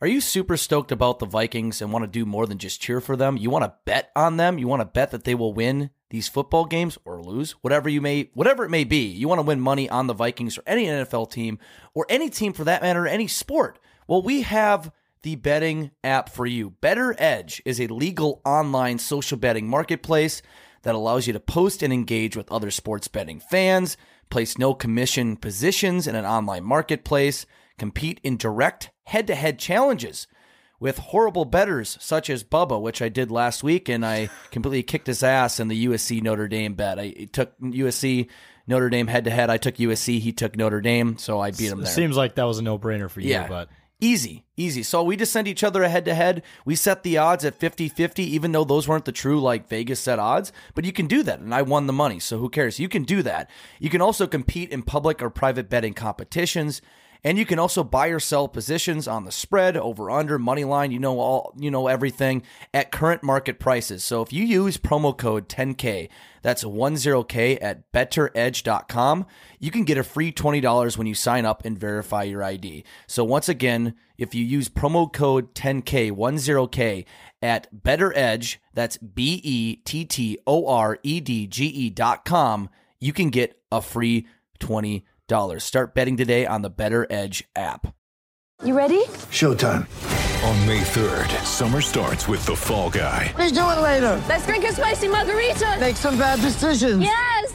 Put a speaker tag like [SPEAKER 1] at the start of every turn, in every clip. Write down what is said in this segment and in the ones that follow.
[SPEAKER 1] Are you super stoked about the Vikings and want to do more than just cheer for them? You want to bet on them? You want to bet that they will win these football games or lose, whatever you may whatever it may be. You want to win money on the Vikings or any NFL team or any team for that matter, any sport. Well, we have the betting app for you. Better Edge is a legal online social betting marketplace that allows you to post and engage with other sports betting fans, place no commission positions in an online marketplace, compete in direct head to head challenges with horrible betters such as Bubba, which I did last week, and I completely kicked his ass in the USC Notre Dame bet. I it took USC Notre Dame head to head. I took USC, he took Notre Dame, so I beat him
[SPEAKER 2] It
[SPEAKER 1] there.
[SPEAKER 2] seems like that was a no brainer for you,
[SPEAKER 1] Yeah.
[SPEAKER 2] but
[SPEAKER 1] Easy, easy. So we just send each other a head to head. We set the odds at 50 50, even though those weren't the true, like Vegas set odds. But you can do that. And I won the money. So who cares? You can do that. You can also compete in public or private betting competitions. And you can also buy or sell positions on the spread, over under, money line, you know all you know everything at current market prices. So if you use promo code 10K, that's 10K at betteredge.com, you can get a free $20 when you sign up and verify your ID. So once again, if you use promo code 10K, 10K at betteredge, that's B E T T O R E D G E.com, you can get a free $20. Start betting today on the Better Edge app.
[SPEAKER 3] You ready?
[SPEAKER 4] Showtime.
[SPEAKER 5] On May 3rd, summer starts with The Fall Guy.
[SPEAKER 4] Let's do it later.
[SPEAKER 3] Let's drink a spicy margarita.
[SPEAKER 4] Make some bad decisions.
[SPEAKER 3] Yes.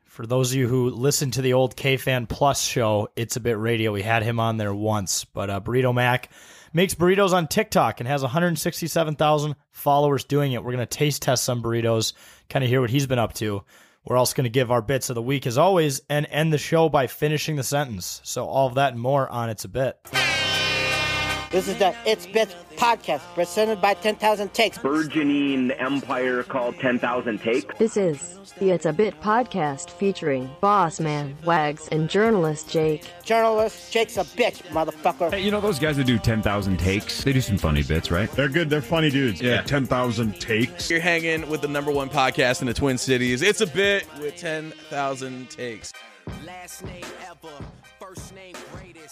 [SPEAKER 2] For those of you who listen to the old K Fan Plus show, It's a Bit Radio, we had him on there once, but uh, Burrito Mac makes burritos on TikTok and has 167,000 followers doing it. We're going to taste test some burritos, kind of hear what he's been up to. We're also going to give our bits of the week as always and end the show by finishing the sentence. So, all of that and more on It's a Bit.
[SPEAKER 6] This is the It's Bits podcast presented by 10,000 Takes.
[SPEAKER 7] burgeoning empire called 10,000 Takes.
[SPEAKER 8] This is the It's a Bit podcast featuring Boss Man, Wags, and journalist Jake.
[SPEAKER 6] Journalist Jake's a bitch, motherfucker.
[SPEAKER 9] Hey, you know those guys that do 10,000 takes? They do some funny bits, right?
[SPEAKER 10] They're good. They're funny dudes. Yeah. 10,000 takes.
[SPEAKER 11] You're hanging with the number one podcast in the Twin Cities. It's a bit with 10,000 takes.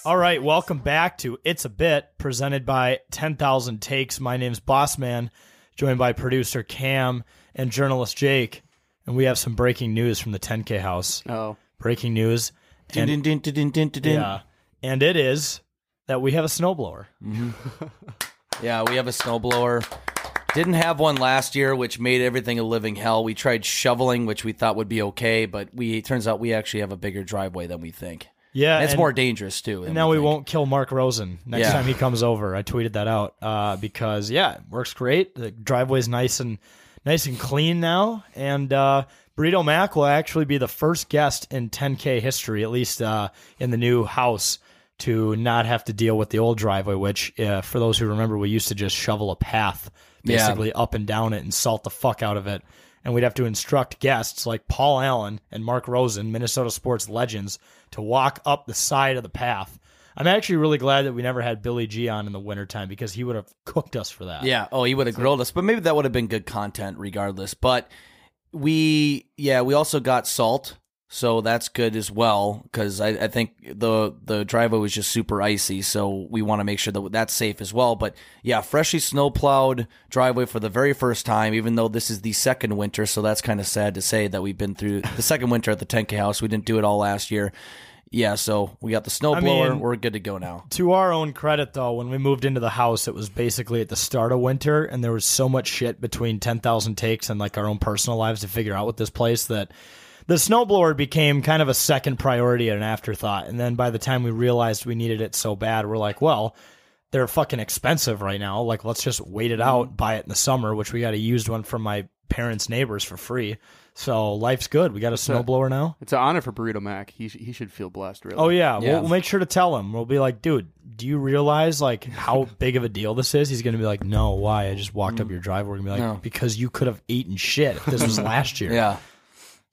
[SPEAKER 2] All right, welcome back to It's a Bit, presented by 10,000 Takes. My name's Bossman, joined by producer Cam and journalist Jake. And we have some breaking news from the 10K house.
[SPEAKER 6] Oh.
[SPEAKER 2] Breaking news.
[SPEAKER 1] Din, din, din, din, din, din, din.
[SPEAKER 2] Yeah. And it is that we have a snowblower.
[SPEAKER 1] Yeah, we have a snowblower. Didn't have one last year, which made everything a living hell. We tried shoveling, which we thought would be okay, but we it turns out we actually have a bigger driveway than we think.
[SPEAKER 2] Yeah.
[SPEAKER 1] And it's
[SPEAKER 2] and-
[SPEAKER 1] more dangerous too. than
[SPEAKER 2] And now we
[SPEAKER 1] think.
[SPEAKER 2] won't kill Mark Rosen next
[SPEAKER 1] Yeah.
[SPEAKER 2] time he comes over. I tweeted that out uh, because yeah, it works great. The driveway's nice and nice and clean now. And uh, Burrito Mac will actually be the first guest in 10K history, at least uh, in the new house, to not have to deal with the old driveway. Which, uh, for those who remember, we used to just shovel a path
[SPEAKER 1] Yeah.
[SPEAKER 2] basically up and down it and salt the fuck out of it. And we'd have to instruct guests like Paul Allen and Mark Rosen, Minnesota sports legends, to walk up the side of the path. I'm actually really glad that we never had Billy G on in the wintertime because he would have cooked us for that.
[SPEAKER 1] Yeah. Oh, he would have grilled us, but maybe that would have been good content regardless. But we, yeah, we also got salt, so that's good as well because I, I think the the driveway was just super icy, so we want to make sure that that's safe as well. But yeah, freshly snowplowed driveway for the very first time, even though this is the second winter, so that's kind of sad to say that we've been through the second winter at the 10K house. We didn't do it all last year. Yeah, so we got the snowblower.
[SPEAKER 2] mean-
[SPEAKER 1] We're good to go now.
[SPEAKER 2] To our own credit, though, when we moved into the house, it was basically at the start of winter, and there was so much shit between 10,000 takes and like our own personal lives to figure out with this place that the snowblower became kind of a second priority and an afterthought. And then by the time we realized we needed it so bad, we're like, well, they're fucking expensive right now. Like, let's just wait it out, buy it in the summer, which we got a used one from my parents' neighbors for free. So life's good. We got a snowblower now.
[SPEAKER 12] It's an honor for Burrito Mac. He, sh- he should feel blessed, really.
[SPEAKER 2] Oh yeah. We'll, we'll make sure to tell him. We'll be like, dude, do you realize like how big of a deal this is? He's gonna be like, no, why? I just walked up your driveway. We're gonna be like,
[SPEAKER 1] Mm. No.
[SPEAKER 2] because you could have eaten shit. if This was last year.
[SPEAKER 1] Yeah.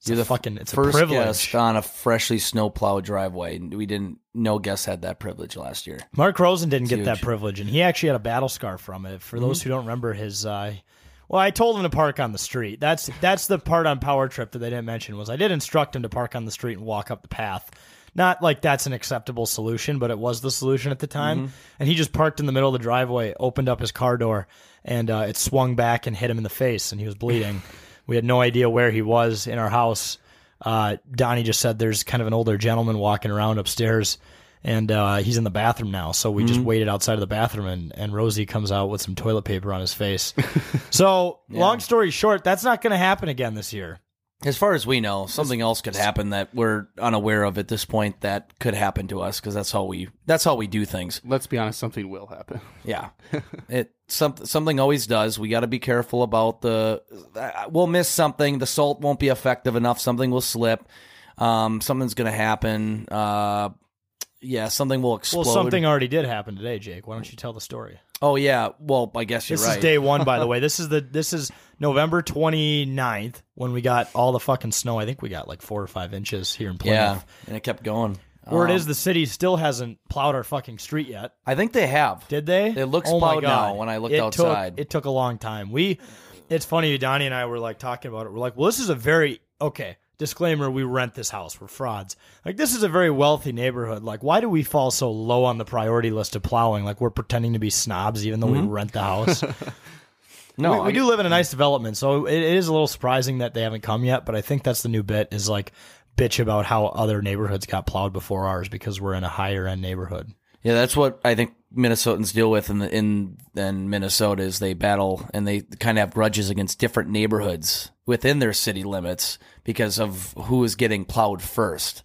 [SPEAKER 2] It's a fucking. It's
[SPEAKER 1] First
[SPEAKER 2] a privilege.
[SPEAKER 1] guest on a freshly snowplowed driveway. We didn't. No guest had that privilege last year.
[SPEAKER 2] Mark Rosen didn't get
[SPEAKER 1] It's
[SPEAKER 2] that
[SPEAKER 1] huge.
[SPEAKER 2] privilege, and he actually had a battle scar from it. For those
[SPEAKER 1] Mhm.
[SPEAKER 2] who don't remember his, uh, well, I told him to park on the street. That's that's the part on Power Trip that they didn't mention was I did instruct him to park on the street and walk up the path. Not like that's an acceptable solution, but it was the solution at the time.
[SPEAKER 1] Mhm.
[SPEAKER 2] And he just parked in the middle of the driveway, opened up his car door, and uh, it swung back and hit him in the face, and he was bleeding. we had no idea where he was in our house. Uh, Donnie just said there's kind of an older gentleman walking around upstairs, and uh, he's in the bathroom now. So we just
[SPEAKER 1] Mhm.
[SPEAKER 2] waited outside of the bathroom, and, and Rosie comes out with some toilet paper on his face. so, long story short, that's not going to happen again this year.
[SPEAKER 1] As far as we know, something else could happen that we're unaware of at this point. That could happen to us because that's how we that's how we do things.
[SPEAKER 12] Let's be honest, something will happen.
[SPEAKER 1] Yeah, it some, something always does. We got to be careful about the. uh, We'll miss something. The salt won't be effective enough. Something will slip. Um, something's going to happen. Uh, yeah, something will explode.
[SPEAKER 2] Well, something already did happen today, Jake. Why don't you tell the story?
[SPEAKER 1] Oh yeah. Well, I guess you're
[SPEAKER 2] This
[SPEAKER 1] right.
[SPEAKER 2] is day one, by the way. This is the this is November 29th when we got all the fucking snow. I think we got like four or five inches here in
[SPEAKER 1] yeah,
[SPEAKER 2] Plymouth.
[SPEAKER 1] and it kept going.
[SPEAKER 2] Word
[SPEAKER 1] Um,
[SPEAKER 2] is the city still hasn't plowed our fucking street yet.
[SPEAKER 1] I think they have.
[SPEAKER 2] Did they? It
[SPEAKER 1] looks
[SPEAKER 2] oh my
[SPEAKER 1] plowed now
[SPEAKER 2] God.
[SPEAKER 1] when I looked
[SPEAKER 2] It took-
[SPEAKER 1] outside.
[SPEAKER 2] it took a long time. We, it's funny. Donnie and I were like talking about it. We're like, well, this is a very okay disclaimer. We rent this house. We're frauds. Like this is a very wealthy neighborhood. Like why do we fall so low on the priority list of plowing? Like we're pretending to be snobs even though we
[SPEAKER 1] Mhm.
[SPEAKER 2] rent the house.
[SPEAKER 1] No,
[SPEAKER 2] we, we
[SPEAKER 1] I-
[SPEAKER 2] do live in a nice development, so it, it is a little surprising that they haven't come yet. But I think that's the new bit is like bitch about how other neighborhoods got plowed before ours because we're in a higher end neighborhood.
[SPEAKER 1] Yeah, that's what I think Minnesotans deal with in the, in in Minnesota is they battle and they kind of have grudges against different neighborhoods within their city limits because of who is getting plowed first.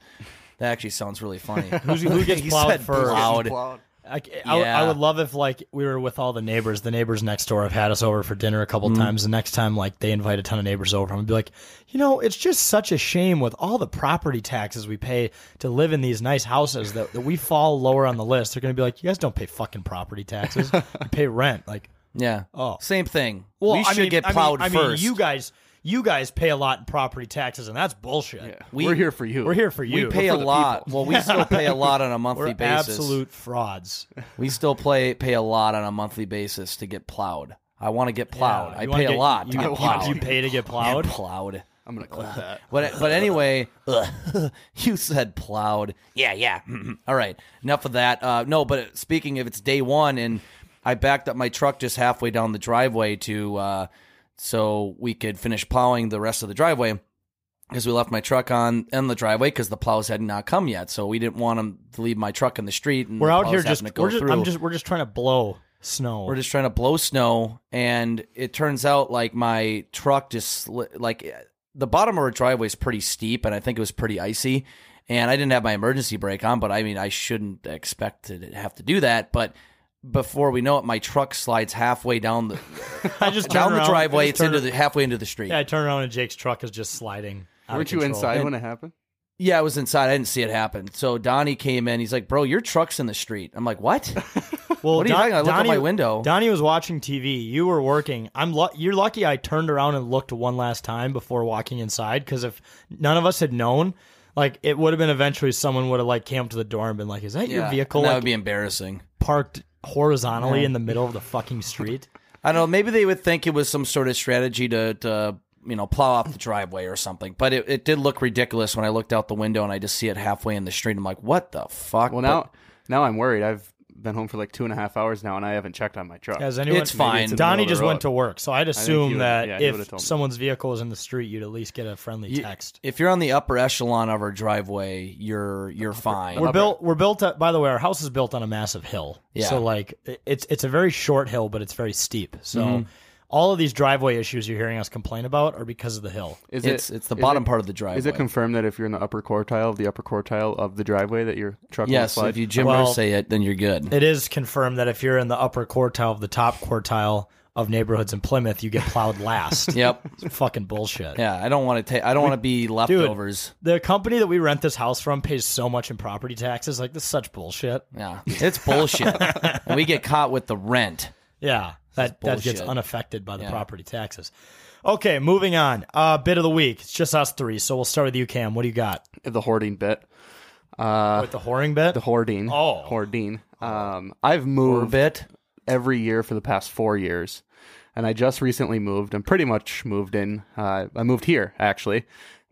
[SPEAKER 1] That actually sounds really funny.
[SPEAKER 2] Who's, who gets
[SPEAKER 1] He
[SPEAKER 2] plowed
[SPEAKER 1] said
[SPEAKER 2] first?
[SPEAKER 1] plowed.
[SPEAKER 2] I, I, I
[SPEAKER 1] Yeah.
[SPEAKER 2] would love if like we were with all the neighbors. The neighbors next door have had us over for dinner a couple
[SPEAKER 1] Mhm.
[SPEAKER 2] times. The next time like they invite a ton of neighbors over, I'm gonna be like, you know, it's just such a shame with all the property taxes we pay to live in these nice houses that, that we fall lower on the list. They're gonna be like, you guys don't pay fucking property taxes. you pay rent. Like,
[SPEAKER 1] Yeah.
[SPEAKER 2] oh,
[SPEAKER 1] same thing.
[SPEAKER 2] Well,
[SPEAKER 1] we
[SPEAKER 2] I
[SPEAKER 1] should
[SPEAKER 2] mean-
[SPEAKER 1] get
[SPEAKER 2] I mean-
[SPEAKER 1] plowed
[SPEAKER 2] I mean,
[SPEAKER 1] first.
[SPEAKER 2] you guys. You guys pay a lot in property taxes, and that's bullshit.
[SPEAKER 1] We- We're here
[SPEAKER 12] for you.
[SPEAKER 2] We're here for you.
[SPEAKER 1] We pay a lot. Well, we still pay a lot on a monthly
[SPEAKER 2] We're
[SPEAKER 1] basis.
[SPEAKER 2] Absolute frauds.
[SPEAKER 1] we still play pay a lot on a monthly basis to get plowed. I want to get plowed.
[SPEAKER 2] Yeah,
[SPEAKER 1] I
[SPEAKER 2] you
[SPEAKER 1] pay
[SPEAKER 2] wanna
[SPEAKER 1] a
[SPEAKER 2] get-
[SPEAKER 1] lot
[SPEAKER 2] you
[SPEAKER 1] to
[SPEAKER 2] get
[SPEAKER 1] get
[SPEAKER 2] plowed.
[SPEAKER 1] plowed.
[SPEAKER 2] You pay to get plowed?
[SPEAKER 1] Get plowed.
[SPEAKER 12] I'm gonna clip that.
[SPEAKER 1] But but anyway, you said plowed. Yeah, yeah. All right, enough of that. Uh, no, but speaking of, it's day one, and I backed up my truck just halfway down the driveway to uh, so we could finish plowing the rest of the driveway because we left my truck on in the driveway because the plows had not come yet, so we didn't want them to leave my truck in the street. And
[SPEAKER 2] We're
[SPEAKER 1] the
[SPEAKER 2] out
[SPEAKER 1] plows
[SPEAKER 2] here
[SPEAKER 1] having
[SPEAKER 2] just,
[SPEAKER 1] to go
[SPEAKER 2] we're just,
[SPEAKER 1] through.
[SPEAKER 2] I'm just, we're just trying to blow snow.
[SPEAKER 1] We're just trying to blow snow, and it turns out like my truck just sli- like the bottom of our driveway is pretty steep, and I think it was pretty icy, and I didn't have my emergency brake on, but I mean I shouldn't expect to have to do that, but before we know it, my truck slides halfway down the
[SPEAKER 2] I just
[SPEAKER 1] down
[SPEAKER 2] turn
[SPEAKER 1] the
[SPEAKER 2] around.
[SPEAKER 1] driveway.
[SPEAKER 2] I
[SPEAKER 1] It's
[SPEAKER 2] just
[SPEAKER 1] into
[SPEAKER 2] turn-
[SPEAKER 1] the halfway into the street.
[SPEAKER 2] Yeah, I turn around and Jake's truck is just sliding. out of
[SPEAKER 12] Weren't you
[SPEAKER 2] control.
[SPEAKER 12] inside
[SPEAKER 2] And-
[SPEAKER 12] when it happened?
[SPEAKER 1] Yeah, I was inside. I didn't see it happen. So Donnie came in. He's like, "Bro, your truck's in the street." I'm like, "What?"
[SPEAKER 2] Well,
[SPEAKER 1] What are you talking about? I looked out
[SPEAKER 2] Donnie-
[SPEAKER 1] my window.
[SPEAKER 2] Donnie was watching TV. You were working. I'm lu- you're lucky I turned around and looked one last time before walking inside because if none of us had known, like it would have been eventually someone would have like came up to the door and been like, "Is that your
[SPEAKER 1] Yeah,
[SPEAKER 2] vehicle?"
[SPEAKER 1] and that
[SPEAKER 2] like,
[SPEAKER 1] would be embarrassing.
[SPEAKER 2] parked horizontally
[SPEAKER 1] Yeah.
[SPEAKER 2] in the middle of the fucking street.
[SPEAKER 1] I don't know. Maybe they would think it was some sort of strategy to, to you know, plow off the driveway or something. But it, it did look ridiculous when I looked out the window and I just see it halfway in the street. I'm like, what the fuck?
[SPEAKER 12] Well, now now I'm worried. I've been home for like two and a half hours now, and I haven't checked on my truck.
[SPEAKER 2] Has anyone?
[SPEAKER 1] It's fine.
[SPEAKER 12] in the middle
[SPEAKER 2] Donnie
[SPEAKER 12] of the
[SPEAKER 2] just
[SPEAKER 12] road.
[SPEAKER 2] went to work, so I'd
[SPEAKER 12] I think he
[SPEAKER 2] assume
[SPEAKER 12] would've-
[SPEAKER 2] that
[SPEAKER 12] yeah, he would've
[SPEAKER 2] if
[SPEAKER 12] told me.
[SPEAKER 2] someone's vehicle is in the street, you'd at least get a friendly
[SPEAKER 1] You-
[SPEAKER 2] text.
[SPEAKER 1] If you're on the upper echelon of our driveway, you're you're fine.
[SPEAKER 2] We're built. We're built. Up, by the way, our house is built on a massive hill.
[SPEAKER 1] Yeah.
[SPEAKER 2] So like, i- it's it's a very short hill, but it's very steep. So
[SPEAKER 1] Mhm.
[SPEAKER 2] all of these driveway issues you're hearing us complain about are because of the hill.
[SPEAKER 12] Is
[SPEAKER 1] It's- it's the bottom part of the driveway.
[SPEAKER 12] Is it confirmed that if you're in the upper quartile of the upper quartile of the driveway, that your truck will
[SPEAKER 1] Yes,
[SPEAKER 12] slide?
[SPEAKER 1] if you Jim
[SPEAKER 2] Well-
[SPEAKER 1] Irsay it, then you're good.
[SPEAKER 2] It is confirmed that if you're in the upper quartile of the top quartile of neighborhoods in Plymouth, you get plowed last.
[SPEAKER 1] Yep.
[SPEAKER 2] It's fucking bullshit.
[SPEAKER 1] Yeah, I don't want to take. I don't
[SPEAKER 2] We-
[SPEAKER 1] want to be leftovers.
[SPEAKER 2] The company that we rent this house from pays so much in property taxes. Like, this is such bullshit.
[SPEAKER 1] Yeah. It's bullshit. and we get caught with the rent.
[SPEAKER 2] Yeah, that,
[SPEAKER 1] This
[SPEAKER 2] that
[SPEAKER 1] is
[SPEAKER 2] gets
[SPEAKER 1] bullshit.
[SPEAKER 2] unaffected by the
[SPEAKER 1] Yeah.
[SPEAKER 2] property taxes. Okay, moving on. Uh, bit of the week. It's just us three, so we'll start with you, Cam. What do you got?
[SPEAKER 12] The hoarding bit. Uh,
[SPEAKER 2] With the whoring bit?
[SPEAKER 12] The hoarding.
[SPEAKER 2] Oh.
[SPEAKER 12] Hoarding. Um, I've moved every year for the past four years. And I just recently moved. I'm pretty much moved in. Uh, I moved here, actually.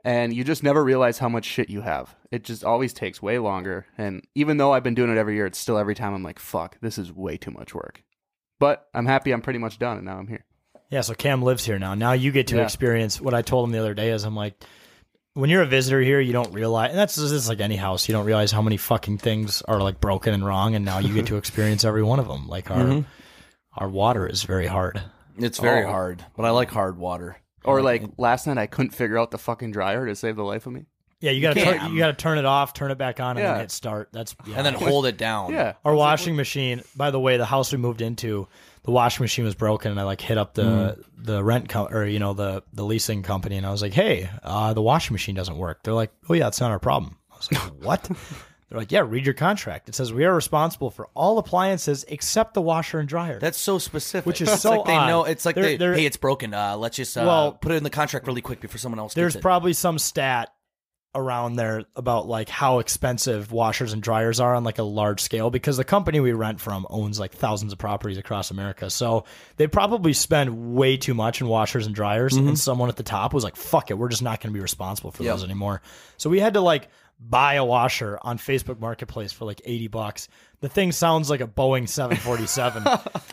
[SPEAKER 12] And you just never realize how much shit you have. It just always takes way longer. And even though I've been doing it every year, it's still every time I'm like, fuck, this is way too much work. But I'm happy I'm pretty much done and now I'm here.
[SPEAKER 2] Yeah, so Cam lives here now. Now you get to
[SPEAKER 12] Yeah.
[SPEAKER 2] experience what I told him the other day is I'm like, when you're a visitor here, you don't realize, and that's this is like any house, you don't realize how many fucking things are like broken and wrong, and now you get to experience every one of them. Like our
[SPEAKER 1] Mhm.
[SPEAKER 2] our water is very hard.
[SPEAKER 1] It's very
[SPEAKER 12] Oh.
[SPEAKER 1] hard, but I like hard water.
[SPEAKER 12] Or like last night, I couldn't figure out the fucking dryer to save the life of me.
[SPEAKER 2] Yeah, you gotta
[SPEAKER 1] can't.
[SPEAKER 2] turn, you gotta turn it off, turn it back on, and
[SPEAKER 12] Yeah.
[SPEAKER 2] then hit start. That's yeah.
[SPEAKER 1] And then hold it down.
[SPEAKER 12] Yeah.
[SPEAKER 2] Our washing machine, by the way, the house we moved into, the washing machine was broken, and I like hit up the the rent co- or you know the the leasing company, and I was like, "Hey, uh, the washing machine doesn't work." They're like, "Oh yeah, it's not our problem." I was like, "What?" They're like, "Yeah, read your contract. It says we are responsible for all appliances except the washer and dryer."
[SPEAKER 1] That's so specific.
[SPEAKER 2] Which is
[SPEAKER 1] it's
[SPEAKER 2] so
[SPEAKER 1] like they
[SPEAKER 2] odd.
[SPEAKER 1] know it's like
[SPEAKER 2] They're-
[SPEAKER 1] they
[SPEAKER 2] they're-
[SPEAKER 1] hey, it's broken. Uh, let's just uh,
[SPEAKER 2] Well-
[SPEAKER 1] put it in the contract really quick before someone else.
[SPEAKER 2] There's
[SPEAKER 1] gets it.
[SPEAKER 2] probably some stat around there about like how expensive washers and dryers are on like a large scale because the company we rent from owns like thousands of properties across America. So they probably spend way too much in washers and dryers
[SPEAKER 1] Mm-hmm.
[SPEAKER 2] and someone at the top was like fuck it, we're just not going to be responsible for
[SPEAKER 1] Yep.
[SPEAKER 2] those anymore. So we had to like buy a washer on Facebook Marketplace for like 80 bucks. The thing sounds like a Boeing 747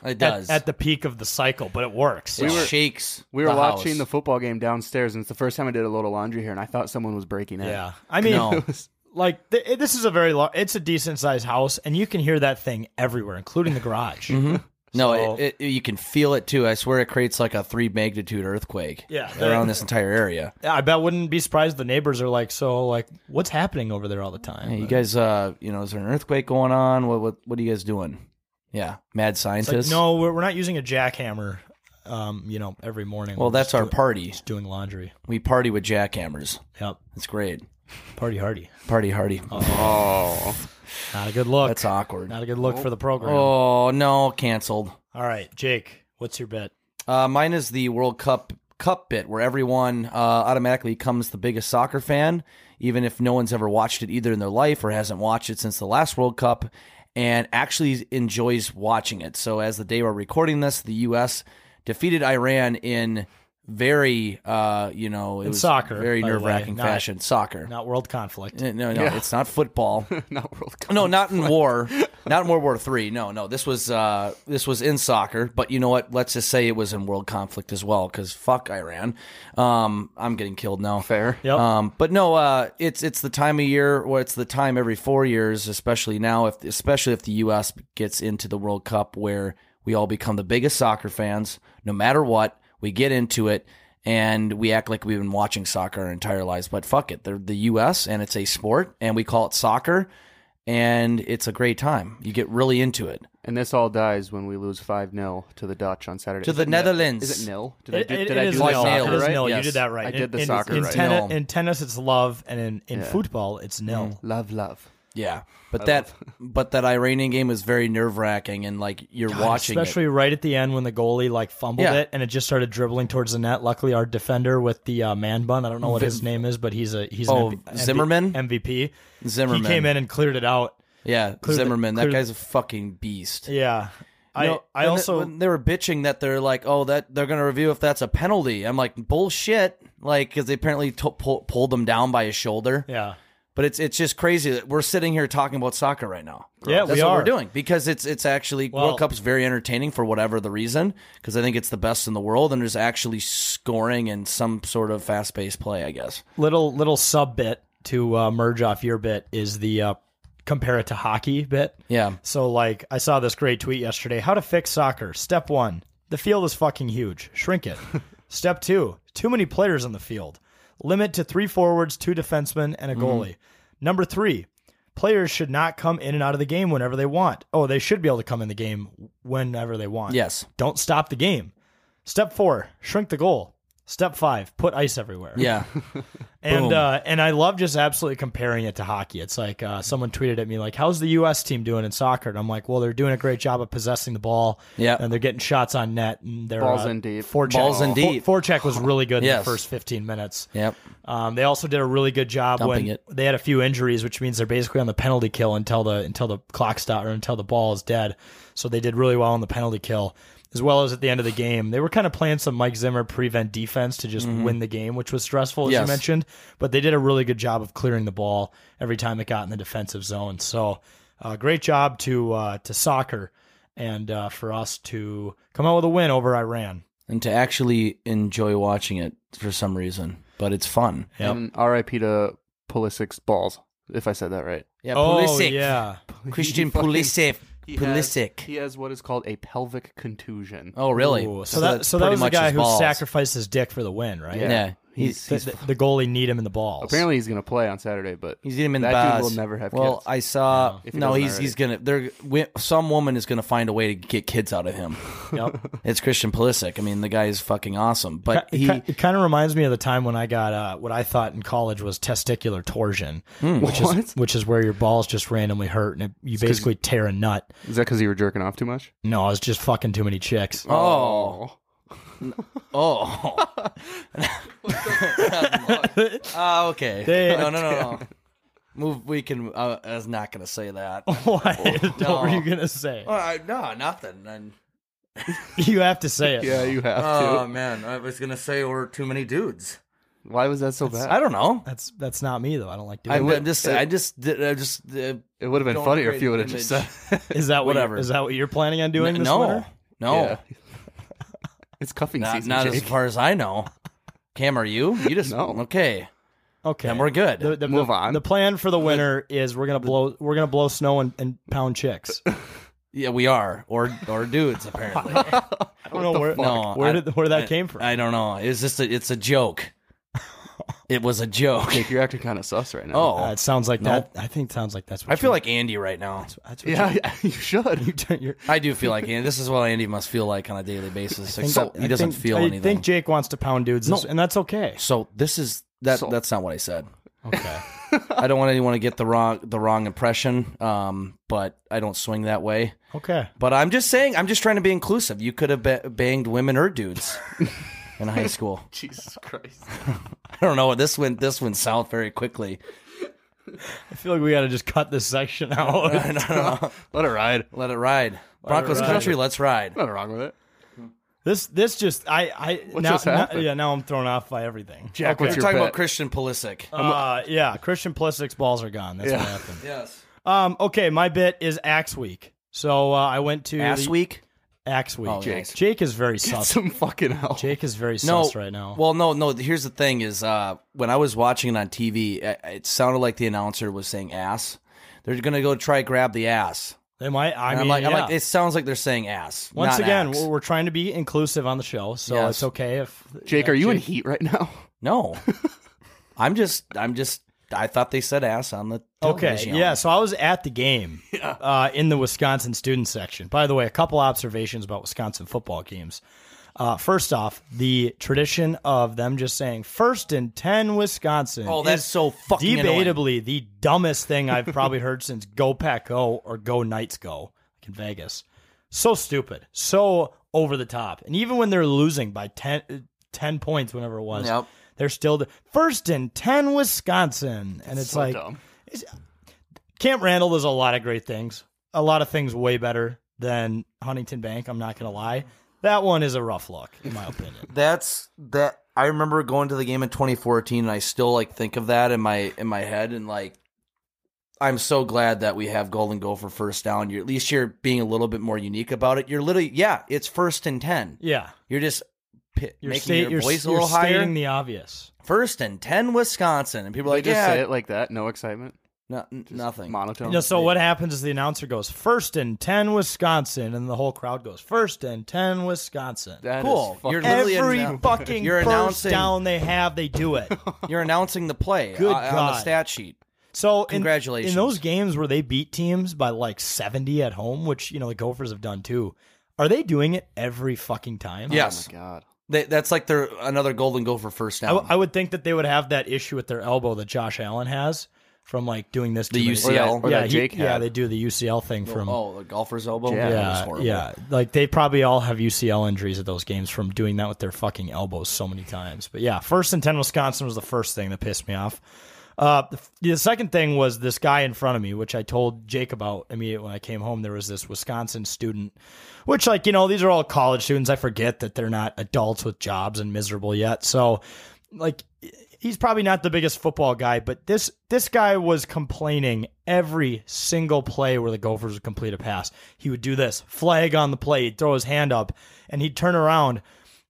[SPEAKER 1] it does.
[SPEAKER 2] at, at the peak of the cycle, but it works.
[SPEAKER 1] it
[SPEAKER 2] So-
[SPEAKER 1] shakes.
[SPEAKER 12] We were
[SPEAKER 1] the house.
[SPEAKER 12] watching the football game downstairs, and it's the first time I did a load of laundry here, and I thought someone was breaking in.
[SPEAKER 2] Yeah. I mean,
[SPEAKER 1] No.
[SPEAKER 2] like th- it- this is a very large, it's a decent sized house, and you can hear that thing everywhere, including the garage.
[SPEAKER 1] No,
[SPEAKER 2] So-
[SPEAKER 1] it, it, you can feel it too. I swear it creates like a three magnitude earthquake.
[SPEAKER 2] Yeah.
[SPEAKER 1] around this entire area.
[SPEAKER 2] Yeah, I bet wouldn't be surprised. The neighbors are like, so like, what's happening over there all the time?
[SPEAKER 1] Hey, you guys, uh, you know, is there an earthquake going on? What what what are you guys doing? Yeah, mad
[SPEAKER 2] It's like,
[SPEAKER 1] scientists.
[SPEAKER 2] no, we're, we're not using a jackhammer. Um, you know, every morning.
[SPEAKER 1] Well,
[SPEAKER 2] We're
[SPEAKER 1] that's
[SPEAKER 2] just
[SPEAKER 1] our
[SPEAKER 2] doing-
[SPEAKER 1] party.
[SPEAKER 2] Just doing laundry.
[SPEAKER 1] We party with jackhammers.
[SPEAKER 2] Yep.
[SPEAKER 1] It's great.
[SPEAKER 2] Party hardy.
[SPEAKER 1] Party hardy.
[SPEAKER 12] Oh.
[SPEAKER 2] Not a good look.
[SPEAKER 1] That's awkward.
[SPEAKER 2] not a good look for the program.
[SPEAKER 1] Oh no, canceled.
[SPEAKER 2] All right, Jake, what's your bet?
[SPEAKER 1] Uh, mine is the World Cup cup bit where everyone uh, automatically becomes the biggest soccer fan, even if no one's ever watched it either in their life or hasn't watched it since the last World Cup, and actually enjoys watching it. So as the day we're recording this, the U.S. defeated Iran in very, uh, you know, it
[SPEAKER 2] In
[SPEAKER 1] was
[SPEAKER 2] soccer,
[SPEAKER 1] very
[SPEAKER 2] by the way,
[SPEAKER 1] nerve wracking
[SPEAKER 2] not-
[SPEAKER 1] fashion. Soccer.
[SPEAKER 2] Not world conflict.
[SPEAKER 1] Uh, No, no,
[SPEAKER 12] Yeah.
[SPEAKER 1] it's not football.
[SPEAKER 12] Not World Cup.
[SPEAKER 1] No, not in war, not in World War Three. No, no, this was uh, this was in soccer. But you know what? Let's just say it was in world conflict as well, because fuck Iran. Um, I'm getting killed now.
[SPEAKER 12] Fair.
[SPEAKER 2] Yep.
[SPEAKER 1] Um, but no, uh, it's it's the time of year, or it's the time every four years, especially now, if especially if the U.S. gets into the World Cup, where we all become the biggest soccer fans, no matter what. We get into it, and we act like we've been watching soccer our entire lives. But fuck it, they're the U.S. and it's a sport, and we call it soccer, and it's a great time. You get really into it.
[SPEAKER 12] And this all dies when we lose 5 0 to the Dutch on Saturday.
[SPEAKER 1] To
[SPEAKER 12] Is
[SPEAKER 1] the
[SPEAKER 12] it nil-
[SPEAKER 1] Netherlands.
[SPEAKER 12] Is it nil? Did
[SPEAKER 2] It-
[SPEAKER 12] I do,
[SPEAKER 2] it-
[SPEAKER 12] did
[SPEAKER 2] it
[SPEAKER 12] I do
[SPEAKER 2] is
[SPEAKER 12] the
[SPEAKER 1] like
[SPEAKER 2] nil.
[SPEAKER 12] soccer
[SPEAKER 2] It is
[SPEAKER 12] right?
[SPEAKER 2] nil.
[SPEAKER 1] Yes.
[SPEAKER 2] You did that right.
[SPEAKER 12] I
[SPEAKER 2] In-
[SPEAKER 12] did the
[SPEAKER 2] in,
[SPEAKER 12] soccer
[SPEAKER 2] in
[SPEAKER 12] right.
[SPEAKER 2] tenni-
[SPEAKER 1] Nil.
[SPEAKER 2] in tennis, it's love, and in, in
[SPEAKER 12] Yeah.
[SPEAKER 2] football, it's nil.
[SPEAKER 12] Love, love.
[SPEAKER 1] Yeah, but that but that Iranian game is very nerve wracking, and like you're
[SPEAKER 2] God,
[SPEAKER 1] watching. it.
[SPEAKER 2] especially right at the end when the goalie like fumbled
[SPEAKER 1] Yeah.
[SPEAKER 2] it and it just started dribbling towards the net. Luckily, our defender with the uh, man bun, I don't know what his name is, but he's a he's an
[SPEAKER 1] Oh,
[SPEAKER 2] MV-
[SPEAKER 1] Zimmerman?
[SPEAKER 2] MVP.
[SPEAKER 1] Zimmerman.
[SPEAKER 2] He came in and cleared it out.
[SPEAKER 1] Yeah,
[SPEAKER 2] Clear the-
[SPEAKER 1] Zimmerman. that
[SPEAKER 2] clear the-
[SPEAKER 1] guy's a fucking beast.
[SPEAKER 2] Yeah, I
[SPEAKER 1] You know,
[SPEAKER 2] I
[SPEAKER 1] when the-
[SPEAKER 2] also
[SPEAKER 1] when they were bitching that they're like, oh, that they're gonna review if that's a penalty. I'm like, bullshit. Like, because they apparently to pull, pulled him down by his shoulder.
[SPEAKER 2] yeah
[SPEAKER 1] But it's it's just crazy that we're sitting here talking about soccer right now.
[SPEAKER 2] Yeah,
[SPEAKER 1] That's
[SPEAKER 2] we
[SPEAKER 1] what
[SPEAKER 2] are.
[SPEAKER 1] we're doing because it's it's actually
[SPEAKER 2] Well-
[SPEAKER 1] World Cup's very entertaining for whatever the reason because I think it's the best in the world and there's actually scoring and some sort of fast paced play. I guess.
[SPEAKER 2] little little sub bit to uh, merge off your bit is the uh, compare it to hockey bit.
[SPEAKER 1] Yeah.
[SPEAKER 2] So, like, I saw this great tweet yesterday How to fix soccer. Step one, the field is fucking huge. Shrink it. Step two, too many players on the field. Limit to three forwards, two defensemen, and a
[SPEAKER 1] Mm-hmm.
[SPEAKER 2] goalie. Number three, players should not come in and out of the game whenever they want. Oh, they should be able to come in the game whenever they want.
[SPEAKER 1] Yes.
[SPEAKER 2] Don't stop the game. Step four, shrink the goal. Step five, put ice everywhere.
[SPEAKER 1] Yeah.
[SPEAKER 2] and
[SPEAKER 1] Boom.
[SPEAKER 2] uh, and I love just absolutely comparing it to hockey. It's like uh, someone tweeted at me like, "How's the U.S. team doing in soccer?" And I'm like, "Well, they're doing a great job of possessing the ball.
[SPEAKER 1] Yeah.
[SPEAKER 2] and they're getting shots on net. And they're
[SPEAKER 12] Balls
[SPEAKER 2] uh,
[SPEAKER 12] in deep.
[SPEAKER 2] Forecheck.
[SPEAKER 1] Balls in
[SPEAKER 2] fo-
[SPEAKER 1] deep.
[SPEAKER 2] Forecheck was really good in the
[SPEAKER 1] Yes.
[SPEAKER 2] first 15 minutes.
[SPEAKER 1] Yep.
[SPEAKER 2] Um, they also did a really good job
[SPEAKER 1] Dumping
[SPEAKER 2] when
[SPEAKER 1] it.
[SPEAKER 2] they had a few injuries, which means they're basically on the penalty kill until the until the clock stop or until the ball is dead. So they did really well on the penalty kill, as well as at the end of the game. They were kind of playing some Mike Zimmer prevent defense to just win the game, which was stressful as you
[SPEAKER 1] Mm-hmm. Yes.
[SPEAKER 2] mentioned. But they did a really good job of clearing the ball every time it got in the defensive zone. So uh, great job to uh, to soccer and uh, for us to come out with a win over Iran.
[SPEAKER 1] and to actually enjoy watching it for some reason, but it's fun.
[SPEAKER 12] And R.I.P. to Pulisic's balls, if I said that right.
[SPEAKER 1] Yeah,
[SPEAKER 2] oh yeah.
[SPEAKER 1] Christian
[SPEAKER 12] He fucking-
[SPEAKER 1] Pulisic.
[SPEAKER 12] He has-
[SPEAKER 1] Pulisic.
[SPEAKER 12] he has what is called a pelvic contusion.
[SPEAKER 1] Oh, really?
[SPEAKER 2] Ooh, so, that
[SPEAKER 1] that's
[SPEAKER 2] so that
[SPEAKER 1] pretty
[SPEAKER 2] was the
[SPEAKER 1] much
[SPEAKER 2] guy
[SPEAKER 1] his
[SPEAKER 2] who
[SPEAKER 1] balls.
[SPEAKER 2] sacrificed his dick for the win, right?
[SPEAKER 1] Yeah, he's,
[SPEAKER 2] The,
[SPEAKER 1] he's
[SPEAKER 2] the- the goalie need him in the balls.
[SPEAKER 12] Apparently, he's going to play on Saturday, but
[SPEAKER 1] He's eating him in
[SPEAKER 12] that
[SPEAKER 1] the bars.
[SPEAKER 12] dude will never have
[SPEAKER 1] Well,
[SPEAKER 12] kids.
[SPEAKER 1] I saw.
[SPEAKER 12] If he
[SPEAKER 1] No,
[SPEAKER 12] doesn't
[SPEAKER 1] he's he's gonna. There, some woman is gonna find a way to get kids out of him.
[SPEAKER 2] Yep.
[SPEAKER 1] it's Christian Pulisic. I mean, the guy is fucking awesome. But
[SPEAKER 2] It
[SPEAKER 1] he,
[SPEAKER 2] ki- it, kind of reminds me of the time when I got uh, what I thought in college was testicular torsion,
[SPEAKER 1] Hmm.
[SPEAKER 2] which is
[SPEAKER 12] What?
[SPEAKER 2] which is where your balls just randomly hurt and it, you basically tear a nut.
[SPEAKER 12] Is that because you were jerking off too much?
[SPEAKER 2] No, I was just fucking too many chicks.
[SPEAKER 1] oh, oh, Ah, okay.
[SPEAKER 2] They-
[SPEAKER 1] no, no, no, no. Move. We can. Uh, I was not gonna say that.
[SPEAKER 2] what? what were
[SPEAKER 1] Oh, no.
[SPEAKER 2] you gonna say?
[SPEAKER 1] Uh, no, nothing. And,
[SPEAKER 2] You have to say it.
[SPEAKER 12] Yeah, you have
[SPEAKER 1] oh
[SPEAKER 12] to.
[SPEAKER 1] man, I was gonna say we're too many dudes.
[SPEAKER 12] Why was that so bad?
[SPEAKER 1] I don't know.
[SPEAKER 2] That's that's not me though. I don't like
[SPEAKER 1] I,
[SPEAKER 2] doing.
[SPEAKER 1] am
[SPEAKER 2] that.
[SPEAKER 1] just, I just, did- I just. Uh,
[SPEAKER 12] it would have been
[SPEAKER 1] don't
[SPEAKER 12] funnier if
[SPEAKER 1] create
[SPEAKER 12] you would
[SPEAKER 1] an
[SPEAKER 12] have just
[SPEAKER 1] image.
[SPEAKER 12] said.
[SPEAKER 2] Is that what-
[SPEAKER 1] whatever.
[SPEAKER 2] Is that what you're planning on doing
[SPEAKER 1] n-
[SPEAKER 2] this
[SPEAKER 1] no,
[SPEAKER 2] winter?
[SPEAKER 1] no,
[SPEAKER 12] Yeah. It's cuffing
[SPEAKER 1] not,
[SPEAKER 12] season.
[SPEAKER 1] Oh. not
[SPEAKER 12] Jake.
[SPEAKER 1] as far as I know. Cam, are you? You just
[SPEAKER 12] No.
[SPEAKER 1] okay?
[SPEAKER 2] Okay,
[SPEAKER 1] Then we're good.
[SPEAKER 2] The, the,
[SPEAKER 12] Move
[SPEAKER 2] the-
[SPEAKER 12] on.
[SPEAKER 2] The plan for the winter is we're gonna blow we're gonna blow snow and, and pound chicks. I
[SPEAKER 1] yeah, we are, or or dudes apparently.
[SPEAKER 2] don't know where
[SPEAKER 1] No,
[SPEAKER 2] where
[SPEAKER 1] I-
[SPEAKER 2] did where that came from.
[SPEAKER 1] I don't know. It's just a, it's a joke. It was a joke.
[SPEAKER 12] Jake, you're acting kind of sus right now.
[SPEAKER 1] Oh,
[SPEAKER 2] Uh, it sounds like
[SPEAKER 1] Nope.
[SPEAKER 2] that. I think it sounds like that's. What
[SPEAKER 1] I feel
[SPEAKER 2] you-
[SPEAKER 1] like Andy right now.
[SPEAKER 2] that's what
[SPEAKER 12] yeah,
[SPEAKER 2] you-
[SPEAKER 12] yeah, you should.
[SPEAKER 2] you turn your-
[SPEAKER 1] I do feel like Andy. This is what Andy must feel like on a daily basis.
[SPEAKER 2] think-
[SPEAKER 1] Except
[SPEAKER 2] I
[SPEAKER 1] he doesn't
[SPEAKER 2] think-
[SPEAKER 1] feel
[SPEAKER 2] I
[SPEAKER 1] anything.
[SPEAKER 2] think Jake wants to pound dudes, this- and that's okay.
[SPEAKER 1] so this is that.
[SPEAKER 12] So-
[SPEAKER 1] That's not what I said.
[SPEAKER 2] Okay.
[SPEAKER 1] I don't want anyone to get the wrong the wrong impression. Um, but I don't swing that way.
[SPEAKER 2] okay.
[SPEAKER 1] But I'm just saying, I'm just trying to be inclusive. You could have ba- banged women or dudes in high school.
[SPEAKER 12] Jesus Christ.
[SPEAKER 1] I don't know. This went this went south very quickly.
[SPEAKER 2] I feel like we got to just cut this section out.
[SPEAKER 1] I don't know.
[SPEAKER 12] Let it ride.
[SPEAKER 1] Let it ride, Broncos
[SPEAKER 2] ride.
[SPEAKER 1] country. Let's ride.
[SPEAKER 12] Nothing wrong with it.
[SPEAKER 2] this this just I I
[SPEAKER 12] What
[SPEAKER 2] now,
[SPEAKER 12] just
[SPEAKER 2] now-
[SPEAKER 12] happened?
[SPEAKER 2] yeah now I'm thrown off by everything.
[SPEAKER 12] Jack, what's
[SPEAKER 1] We're
[SPEAKER 12] your
[SPEAKER 1] talking
[SPEAKER 12] bet?
[SPEAKER 1] about Christian Pulisic.
[SPEAKER 2] Uh, yeah, Christian Pulisic's balls are gone. That's
[SPEAKER 12] Yeah.
[SPEAKER 2] what happened.
[SPEAKER 1] yes.
[SPEAKER 2] Um, okay, my bit is Axe Week. So uh, I went to
[SPEAKER 1] Ass
[SPEAKER 2] the-
[SPEAKER 1] week.
[SPEAKER 2] Axe Week.
[SPEAKER 1] Oh,
[SPEAKER 2] Jake.
[SPEAKER 1] nice.
[SPEAKER 2] Jake is very
[SPEAKER 12] Get
[SPEAKER 2] sus.
[SPEAKER 12] some fucking help.
[SPEAKER 2] Jake is very sus right now.
[SPEAKER 1] Well, no, no. Here's the thing: is uh, when I was watching it on TV, it, it sounded like the announcer was saying "ass." They're gonna go try grab the ass.
[SPEAKER 2] they might. I
[SPEAKER 1] And
[SPEAKER 2] mean,
[SPEAKER 1] I'm like, I'm
[SPEAKER 2] yeah.
[SPEAKER 1] like, it sounds like they're saying "ass."
[SPEAKER 2] once
[SPEAKER 1] not
[SPEAKER 2] again,
[SPEAKER 1] axe.
[SPEAKER 2] we're, we're trying to be inclusive on the show, so
[SPEAKER 1] Yes.
[SPEAKER 2] it's okay if
[SPEAKER 12] Jake, are you in heat right now?
[SPEAKER 1] no. I'm just, I'm just. I thought they said "ass" on the
[SPEAKER 2] Okay,
[SPEAKER 1] television.
[SPEAKER 2] yeah. So I was at the game uh, in the Wisconsin student section. By the way, a couple observations about Wisconsin football games. Uh, first off, the tradition of them just saying first and 10 Wisconsin.
[SPEAKER 1] Oh, that's
[SPEAKER 2] is
[SPEAKER 1] so fucking annoying.
[SPEAKER 2] Debatably the dumbest thing I've probably heard since Go Pack Go or Go Knights Go like in Vegas. So stupid. So over the top. And even when they're losing by 10, uh, 10 points, whenever it was,
[SPEAKER 1] Yep.
[SPEAKER 2] they're still the, first and 10 Wisconsin. And it's
[SPEAKER 12] so
[SPEAKER 2] like.
[SPEAKER 12] dumb.
[SPEAKER 2] Camp Randall does a lot of great things. A lot of things way better than Huntington Bank. I'm not gonna lie. That one is a rough look, in my opinion.
[SPEAKER 1] that's that. I remember going to the game in 2014, and I still like think of that in my in my head, and like. I'm so glad that we have Golden Goal for first down. You're, at least you're being a little bit more unique about it. You're literally, yeah, it's first and 10.
[SPEAKER 2] Yeah,
[SPEAKER 1] You're just pi
[SPEAKER 2] you're,
[SPEAKER 1] making
[SPEAKER 2] sta-
[SPEAKER 1] your
[SPEAKER 2] you're-
[SPEAKER 1] voice a
[SPEAKER 2] you're
[SPEAKER 1] little higher.
[SPEAKER 2] stating the obvious.
[SPEAKER 1] First and ten, Wisconsin, and people are
[SPEAKER 12] They
[SPEAKER 1] like,
[SPEAKER 12] just
[SPEAKER 1] yeah,
[SPEAKER 12] say it like that. No excitement.
[SPEAKER 1] no- n- nothing.
[SPEAKER 12] Monotone.
[SPEAKER 2] No, so what happens is the announcer goes first and ten Wisconsin, and the whole crowd goes first and ten Wisconsin.
[SPEAKER 12] That is
[SPEAKER 1] Cool.
[SPEAKER 12] fucking-
[SPEAKER 1] You're literally
[SPEAKER 2] Every
[SPEAKER 1] annou-
[SPEAKER 2] fucking
[SPEAKER 1] You're
[SPEAKER 2] first
[SPEAKER 1] announcing-
[SPEAKER 2] down they have, they do it.
[SPEAKER 1] You're announcing the play
[SPEAKER 2] Good
[SPEAKER 1] on, on
[SPEAKER 2] God.
[SPEAKER 1] the stat sheet.
[SPEAKER 12] Oh
[SPEAKER 2] So in-
[SPEAKER 1] Congratulations.
[SPEAKER 2] In, those games where they beat teams by like 70 at home, which you know the Gophers have done too, Are they doing it every fucking time?
[SPEAKER 1] Yes.
[SPEAKER 12] God.
[SPEAKER 1] They, that's like their another Golden Gopher first
[SPEAKER 2] I,
[SPEAKER 1] down.
[SPEAKER 2] w- I would think that they would have that issue with their elbow that Josh Allen has from like doing this.
[SPEAKER 1] The
[SPEAKER 2] too many-
[SPEAKER 1] UCL. Or that- or
[SPEAKER 2] yeah,
[SPEAKER 1] that
[SPEAKER 2] he-
[SPEAKER 1] Jake had.
[SPEAKER 2] yeah, they do the UCL thing from.
[SPEAKER 1] oh, the golfer's elbow.
[SPEAKER 2] yeah,
[SPEAKER 1] that was
[SPEAKER 2] yeah,
[SPEAKER 1] horrible.
[SPEAKER 2] Like they probably all have UCL injuries at those games from doing that with their fucking elbows so many times. But yeah, first and ten Wisconsin was the first thing that pissed me off. Uh, the, f- the second thing was this guy in front of me, which I told Jake about immediately when I came home. There was this Wisconsin student, which, like, you know, these are all college students. I forget that they're not adults with jobs and miserable yet. So, like, he's probably not the biggest football guy, but this this guy was complaining every single play where the Gophers would complete a pass. He would do this flag on the play, he'd throw his hand up, and he'd turn around.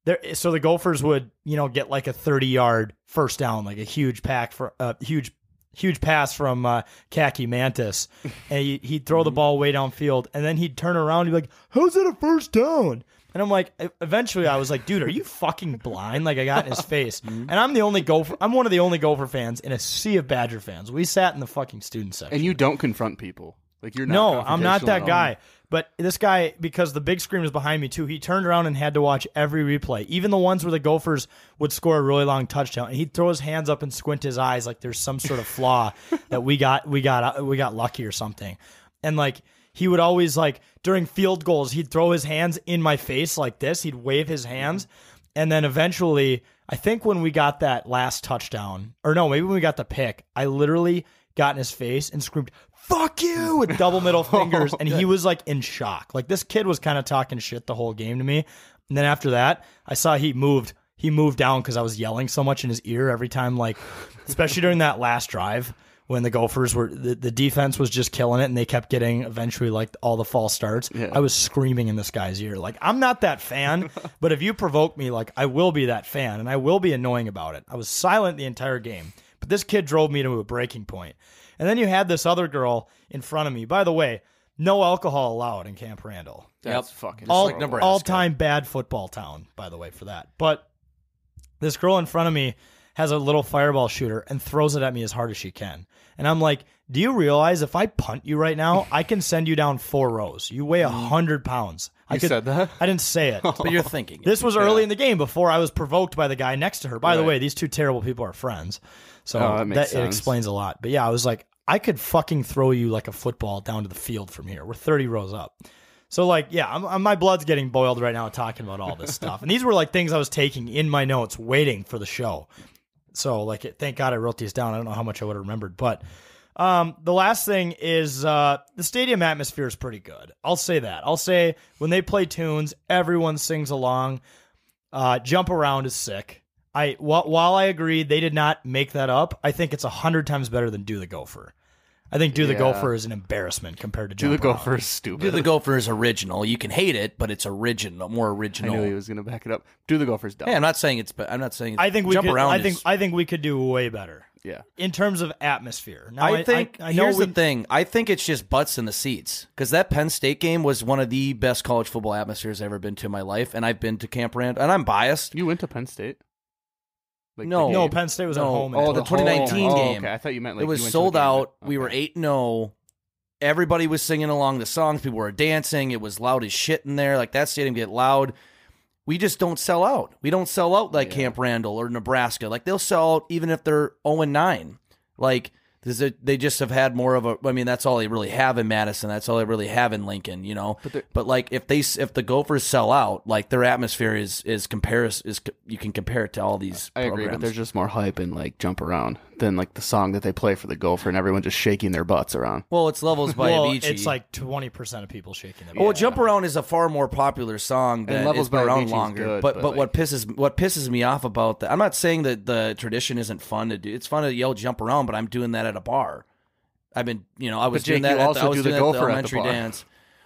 [SPEAKER 2] There, so the Gophers would, you know, get like a thirty-yard first down, like a huge pack for a huge, huge pass from uh, Khaki Mantis, and he, he'd throw the ball way downfield, and then he'd turn around and be like, "How's that a first down?" And I'm like, e-, eventually, I was like, "Dude, are you fucking blind?" Like I got in his face, and I'm the only Gopher. I'm one of the only Gopher fans in a sea of Badger fans. We sat in the fucking student section
[SPEAKER 12] And you don't confront people. Like you're not
[SPEAKER 2] no, I'm not
[SPEAKER 12] confrontational at
[SPEAKER 2] that
[SPEAKER 12] all.
[SPEAKER 2] guy. But this guy, because the big screen was behind me too, he turned around and had to watch every replay, even the ones where the Gophers would score a really long touchdown, and he'd throw his hands up and squint his eyes like there's some sort of flaw that we got, we got, uh, we got lucky or something. And like he would always like during field goals, he'd throw his hands in my face like this. He'd wave
[SPEAKER 12] Mm-hmm.
[SPEAKER 2] his hands, and then eventually, I think when we got that last touchdown, or no, maybe when we got the pick, I literally got in his face and screamed "fuck you" with double middle fingers, and he was like in shock. Like this kid was kind of talking shit the whole game to me, and then after that, I saw he moved. He moved down because I was yelling so much in his ear every time, like especially during that last drive when the Gophers were the, the defense was just killing it and they kept getting eventually like all the false starts. I was screaming in this guy's ear like I'm not that fan, but if you provoke me like I will be that fan and I will be annoying about it. I was silent the entire game. But this kid drove me to a breaking point. And then you had this other girl in front of me. By the way, no alcohol allowed in Camp Randall.
[SPEAKER 12] That's fucking
[SPEAKER 2] all,
[SPEAKER 12] horrible.
[SPEAKER 2] all time bad football town, by the way, for that. But this girl in front of me has a little fireball shooter and throws it at me as hard as she can. And I'm like, do you realize if I punt you right now, I can send you down four rows. You weigh a hundred pounds. I
[SPEAKER 12] Mm. You said that?
[SPEAKER 2] I didn't say it.
[SPEAKER 1] But you're thinking.
[SPEAKER 2] This was early in the game before I was provoked by the guy next to her. By the way, these two terrible people are friends. So
[SPEAKER 12] Oh, that
[SPEAKER 2] that,
[SPEAKER 12] makes
[SPEAKER 2] it
[SPEAKER 12] sense.
[SPEAKER 2] explains a lot. But yeah, I was like, I could fucking throw you like a football down to the field from here. We're 30 rows up. So like, yeah, I'm, I'm, my blood's getting boiled right now talking about all this stuff. And these were like things I was taking in my notes waiting for the show. So like, it, thank God I wrote these down. I don't know how much I would have remembered, but um, the last thing is uh, the stadium atmosphere is pretty good. I'll say that. I'll say when they play tunes, everyone sings along. Uh, jump around is sick. I wh- while I agree they did not make that up, I think it's a hundred times better than do the gopher. I think do the
[SPEAKER 12] Yeah.
[SPEAKER 2] gopher is an embarrassment compared to
[SPEAKER 12] Do
[SPEAKER 2] jump
[SPEAKER 12] the
[SPEAKER 2] Around.
[SPEAKER 12] gopher
[SPEAKER 1] Do
[SPEAKER 12] is stupid.
[SPEAKER 1] the Gopher is original. You can hate it, but it's original, more
[SPEAKER 12] I
[SPEAKER 1] original.
[SPEAKER 12] knew he was gonna back it up. Do the gopher's dumb.
[SPEAKER 1] Yeah, I'm not saying it's. But I'm not saying. It's,
[SPEAKER 2] I think we
[SPEAKER 1] jump
[SPEAKER 2] could,
[SPEAKER 1] around.
[SPEAKER 2] I think
[SPEAKER 1] is-
[SPEAKER 2] I think we could do way better
[SPEAKER 12] Yeah.
[SPEAKER 2] in terms of atmosphere. Now,
[SPEAKER 1] I think.
[SPEAKER 2] I, know
[SPEAKER 1] here's
[SPEAKER 2] we,
[SPEAKER 1] the thing. I think it's just butts in the seats because that Penn State game was one of the best college football atmospheres I've ever been to in my life, and I've been to Camp Rand, and I'm biased.
[SPEAKER 12] You went to Penn State. Like,
[SPEAKER 1] no,
[SPEAKER 12] the
[SPEAKER 2] No,
[SPEAKER 12] game?
[SPEAKER 2] Penn State was at
[SPEAKER 1] no,
[SPEAKER 2] home. in
[SPEAKER 12] Oh,
[SPEAKER 1] the,
[SPEAKER 12] the
[SPEAKER 1] 2019
[SPEAKER 12] home. Oh,
[SPEAKER 1] game.
[SPEAKER 12] okay. I thought you meant, like,
[SPEAKER 1] it was
[SPEAKER 12] you went to the
[SPEAKER 1] sold
[SPEAKER 12] game.
[SPEAKER 1] out. We
[SPEAKER 12] Okay.
[SPEAKER 1] were eight 0 Everybody was singing along the songs. People were dancing. It was loud as shit in there. Like that stadium get loud. We just don't sell out. We don't sell out like Camp Randall or Nebraska. Like they'll sell out even if they're zero and nine. Like this is- they just have had more of a. I mean, that's all they really have in Madison. That's all they really have in Lincoln. You know. But, like if they s- if the Gophers sell out, like their atmosphere is is compares is c- you can compare it to all these.
[SPEAKER 12] I agree, but
[SPEAKER 1] programs.
[SPEAKER 12] there's just more hype and like jump around than like the song that they play for the gopher and everyone just shaking their butts around.
[SPEAKER 1] well, it's levels by
[SPEAKER 2] well,
[SPEAKER 1] Avicii.
[SPEAKER 2] it's like twenty percent of people shaking their.
[SPEAKER 1] Well, "Jump Around" is a far more popular song than
[SPEAKER 12] Levels
[SPEAKER 1] it's been
[SPEAKER 12] by
[SPEAKER 1] around
[SPEAKER 12] Avicii's
[SPEAKER 1] longer.
[SPEAKER 12] good,
[SPEAKER 1] but
[SPEAKER 12] but,
[SPEAKER 1] but what pisses what pisses me off about that, I'm not saying that the tradition isn't fun to do. It's fun to yell "Jump Around," but I'm doing that at a bar. I've been, you know, I was
[SPEAKER 12] Jake,
[SPEAKER 1] doing that.
[SPEAKER 12] you
[SPEAKER 1] at
[SPEAKER 12] also
[SPEAKER 1] the, I was
[SPEAKER 12] do the
[SPEAKER 1] doing that at
[SPEAKER 12] gopher at the
[SPEAKER 1] elementary
[SPEAKER 12] bar.
[SPEAKER 1] dance.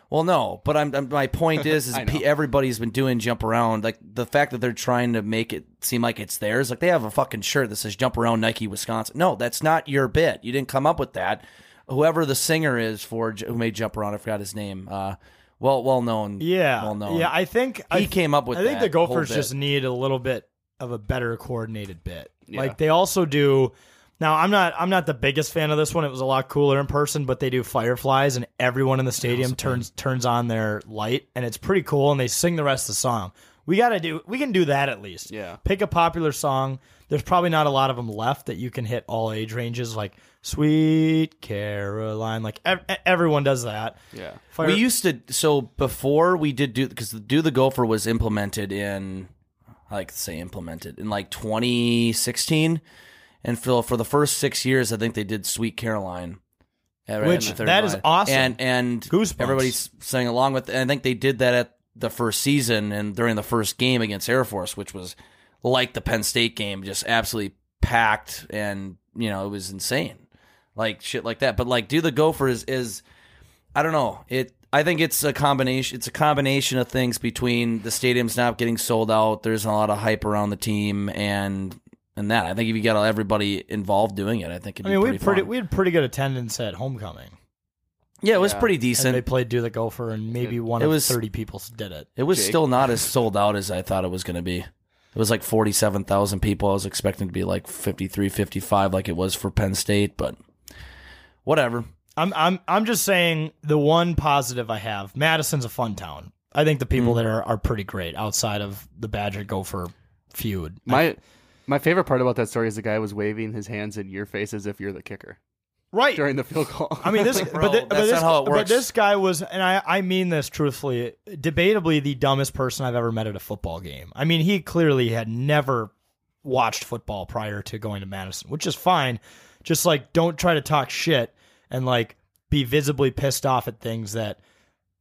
[SPEAKER 1] Well, no, but I'm, I'm my point is is
[SPEAKER 12] I know.
[SPEAKER 1] pe- everybody's been doing "Jump Around." Like the fact that they're trying to make it seem like it's theirs. Like they have a fucking shirt that says "Jump Around Nike Wisconsin." No, that's not your bit. You didn't come up with that. Whoever the singer is for who made "Jump Around," I forgot his name. Uh, well, well known.
[SPEAKER 2] Yeah,
[SPEAKER 1] well known.
[SPEAKER 2] yeah. I think he
[SPEAKER 1] He came up with
[SPEAKER 2] I think
[SPEAKER 1] that
[SPEAKER 2] the
[SPEAKER 1] whole
[SPEAKER 2] Gophers
[SPEAKER 1] bit.
[SPEAKER 2] just need a little bit of a better coordinated bit.
[SPEAKER 12] Yeah.
[SPEAKER 2] Like they also do. Now I'm not I'm not the biggest fan of this one. It was a lot cooler in person, but they do fireflies and everyone in the stadium turns turns on their light and it's pretty cool and they sing the rest of the song. We got to do we can do that at least.
[SPEAKER 12] Yeah.
[SPEAKER 2] Pick a popular song. There's probably not a lot of them left that you can hit all age ranges like Sweet Caroline like ev- e, everyone does that.
[SPEAKER 12] Yeah.
[SPEAKER 2] Fire-
[SPEAKER 1] we used to so before we did do because do the gopher was implemented in I like to say implemented in like 2016, and for for the first six years I think they did Sweet Caroline, uh, right in
[SPEAKER 2] Which-
[SPEAKER 1] the third
[SPEAKER 2] that is
[SPEAKER 1] line.
[SPEAKER 2] awesome.
[SPEAKER 1] and and everybody s- sang along with. And I think they did that at the first season and during the first game against Air Force, which was like the Penn State game, just absolutely packed, and you know it was insane, like shit like that. But like, do the Gophers is I don't know. It I think it's a combination it's a combination of things between the stadium's not getting sold out, there's a lot of hype around the team and and that. I think if you got everybody involved doing it, I think it'd
[SPEAKER 2] I
[SPEAKER 1] be
[SPEAKER 2] mean,
[SPEAKER 1] pretty,
[SPEAKER 2] we had pretty
[SPEAKER 1] fun.
[SPEAKER 2] we had pretty good attendance at homecoming.
[SPEAKER 1] Yeah, it was pretty
[SPEAKER 2] And
[SPEAKER 1] decent.
[SPEAKER 2] they played Do the Gopher and maybe one
[SPEAKER 1] It
[SPEAKER 2] of
[SPEAKER 1] was-
[SPEAKER 2] 30 people did it.
[SPEAKER 1] It was still not as sold out as I thought it was going to be. It was like 47,000 people. I was expecting to be like 53, 55 like it was for Penn State, but whatever.
[SPEAKER 2] I'm I'm I'm just saying the one positive I have, Madison's a fun town. I think the
[SPEAKER 12] Hmm.
[SPEAKER 2] people there are pretty great outside of the Badger Gopher feud.
[SPEAKER 12] My my favorite part about that story is the guy was waving his hands in your face as if you're the kicker.
[SPEAKER 2] Right.
[SPEAKER 12] During the field goal.
[SPEAKER 2] I mean this but, thi- but
[SPEAKER 12] that's
[SPEAKER 2] this,
[SPEAKER 12] not how it
[SPEAKER 2] but
[SPEAKER 12] works.
[SPEAKER 2] this guy was and I, I mean this truthfully, debatably the dumbest person I've ever met at a football game. I mean, he clearly had never watched football prior to going to Madison, which is fine. Just like don't try to talk shit and like be visibly pissed off at things that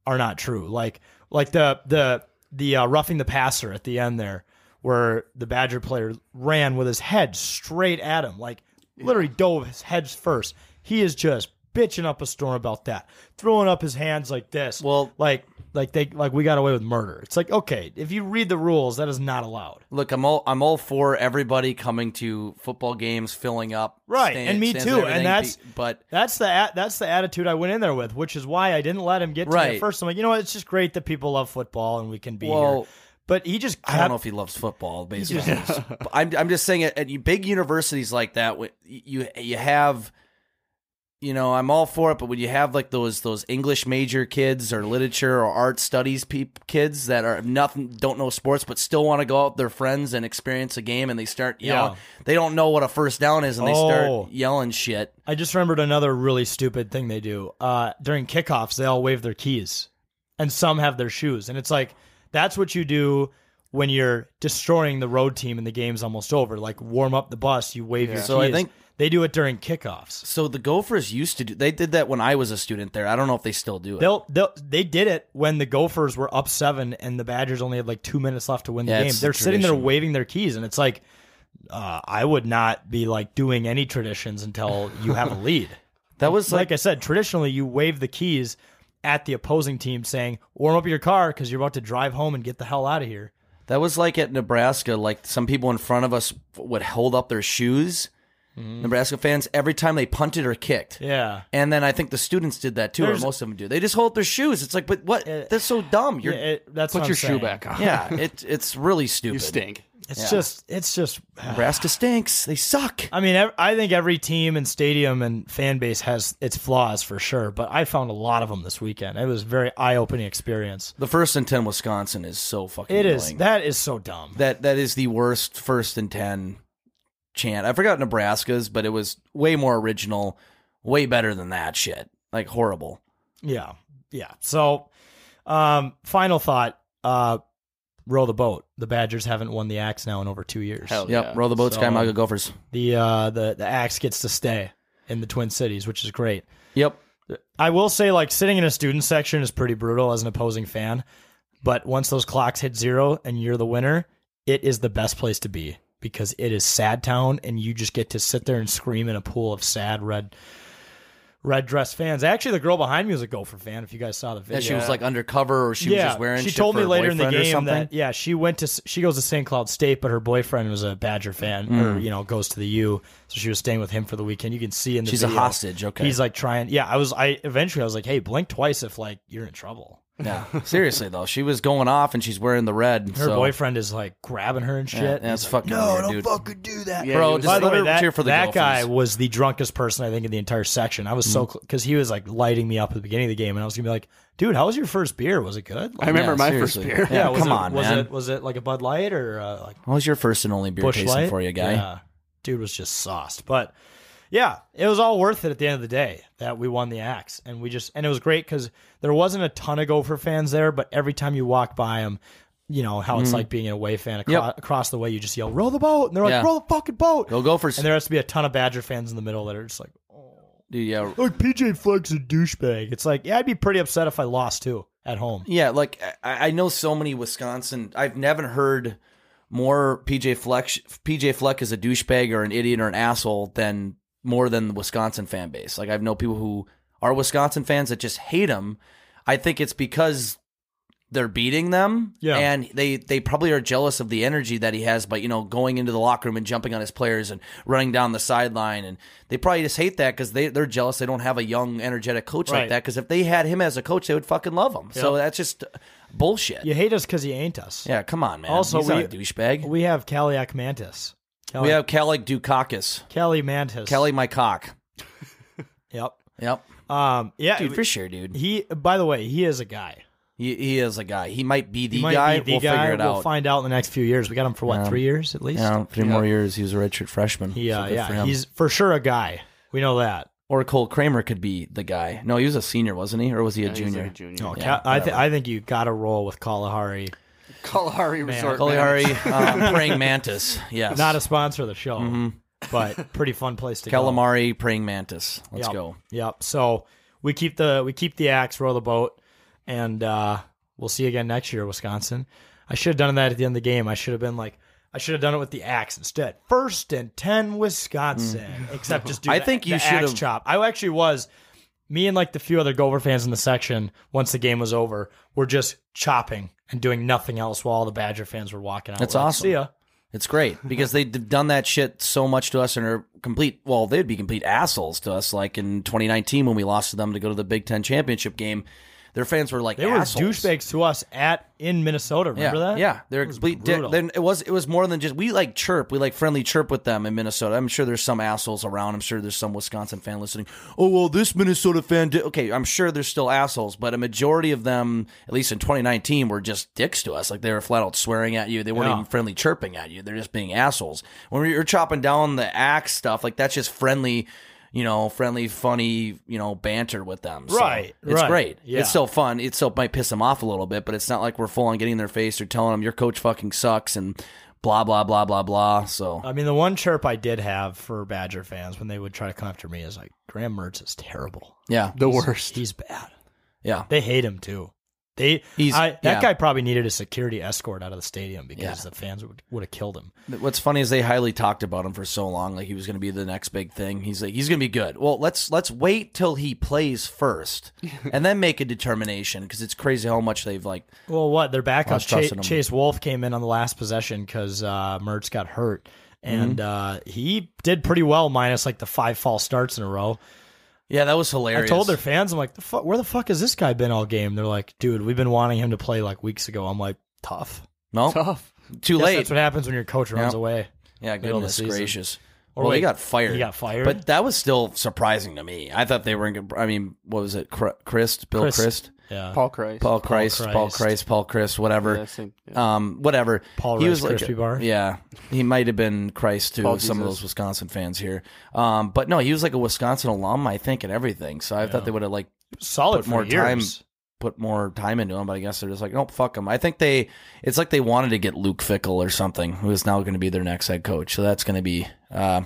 [SPEAKER 2] are not true. Like like the the the uh, roughing the passer at the end there, where the Badger player ran with his head straight at him, like literally dove his heads first. He is just bitching up a storm about that, throwing up his hands like this. Well, like like they like we got away with murder. It's like okay, if you read the rules, that is not allowed.
[SPEAKER 1] Look, I'm all I'm all for everybody coming to football games, filling up,
[SPEAKER 2] Right,
[SPEAKER 1] stand-
[SPEAKER 2] and me
[SPEAKER 1] stands
[SPEAKER 2] too,
[SPEAKER 1] everything,
[SPEAKER 2] and that's
[SPEAKER 1] be- but
[SPEAKER 2] that's the at- that's the attitude I went in there with, which is why I didn't let him get to me
[SPEAKER 1] Right.
[SPEAKER 2] at first. I'm like, you know what? It's just great that people love football and we can be
[SPEAKER 1] Well,
[SPEAKER 2] here. But he just
[SPEAKER 1] I don't
[SPEAKER 2] kept-
[SPEAKER 1] know if he loves football.
[SPEAKER 2] just-
[SPEAKER 1] Basically, But I'm I'm just saying at, at you- big universities like that, wh- you you have, you know, I'm all for it. But when you have like those those English major kids or literature or art studies peop, kids that are nothing don't know sports but still want to go out with their friends and experience a game, and they start yelling, they don't know what a first down is, and they
[SPEAKER 2] Oh.
[SPEAKER 1] start yelling shit.
[SPEAKER 2] I just remembered another really stupid thing they do. Uh, during kickoffs, they all wave their keys, and some have their shoes. And it's like that's what you do when you're destroying the road team and the game's almost over. Like warm up the bus, you wave your
[SPEAKER 1] Yeah. So I
[SPEAKER 2] keys.
[SPEAKER 1] think-
[SPEAKER 2] they do it during kickoffs.
[SPEAKER 1] So the Gophers used to do. They did that when I was a student there. I don't know if they still do it.
[SPEAKER 2] They'll, they'll they did it when the Gophers were up seven and the Badgers only had like two minutes left to win the
[SPEAKER 1] Yeah,
[SPEAKER 2] game.
[SPEAKER 1] it's the
[SPEAKER 2] They're sitting there
[SPEAKER 1] tradition.
[SPEAKER 2] waving their keys, and it's like uh, I would not be like doing any traditions until you have a lead.
[SPEAKER 1] that was
[SPEAKER 2] like, I said, traditionally you wave the keys at the opposing team, saying "Warm up your car because you're about to drive home and get the hell out of here."
[SPEAKER 1] That was like at Nebraska. Like some people in front of us would hold up their shoes. Nebraska fans every time they punted or kicked.
[SPEAKER 2] Mm-hmm. Yeah.
[SPEAKER 1] And then I think the students did that too,
[SPEAKER 2] There's-
[SPEAKER 1] or most of them do. They just hold up their shoes. It's like, but what? That's so dumb. You're,
[SPEAKER 2] Yeah, it- that's what I'm saying.
[SPEAKER 1] Yeah, it, it's really stupid.
[SPEAKER 2] It's
[SPEAKER 1] Yeah.
[SPEAKER 2] just it's just
[SPEAKER 1] Nebraska stinks. They suck.
[SPEAKER 2] I mean, ev- I think every team and stadium and fan base has its flaws for sure, but I found a lot of them this weekend. It was a very eye opening experience.
[SPEAKER 1] The first and ten Wisconsin is so fucking.
[SPEAKER 2] It is
[SPEAKER 1] annoying.
[SPEAKER 2] that is so dumb.
[SPEAKER 1] That that is the worst first and ten chant. I forgot Nebraska's, but it was way more original, way better than that shit. Like horrible.
[SPEAKER 2] Yeah, yeah. So, um, final thought: uh, row the boat. The Badgers haven't won the axe now in over two years.
[SPEAKER 1] Hell Yep, yeah. row the boat,
[SPEAKER 2] um,
[SPEAKER 1] Skymaga Gophers.
[SPEAKER 2] The uh, the the axe gets to stay in the Twin Cities, which is great.
[SPEAKER 1] Yep.
[SPEAKER 2] I will say, like sitting in a student section is pretty brutal as an opposing fan, but once those clocks hit zero and you're the winner, it is the best place to be because it is sad town, and you just get to sit there and scream in a pool of sad red. Red dress fans. Actually, the girl behind me was a Gopher fan. If you guys saw the video,
[SPEAKER 1] That she was like undercover, or she was just wearing.
[SPEAKER 2] She
[SPEAKER 1] shit
[SPEAKER 2] told
[SPEAKER 1] for
[SPEAKER 2] me
[SPEAKER 1] her
[SPEAKER 2] later in the
[SPEAKER 1] boyfriend or
[SPEAKER 2] game
[SPEAKER 1] something.
[SPEAKER 2] that yeah, she went to she goes to St. Cloud State, but her boyfriend was a Badger fan, or
[SPEAKER 1] Mm.
[SPEAKER 2] you know goes to the U, so she was staying with him for the weekend. You can see in the
[SPEAKER 1] She's a
[SPEAKER 2] video,
[SPEAKER 1] hostage, okay.
[SPEAKER 2] he's like trying. Yeah, I was I eventually I was like, hey, blink twice if like you're in trouble.
[SPEAKER 1] Yeah, seriously though, she was going off and she's wearing the red.
[SPEAKER 2] Her
[SPEAKER 1] so-
[SPEAKER 2] boyfriend is like grabbing her and shit.
[SPEAKER 1] Yeah, that's fucking
[SPEAKER 2] No,
[SPEAKER 1] weird,
[SPEAKER 2] don't
[SPEAKER 1] dude.
[SPEAKER 2] fucking do that,
[SPEAKER 1] bro. Just
[SPEAKER 2] By the
[SPEAKER 1] let
[SPEAKER 2] way,
[SPEAKER 1] her
[SPEAKER 2] that,
[SPEAKER 1] cheer for the
[SPEAKER 2] that guy
[SPEAKER 1] Dolphins.
[SPEAKER 2] was the drunkest person I think in the entire section. I was so
[SPEAKER 1] Mm-hmm.
[SPEAKER 2] because he was like lighting me up at the beginning of the game, and I was gonna be like, "Dude, how was your first beer? Was it good?" Like,
[SPEAKER 12] I remember Yeah, my first seriously. beer.
[SPEAKER 2] Yeah,
[SPEAKER 1] Yeah,
[SPEAKER 2] was
[SPEAKER 1] come
[SPEAKER 2] it,
[SPEAKER 1] on,
[SPEAKER 2] was
[SPEAKER 1] man.
[SPEAKER 2] it was it like a Bud Light or uh, like
[SPEAKER 1] What was your first and only beer
[SPEAKER 2] Bush
[SPEAKER 1] tasting
[SPEAKER 2] Light?
[SPEAKER 1] for you, guy?
[SPEAKER 2] Yeah, dude was just sauced, but yeah, it was all worth it at the end of the day that we won the axe, and we just and it was great because there wasn't a ton of Gopher fans there, but every time you walk by them. You know how it's
[SPEAKER 1] Mhm.
[SPEAKER 2] like being an away fan acro-
[SPEAKER 1] Yep.
[SPEAKER 2] across the way. You just yell, "Roll the boat!" and they're like,
[SPEAKER 1] Yeah.
[SPEAKER 2] "Roll the fucking boat!"
[SPEAKER 1] Go Gophers.
[SPEAKER 2] And there has to be a ton of Badger fans in the middle that are just like, "Oh,
[SPEAKER 1] Dude, yeah,
[SPEAKER 2] like PJ Fleck's a douchebag. It's like, yeah, I'd be pretty upset if I lost too at home.
[SPEAKER 1] Yeah, like I, I know so many Wisconsin. I've never heard more PJ Fleck. PJ Fleck is a douchebag or an idiot or an asshole than more than the Wisconsin fan base. Like I've known people who are Wisconsin fans that just hate him. I think it's because they're beating them,
[SPEAKER 2] Yeah.
[SPEAKER 1] and they they probably are jealous of the energy that he has by you know going into the locker room and jumping on his players and running down the sideline, and they probably just hate that because they they're jealous they don't have a young energetic coach
[SPEAKER 2] Right.
[SPEAKER 1] like that because if they had him as a coach they would fucking love him. So
[SPEAKER 2] Yep.
[SPEAKER 1] that's just uh, bullshit.
[SPEAKER 2] You hate us because he ain't us.
[SPEAKER 1] Yeah, come on, man.
[SPEAKER 2] Also,
[SPEAKER 1] He's
[SPEAKER 2] we,
[SPEAKER 1] not a douchebag.
[SPEAKER 2] We have Kaliak Mantis. Kelly,
[SPEAKER 1] We have Kelly Dukakis.
[SPEAKER 2] Kelly Mantis.
[SPEAKER 1] Kelly, my cock.
[SPEAKER 2] Yep.
[SPEAKER 1] Yep.
[SPEAKER 2] Um. Yeah.
[SPEAKER 1] Dude, for sure, dude.
[SPEAKER 2] He. By the way, he is a guy.
[SPEAKER 1] He, he is a guy. He might be the
[SPEAKER 2] He might
[SPEAKER 1] guy.
[SPEAKER 2] be the
[SPEAKER 1] we'll
[SPEAKER 2] guy.
[SPEAKER 1] figure it
[SPEAKER 2] We'll
[SPEAKER 1] out.
[SPEAKER 2] find out in the next few years. We got him for what
[SPEAKER 1] Yeah.
[SPEAKER 2] three years at least.
[SPEAKER 1] Yeah, three more years. He was a redshirt freshman.
[SPEAKER 2] Yeah.
[SPEAKER 1] so good for
[SPEAKER 2] yeah.
[SPEAKER 1] him.
[SPEAKER 2] He's for sure a guy. We know that.
[SPEAKER 1] or Cole Kramer could be the guy. No, he was a senior, wasn't he? Or was he a
[SPEAKER 12] Yeah, he's like
[SPEAKER 1] junior?
[SPEAKER 12] a junior.
[SPEAKER 2] No,
[SPEAKER 1] Yeah,
[SPEAKER 2] Ka- I, th-
[SPEAKER 1] whatever.
[SPEAKER 2] I think you got to roll with Kalahari.
[SPEAKER 12] Kalahari Resort.
[SPEAKER 1] Kalahari
[SPEAKER 12] man.
[SPEAKER 1] uh, praying mantis. Yes.
[SPEAKER 2] Not a sponsor of the show,
[SPEAKER 1] Mhm.
[SPEAKER 2] but pretty fun place to go.
[SPEAKER 1] calamari praying mantis. Let's
[SPEAKER 2] Yep.
[SPEAKER 1] go.
[SPEAKER 2] Yep. So we keep the we keep the axe, row the boat, and uh, we'll see you again next year, Wisconsin. I should have done that at the end of the game. I should have been like, I should have done it with the axe instead. First and ten, Wisconsin. Except just do.
[SPEAKER 1] Mm. I
[SPEAKER 2] the-
[SPEAKER 1] think you
[SPEAKER 2] the
[SPEAKER 1] should
[SPEAKER 2] axe
[SPEAKER 1] have-
[SPEAKER 2] chop. I actually was. Me and like the few other Gover fans in the section, once the game was over, were just chopping and doing nothing else while all the Badger fans were walking out.
[SPEAKER 1] That's
[SPEAKER 2] We're like,
[SPEAKER 1] awesome.
[SPEAKER 2] See ya.
[SPEAKER 1] It's great because they've done that shit so much to us and are complete. Well, they'd be complete assholes to us. Like in 2019 when we lost to them to go to the Big Ten championship game, their fans were like
[SPEAKER 2] They
[SPEAKER 1] assholes.
[SPEAKER 2] were douchebags to us at in Minnesota. Remember
[SPEAKER 1] yeah,
[SPEAKER 2] that?
[SPEAKER 1] Yeah, they're
[SPEAKER 2] It was
[SPEAKER 1] complete dick.
[SPEAKER 2] brutal.
[SPEAKER 1] Then it was it was more than just we like chirp. We like friendly chirp with them in Minnesota. I'm sure there's some assholes around. I'm sure there's some Wisconsin fan listening. Oh well, this Minnesota fan. Did. Okay, I'm sure there's still assholes, but a majority of them, at least in 2019, were just dicks to us. Like they were flat out swearing at you. They weren't
[SPEAKER 2] Yeah.
[SPEAKER 1] even friendly chirping at you. They're just being assholes. When you're chopping down the axe stuff, like that's just friendly. You know, friendly, funny, you know, banter with them. So
[SPEAKER 2] Right,
[SPEAKER 1] It's
[SPEAKER 2] right.
[SPEAKER 1] great.
[SPEAKER 2] Yeah.
[SPEAKER 1] It's still fun. It still might piss them off a little bit, but it's not like we're full on getting in their face or telling them your coach fucking sucks and blah blah blah blah blah. So
[SPEAKER 2] I mean, the one chirp I did have for Badger fans when they would try to come after me is like, Graham Mertz is terrible.
[SPEAKER 1] yeah,
[SPEAKER 12] the worst.
[SPEAKER 2] He's bad.
[SPEAKER 1] yeah,
[SPEAKER 2] They hate him too. They
[SPEAKER 1] He's-
[SPEAKER 2] I, that
[SPEAKER 1] yeah.
[SPEAKER 2] guy probably needed a security escort out of the stadium because
[SPEAKER 1] Yeah.
[SPEAKER 2] the fans would, would have killed him.
[SPEAKER 1] What's funny is they highly talked about him for so long, like he was going to be the next big thing. He's like, he's going to be good. Well, let's let's wait till he plays first, and then make a determination because it's crazy how much they've like.
[SPEAKER 2] Well, what
[SPEAKER 1] I
[SPEAKER 2] their backup
[SPEAKER 1] was
[SPEAKER 2] Chase,
[SPEAKER 1] trusting him.
[SPEAKER 2] Chase Wolf came in on the last possession because uh, Mertz got hurt, and
[SPEAKER 1] Mm-hmm.
[SPEAKER 2] uh, he did pretty well minus like the five false starts in a row.
[SPEAKER 1] Yeah, that was hilarious.
[SPEAKER 2] I told their fans, I'm like, the fuck, where the fuck has this guy been all game? They're like, dude, we've been wanting him to play like weeks ago. I'm like, tough.
[SPEAKER 1] no,
[SPEAKER 12] Tough.
[SPEAKER 1] too
[SPEAKER 2] Guess
[SPEAKER 1] late.
[SPEAKER 2] That's what happens when your coach runs
[SPEAKER 1] Yeah.
[SPEAKER 2] away.
[SPEAKER 1] Yeah,
[SPEAKER 2] middle of the
[SPEAKER 1] goodness
[SPEAKER 2] season.
[SPEAKER 1] gracious.
[SPEAKER 2] Or
[SPEAKER 1] well,
[SPEAKER 2] wait,
[SPEAKER 1] he got fired.
[SPEAKER 2] he got fired?
[SPEAKER 1] But that was still surprising to me. I thought they were. in- I mean, what was it? Cr- Christ, Bill Christ,
[SPEAKER 2] Yeah.
[SPEAKER 12] Paul Christ.
[SPEAKER 1] Paul Christ, Paul
[SPEAKER 2] Christ.
[SPEAKER 1] Christ, Paul Christ, whatever.
[SPEAKER 12] Yeah, same-
[SPEAKER 1] Um, whatever.
[SPEAKER 2] Paul
[SPEAKER 1] he
[SPEAKER 2] Rice
[SPEAKER 1] was like,
[SPEAKER 2] Krispy Bar?
[SPEAKER 1] yeah, he might have been Christ to
[SPEAKER 12] Paul
[SPEAKER 1] some of
[SPEAKER 12] Jesus.
[SPEAKER 1] those Wisconsin fans here. Um, but no, he was like a Wisconsin alum, I think, and everything. So I thought they would have like
[SPEAKER 2] Solid
[SPEAKER 1] Put
[SPEAKER 2] for
[SPEAKER 1] more time-
[SPEAKER 2] years.
[SPEAKER 1] put more time into him, but I guess they're just like, nope, fuck him. I think they, it's like they wanted to get Luke Fickle or something, who is now going to be their next head coach. So that's going to be uh,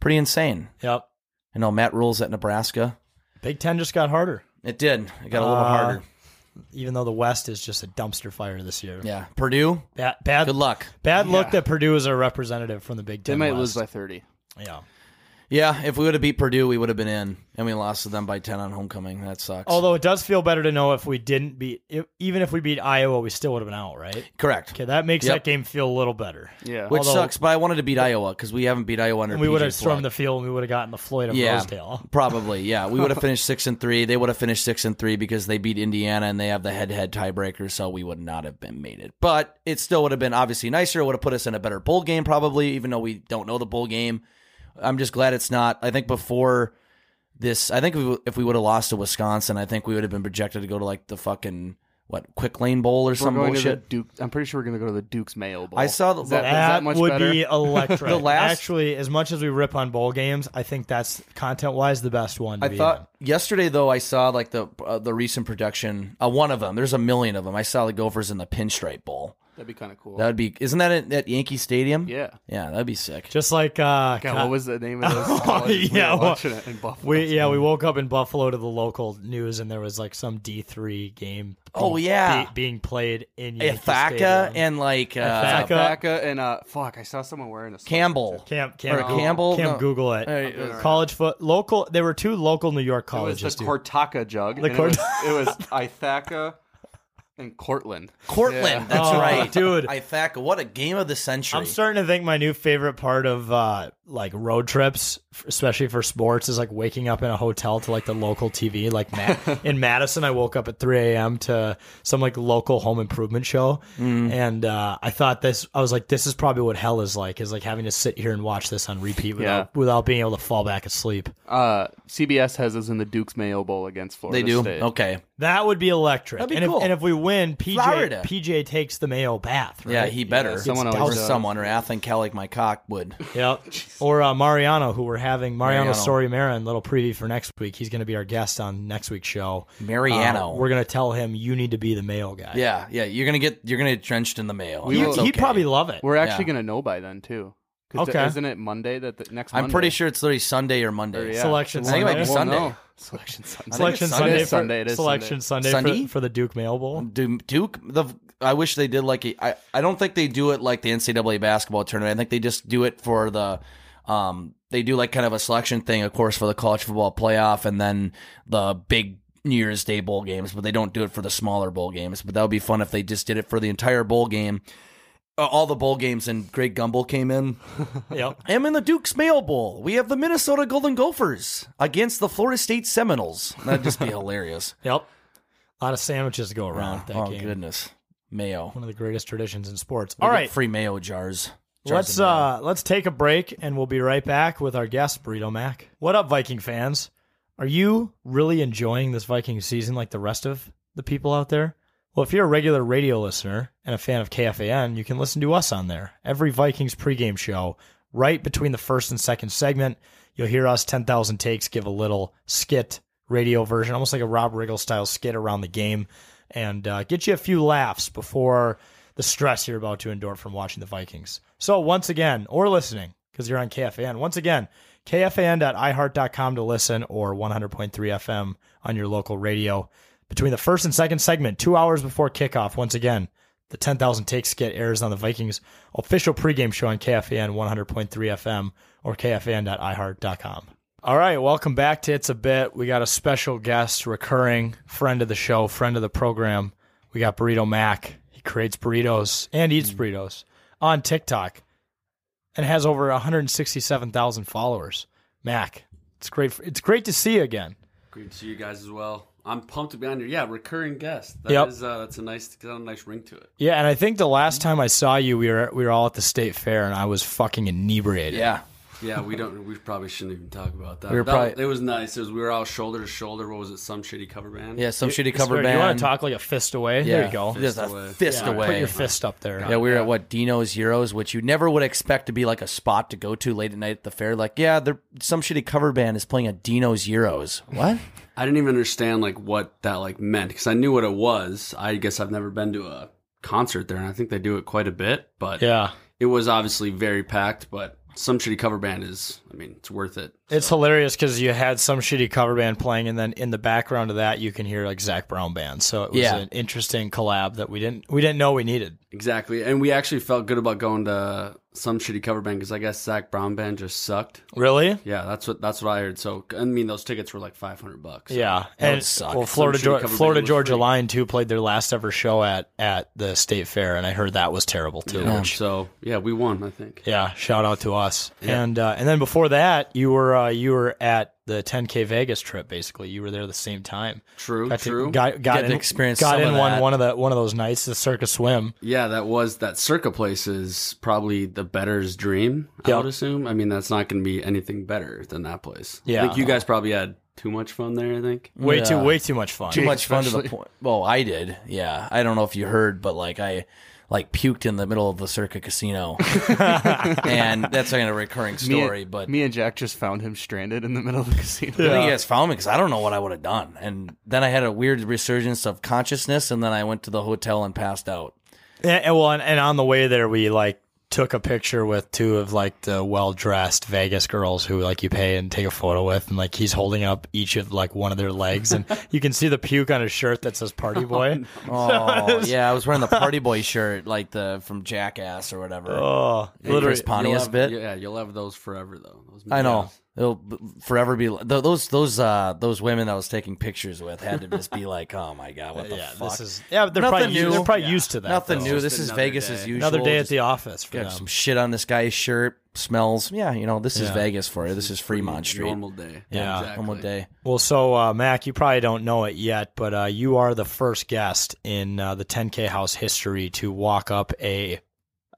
[SPEAKER 1] pretty insane.
[SPEAKER 2] Yep.
[SPEAKER 1] I know Matt rules at Nebraska.
[SPEAKER 2] Big Ten just got harder,
[SPEAKER 1] It did. It got a little
[SPEAKER 2] Uh,
[SPEAKER 1] harder.
[SPEAKER 2] even though the West is just a dumpster fire this year.
[SPEAKER 1] Yeah, Purdue.
[SPEAKER 2] Bad, bad
[SPEAKER 1] Good luck.
[SPEAKER 2] Bad look that Purdue is a representative from the Big
[SPEAKER 12] They
[SPEAKER 2] Ten.
[SPEAKER 12] might
[SPEAKER 2] West.
[SPEAKER 12] lose by 30.
[SPEAKER 2] Yeah.
[SPEAKER 1] Yeah, if we would have beat Purdue, we would have been in, and we lost to them by ten on homecoming. That sucks.
[SPEAKER 2] Although it does feel better to know if we didn't beat, if, even if we beat Iowa, we still would have been out, right?
[SPEAKER 1] Correct.
[SPEAKER 2] Okay, that makes
[SPEAKER 1] Yep.
[SPEAKER 2] that game feel a little better. Yeah,
[SPEAKER 1] Which sucks, but I wanted to beat Iowa because we haven't beat Iowa under.
[SPEAKER 2] And we would
[SPEAKER 1] PJ
[SPEAKER 2] have stormed
[SPEAKER 1] Fleck.
[SPEAKER 2] the field, and we would have gotten the Floyd of Rosedale.
[SPEAKER 1] Probably, yeah. We would have finished six and three. They would have finished six and three because they beat Indiana and they have the head-to-head tiebreaker, so we would not have been made it. But it still would have been obviously nicer. It would have put us in a better bowl game, probably, even though we don't know the bowl game. I'm just glad it's not. I think before this, I think if we, if we would have lost to Wisconsin, I think we would have been projected to go to like the fucking what quick lane bowl or some
[SPEAKER 12] we're going
[SPEAKER 1] bullshit.
[SPEAKER 12] To the Duke, I'm pretty sure we're going to go to the Duke's Mayo Bowl.
[SPEAKER 1] I saw the-
[SPEAKER 12] Is that, is
[SPEAKER 2] that,
[SPEAKER 12] that much
[SPEAKER 2] would
[SPEAKER 12] better?
[SPEAKER 2] be electric.
[SPEAKER 1] The last-
[SPEAKER 2] Actually, as much as we rip on bowl games, I think that's content wise the best one. To
[SPEAKER 1] I
[SPEAKER 2] be in.
[SPEAKER 1] thought yesterday though I saw like the uh, the recent production, uh, one of them. There's a million of them. I saw the Gophers in the Pinstripe Bowl.
[SPEAKER 12] That'd be kind of cool.
[SPEAKER 1] That would be isn't that at, at Yankee Stadium?
[SPEAKER 12] Yeah.
[SPEAKER 1] yeah, that'd be sick.
[SPEAKER 2] Just like uh,
[SPEAKER 12] God,
[SPEAKER 2] Con-
[SPEAKER 12] what was the name of those?
[SPEAKER 2] Oh,
[SPEAKER 12] colleges? we
[SPEAKER 2] yeah,
[SPEAKER 12] were
[SPEAKER 2] well,
[SPEAKER 12] watching it in Buffalo.
[SPEAKER 2] we yeah we woke up in Buffalo to the local news, and there was like some D three game.
[SPEAKER 1] Oh,
[SPEAKER 2] be-
[SPEAKER 1] yeah.
[SPEAKER 2] be- being played in Yankee
[SPEAKER 1] Ithaca
[SPEAKER 2] Stadium.
[SPEAKER 1] and like uh,
[SPEAKER 2] Ithaca.
[SPEAKER 12] Thaca and uh, fuck, I saw someone wearing a.
[SPEAKER 1] Campbell.
[SPEAKER 2] Cam, Cam,
[SPEAKER 1] Or Campbell?
[SPEAKER 2] Cam,
[SPEAKER 1] No.
[SPEAKER 2] Google it.
[SPEAKER 1] Hey, uh,
[SPEAKER 2] college foot local. There were two local New York
[SPEAKER 12] It was
[SPEAKER 2] colleges.
[SPEAKER 12] the
[SPEAKER 2] dude.
[SPEAKER 12] Cortaca jug.
[SPEAKER 2] The
[SPEAKER 12] and
[SPEAKER 2] Cort-
[SPEAKER 12] it was, it was Ithaca and Cortland.
[SPEAKER 1] Cortland. That's
[SPEAKER 2] Oh,
[SPEAKER 1] right,
[SPEAKER 2] dude.
[SPEAKER 1] Ithaca. What a game of the century.
[SPEAKER 2] I'm starting to think my new favorite part of uh, like road trips, f- especially for sports, is like waking up in a hotel to like the local TV. Like Ma- in Madison, I woke up at 3 a.m. to some like local home improvement show,
[SPEAKER 1] Mm.
[SPEAKER 2] and uh, I thought this. I was like, this is probably what hell is like. Is like having to sit here and watch this on repeat without without being able to fall back asleep.
[SPEAKER 12] Uh, CBS has us in the Duke's Mayo Bowl against Florida
[SPEAKER 1] they do
[SPEAKER 12] State.
[SPEAKER 1] okay.
[SPEAKER 2] That would be electric.
[SPEAKER 1] That'd be
[SPEAKER 2] and,
[SPEAKER 1] cool.
[SPEAKER 2] if, and if we win, PJ
[SPEAKER 1] Florida.
[SPEAKER 2] PJ takes the Mayo bath. Right?
[SPEAKER 1] Yeah, he better.
[SPEAKER 12] someone
[SPEAKER 1] Or
[SPEAKER 12] always does.
[SPEAKER 1] someone or Athen Kellick, my cock would.
[SPEAKER 2] Yep. Or uh, Mariano, who we're having Mariano,
[SPEAKER 1] Mariano.
[SPEAKER 2] Sorimera in little preview for next week. He's going to be our guest on next week's show.
[SPEAKER 1] Mariano.
[SPEAKER 2] Uh, we're going to tell him you need to be the male guy.
[SPEAKER 1] Yeah, yeah. You're gonna get. You're gonna get drenched in the mail.
[SPEAKER 12] We
[SPEAKER 2] He,
[SPEAKER 12] will-
[SPEAKER 1] It's
[SPEAKER 2] would
[SPEAKER 1] okay.
[SPEAKER 2] probably love it.
[SPEAKER 12] We're actually
[SPEAKER 1] Yeah.
[SPEAKER 12] going to know by then too. 'Cause
[SPEAKER 2] Okay.
[SPEAKER 12] Isn't it Monday that the next?
[SPEAKER 1] I'm
[SPEAKER 12] Monday?
[SPEAKER 1] pretty sure it's literally Sunday or Monday.
[SPEAKER 12] Or, yeah.
[SPEAKER 2] Selection
[SPEAKER 12] So
[SPEAKER 1] I think it might be
[SPEAKER 12] we'll
[SPEAKER 1] Sunday.
[SPEAKER 12] know. Selection Sunday.
[SPEAKER 2] Selection
[SPEAKER 1] it's
[SPEAKER 2] Sunday,
[SPEAKER 12] Sunday.
[SPEAKER 2] for,
[SPEAKER 12] Sunday. It is
[SPEAKER 2] selection Sunday,
[SPEAKER 1] Sunday?
[SPEAKER 2] For, for the Duke Mail Bowl.
[SPEAKER 1] Du- Duke, the I wish they did like a, I, I don't think they do it like the NCAA basketball tournament. I think they just do it for the um they do like kind of a selection thing, of course, for the college football playoff and then the big New Year's Day bowl games, but they don't do it for the smaller bowl games. But that would be fun if they just did it for the entire bowl game, uh, all the bowl games. And Greg Gumbel came in.
[SPEAKER 2] Yep.
[SPEAKER 1] I'm in the Duke's Mail Bowl. We have the Minnesota Golden Gophers against the Florida State Seminoles. That'd just be hilarious.
[SPEAKER 2] Yep. A lot of sandwiches to go around
[SPEAKER 1] Oh,
[SPEAKER 2] at that game.
[SPEAKER 1] goodness, mayo.
[SPEAKER 2] One of the greatest traditions in sports.
[SPEAKER 1] We
[SPEAKER 2] All
[SPEAKER 1] get
[SPEAKER 2] right.
[SPEAKER 1] free mayo jars. Jars
[SPEAKER 2] Let's
[SPEAKER 1] of mayo.
[SPEAKER 2] uh let's take a break and we'll be right back with our guest Burrito Mac. What up Viking fans? Are you really enjoying this Viking season like the rest of the people out there? Well, if you're a regular radio listener and a fan of KFAN, you can listen to us on there. Every Vikings pregame show, right between the first and second segment, you'll hear us 10,000 takes give a little skit radio version, almost like a Rob Riggle style skit around the game and uh, get you a few laughs before the stress you're about to endure from watching the Vikings. So, once again, or listening, because you're on KFAN, once again, kfan.iheart.com to listen or 100.3 FM on your local radio. Between the first and second segment, two hours before kickoff, once again, the 10,000 Take skit airs on the Vikings official pregame show on KFAN 100.3 FM or kfan.iheart.com. All right, welcome back to It's a Bit. We got a special guest, recurring friend of the show, friend of the program. We got Burrito Mac. He creates burritos and eats burritos on TikTok and has over 167,000 followers. Mac, it's great. It's great to see you again.
[SPEAKER 13] Great to see you guys as well. I'm pumped to be on here. Yeah, recurring guest. That
[SPEAKER 2] Yep.
[SPEAKER 13] is, uh, that's a nice got a nice ring to it.
[SPEAKER 2] Yeah, and I think the last time I saw you, we were we were all at the state fair, and I was fucking inebriated.
[SPEAKER 1] yeah.
[SPEAKER 13] Yeah, we don't. We probably shouldn't even talk about that.
[SPEAKER 2] We were
[SPEAKER 13] That-
[SPEAKER 2] probably-
[SPEAKER 13] it was nice. It was we were all shoulder to shoulder. What was it? Some shitty cover band.
[SPEAKER 1] Yeah, some
[SPEAKER 13] You-
[SPEAKER 1] shitty cover
[SPEAKER 2] You
[SPEAKER 1] band.
[SPEAKER 2] want to talk like a fist away?
[SPEAKER 1] Yeah.
[SPEAKER 2] There you go.
[SPEAKER 1] There's a
[SPEAKER 13] away.
[SPEAKER 1] fist
[SPEAKER 2] Yeah,
[SPEAKER 1] away.
[SPEAKER 2] Put your fist up there.
[SPEAKER 1] Yeah, we were at what Dino's Euros, which you never would expect to be like a spot to go to late at night at the fair. Like, yeah, there some shitty cover band is playing a Dino's Euros. What?
[SPEAKER 13] I didn't even understand like what that like meant because I knew what it was. I guess I've never been to a concert there, and I think they do it quite a bit. But
[SPEAKER 2] Yeah.
[SPEAKER 13] it was obviously very packed. But some shitty cover band is. I mean, it's worth it.
[SPEAKER 2] It's hilarious because you had some shitty cover band playing, and then in the background of that, you can hear like Zach Brown band. So it was
[SPEAKER 1] Yeah.
[SPEAKER 2] an interesting collab that we didn't we didn't know we needed.
[SPEAKER 13] Exactly, and we actually felt good about going to some shitty cover band because I guess Zach Brown band just sucked.
[SPEAKER 2] Really?
[SPEAKER 13] Yeah, that's what that's what I heard. So I mean, those tickets were like five hundred bucks.
[SPEAKER 2] Yeah, and well,
[SPEAKER 13] Some
[SPEAKER 2] Florida
[SPEAKER 13] shitty
[SPEAKER 2] Geor-
[SPEAKER 13] cover band
[SPEAKER 2] Florida
[SPEAKER 13] was
[SPEAKER 2] Georgia Line too played their last ever show at at the state fair, and I heard that was terrible too.
[SPEAKER 13] free. Yeah, So yeah, we won. I think.
[SPEAKER 2] Yeah, shout out to us.
[SPEAKER 13] Yeah.
[SPEAKER 2] And uh, and then before that, you were uh, you were at the 10K Vegas trip. Basically, you were there the same time.
[SPEAKER 13] True,
[SPEAKER 2] got to-
[SPEAKER 13] true.
[SPEAKER 2] got got
[SPEAKER 13] Got
[SPEAKER 2] in,
[SPEAKER 13] to experience
[SPEAKER 2] got
[SPEAKER 13] some
[SPEAKER 2] in
[SPEAKER 13] of
[SPEAKER 2] one
[SPEAKER 13] that.
[SPEAKER 2] one of the one of those nights, the circus swim.
[SPEAKER 13] Yeah, that was that circa place is probably the better's dream. I
[SPEAKER 2] Yep.
[SPEAKER 13] would assume. I mean, that's not going to be anything better than that place.
[SPEAKER 2] Yeah.
[SPEAKER 13] I think you guys probably had too much fun there. I think
[SPEAKER 1] Yeah. Too much fun to the point. Well, I did. Yeah, I don't know if you heard, but like I like puked in the middle of the Circa Casino, and that's like a recurring story.
[SPEAKER 12] Me, and-
[SPEAKER 1] but
[SPEAKER 12] me and Jack just found him stranded in the middle of the casino.
[SPEAKER 1] I think you guys found me because I don't know what I would have done. And then I had a weird resurgence of consciousness, and then I went to the hotel and passed out.
[SPEAKER 2] And, and Eh, well, and, and on the way there, we like took a picture with two of like the well dressed Vegas girls who like you pay and take a photo with, and like he's holding up each of like one of their legs, and you can see the puke on his shirt that says "Party Boy."
[SPEAKER 1] Oh yeah, I was wearing the party boy shirt, like the from Jackass or whatever.
[SPEAKER 2] Oh,
[SPEAKER 1] The Chris Pontius
[SPEAKER 13] You'll
[SPEAKER 1] bit.
[SPEAKER 13] have- Yeah, you'll have those forever though. Those
[SPEAKER 1] I know. It'll b- forever be th- those those uh those women I was taking pictures with had to just be like, oh my god, what the
[SPEAKER 2] Yeah,
[SPEAKER 1] fuck?
[SPEAKER 2] this is- yeah, they're probably u- they're probably used to that,
[SPEAKER 1] Nothing
[SPEAKER 2] though.
[SPEAKER 1] new.
[SPEAKER 2] Just
[SPEAKER 1] This is
[SPEAKER 2] another
[SPEAKER 1] Vegas
[SPEAKER 2] day.
[SPEAKER 1] as usual.
[SPEAKER 2] Another day at
[SPEAKER 1] Just
[SPEAKER 2] the office for
[SPEAKER 1] got
[SPEAKER 2] them.
[SPEAKER 1] Some shit on this guy's shirt smells. Yeah, you know this is
[SPEAKER 2] Yeah.
[SPEAKER 1] Vegas for you. This is Fremont Street.
[SPEAKER 13] normal day.
[SPEAKER 2] Yeah.
[SPEAKER 1] normal day.
[SPEAKER 2] Well, so uh, Mac, you probably don't know it yet, but uh, you are the first guest in uh, the 10K house history to walk up a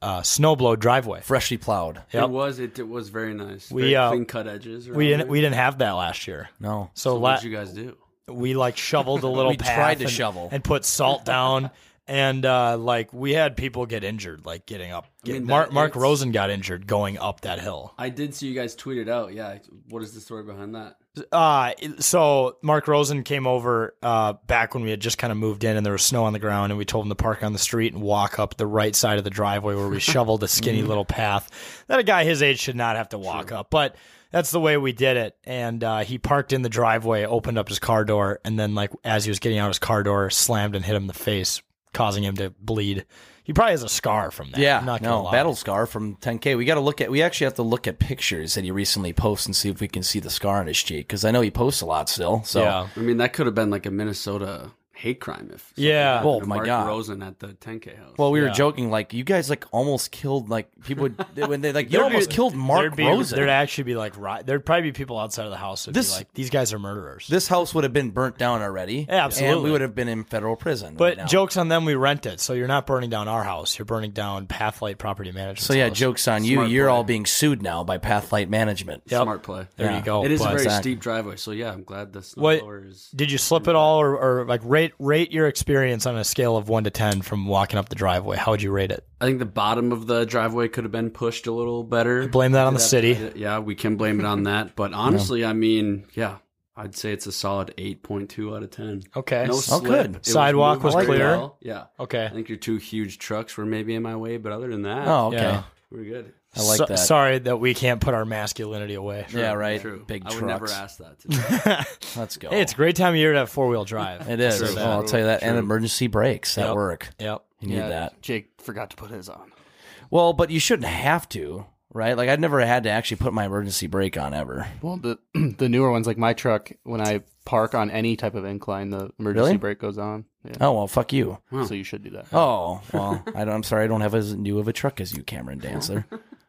[SPEAKER 2] uh, snowblow driveway,
[SPEAKER 1] freshly plowed.
[SPEAKER 2] Yep.
[SPEAKER 13] It was it, it was very nice.
[SPEAKER 2] We,
[SPEAKER 13] Very
[SPEAKER 2] uh,
[SPEAKER 13] clean cut edges.
[SPEAKER 2] we
[SPEAKER 13] around
[SPEAKER 2] didn't
[SPEAKER 13] there.
[SPEAKER 2] we didn't have that last year.
[SPEAKER 1] No.
[SPEAKER 2] So,
[SPEAKER 13] So
[SPEAKER 2] la-
[SPEAKER 13] what did you guys do?
[SPEAKER 2] we like shoveled a little
[SPEAKER 13] We
[SPEAKER 2] path
[SPEAKER 13] tried to
[SPEAKER 2] and,
[SPEAKER 13] shovel.
[SPEAKER 2] and put salt down and uh like we had people get injured like getting up
[SPEAKER 13] I mean,
[SPEAKER 2] get-
[SPEAKER 13] that-
[SPEAKER 2] mark mark
[SPEAKER 13] it's-
[SPEAKER 2] rosen got injured going up that hill
[SPEAKER 13] I did see you guys tweet it out. Yeah. What is the story behind that?
[SPEAKER 2] uh so mark rosen came over uh back when we had just kind of moved in and there was snow on the ground and we told him to park on the street and walk up the right side of the driveway where we shoveled a
[SPEAKER 1] Mm-hmm.
[SPEAKER 2] skinny little path that a guy his age should not have to walk up but that's the way we did it and uh he parked in the driveway opened up his car door and then like as he was getting out his car door slammed and hit him in the face causing him to bleed he probably has a scar from that
[SPEAKER 1] Yeah,
[SPEAKER 2] I'm not gonna
[SPEAKER 1] no
[SPEAKER 2] lie.
[SPEAKER 1] battle scar from 10K. We got to look at. We actually have to look at pictures that he recently posts and see if we can see the scar on his cheek because I know he posts a lot still. So
[SPEAKER 13] I mean, that could have been like a Minnesota hate crime if. something
[SPEAKER 1] Yeah.
[SPEAKER 13] happened
[SPEAKER 1] Oh,
[SPEAKER 13] to
[SPEAKER 1] my
[SPEAKER 13] Mark
[SPEAKER 1] God.
[SPEAKER 13] Rosen at the 10K house.
[SPEAKER 1] Well, we were joking, like you guys like almost killed like people would they- when they like you
[SPEAKER 2] There'd
[SPEAKER 1] almost
[SPEAKER 2] be-
[SPEAKER 1] killed Mark
[SPEAKER 2] there'd be-
[SPEAKER 1] Rosen.
[SPEAKER 2] There'd actually be like ri- there'd probably be people outside of the house that'd
[SPEAKER 1] This-
[SPEAKER 2] be like, these guys are murderers.
[SPEAKER 1] this house would have been burnt down already.
[SPEAKER 2] Yeah, absolutely.
[SPEAKER 1] And we would have been in federal prison.
[SPEAKER 2] But
[SPEAKER 1] right now.
[SPEAKER 2] jokes on them, we rent it, so you're not burning down our house. You're burning down Pathlight Property Management.
[SPEAKER 1] so yeah, jokes on you.
[SPEAKER 2] Smart
[SPEAKER 1] You're all being sued now by Pathlight Management.
[SPEAKER 13] Smart play.
[SPEAKER 1] There you go.
[SPEAKER 13] It is a
[SPEAKER 1] But-
[SPEAKER 13] very
[SPEAKER 1] Exactly.
[SPEAKER 13] steep driveway, so yeah, I'm glad the
[SPEAKER 2] What
[SPEAKER 13] snowblower is.
[SPEAKER 2] did you slip it all, or, or like rate rate your experience on a scale of one to ten from walking up the driveway? How would you rate it?
[SPEAKER 13] I think the bottom of the driveway could have been pushed a little better.
[SPEAKER 2] Blame that on the
[SPEAKER 13] That-
[SPEAKER 2] city.
[SPEAKER 13] Yeah, we can blame it on that. But honestly, I mean, yeah, I'd say it's a solid 8.2 out of 10.
[SPEAKER 2] Okay.
[SPEAKER 13] No
[SPEAKER 2] Oh,
[SPEAKER 13] slip.
[SPEAKER 2] good.
[SPEAKER 13] It
[SPEAKER 2] Sidewalk
[SPEAKER 13] moved
[SPEAKER 2] was
[SPEAKER 13] pretty
[SPEAKER 2] clear.
[SPEAKER 13] well. Yeah.
[SPEAKER 2] Okay.
[SPEAKER 13] I think your two huge trucks were maybe in my way, but other than that,
[SPEAKER 2] Oh, okay.
[SPEAKER 13] yeah, we're good.
[SPEAKER 2] So- Sorry that we can't put our masculinity away.
[SPEAKER 1] yeah, right. Big
[SPEAKER 13] I
[SPEAKER 1] trucks.
[SPEAKER 13] would never ask that.
[SPEAKER 1] Let's go.
[SPEAKER 2] Hey, it's a great time of year to have four wheel drive.
[SPEAKER 1] It is.
[SPEAKER 2] So
[SPEAKER 1] Oh, I'll tell you that. And emergency brakes at
[SPEAKER 2] Yep.
[SPEAKER 1] work.
[SPEAKER 2] Yep.
[SPEAKER 1] You need
[SPEAKER 12] Yeah,
[SPEAKER 1] that.
[SPEAKER 12] Jake forgot to put his on.
[SPEAKER 1] Well, but you shouldn't have to, right? Like I've never had to actually put my emergency brake on ever.
[SPEAKER 12] Well, the the newer ones, like my truck, when I park on any type of incline, the emergency
[SPEAKER 1] Really?
[SPEAKER 12] brake goes on. Yeah.
[SPEAKER 1] Oh well, fuck you.
[SPEAKER 12] So you should do that.
[SPEAKER 1] Oh well, I don't, I'm sorry, I don't have as new of a truck as you, Cameron Dancer.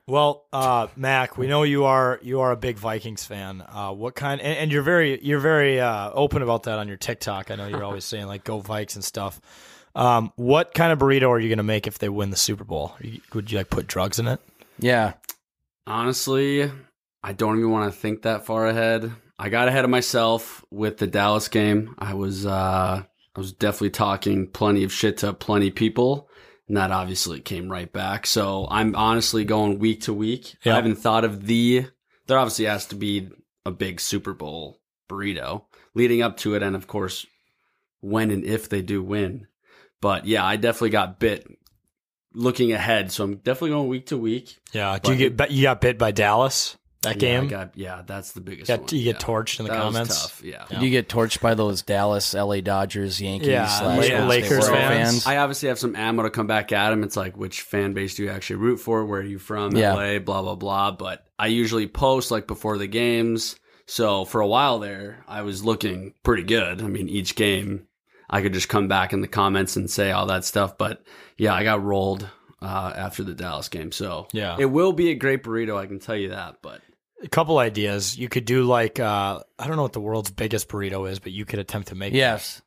[SPEAKER 2] Well, uh, Mac, we know you are you are a big Vikings fan. Uh, what kind? And, and you're very you're very uh, open about that on your TikTok. I know you're always saying like "Go Vikes" and stuff. Um, what kind of burrito are you going to make if they win the Super Bowl? Are you- would you like put drugs in it?
[SPEAKER 1] Yeah.
[SPEAKER 13] Honestly, I don't even want to think that far ahead. I got ahead of myself with the Dallas game. I was uh I was definitely talking plenty of shit to plenty of people, and that obviously came right back. So I'm honestly going week to week.
[SPEAKER 2] Yeah.
[SPEAKER 13] I haven't thought of the there obviously has to be a big Super Bowl burrito leading up to it and of course when and if they do win. But yeah, I definitely got bit looking ahead, so I'm definitely going week to week.
[SPEAKER 2] Yeah. Do you get but you got bit by Dallas? That
[SPEAKER 13] Yeah, I
[SPEAKER 2] game?
[SPEAKER 13] got- yeah, that's the biggest.
[SPEAKER 2] Got-
[SPEAKER 13] one.
[SPEAKER 2] you get
[SPEAKER 13] yeah.
[SPEAKER 2] torched in the
[SPEAKER 13] That was
[SPEAKER 2] comments?
[SPEAKER 13] tough, Yeah.
[SPEAKER 1] You get torched by those Dallas, LA Dodgers, Yankees,
[SPEAKER 13] Yeah,
[SPEAKER 1] slash
[SPEAKER 13] yeah.
[SPEAKER 1] Golden State Warriors
[SPEAKER 13] I obviously have some ammo to come back at him. It's like, which fan base do you actually root for? Where are you from?
[SPEAKER 1] Yeah.
[SPEAKER 13] LA, blah, blah, blah. But I usually post like before the games. So for a while there, I was looking pretty good. I mean, each game, I could just come back in the comments and say all that stuff. But yeah, I got rolled uh, after the Dallas game. So
[SPEAKER 2] Yeah.
[SPEAKER 13] it will be a great burrito. I can tell you that. But
[SPEAKER 2] A couple ideas. You could do like uh, I don't know what the world's biggest burrito is, but you could attempt to make.
[SPEAKER 1] Yes.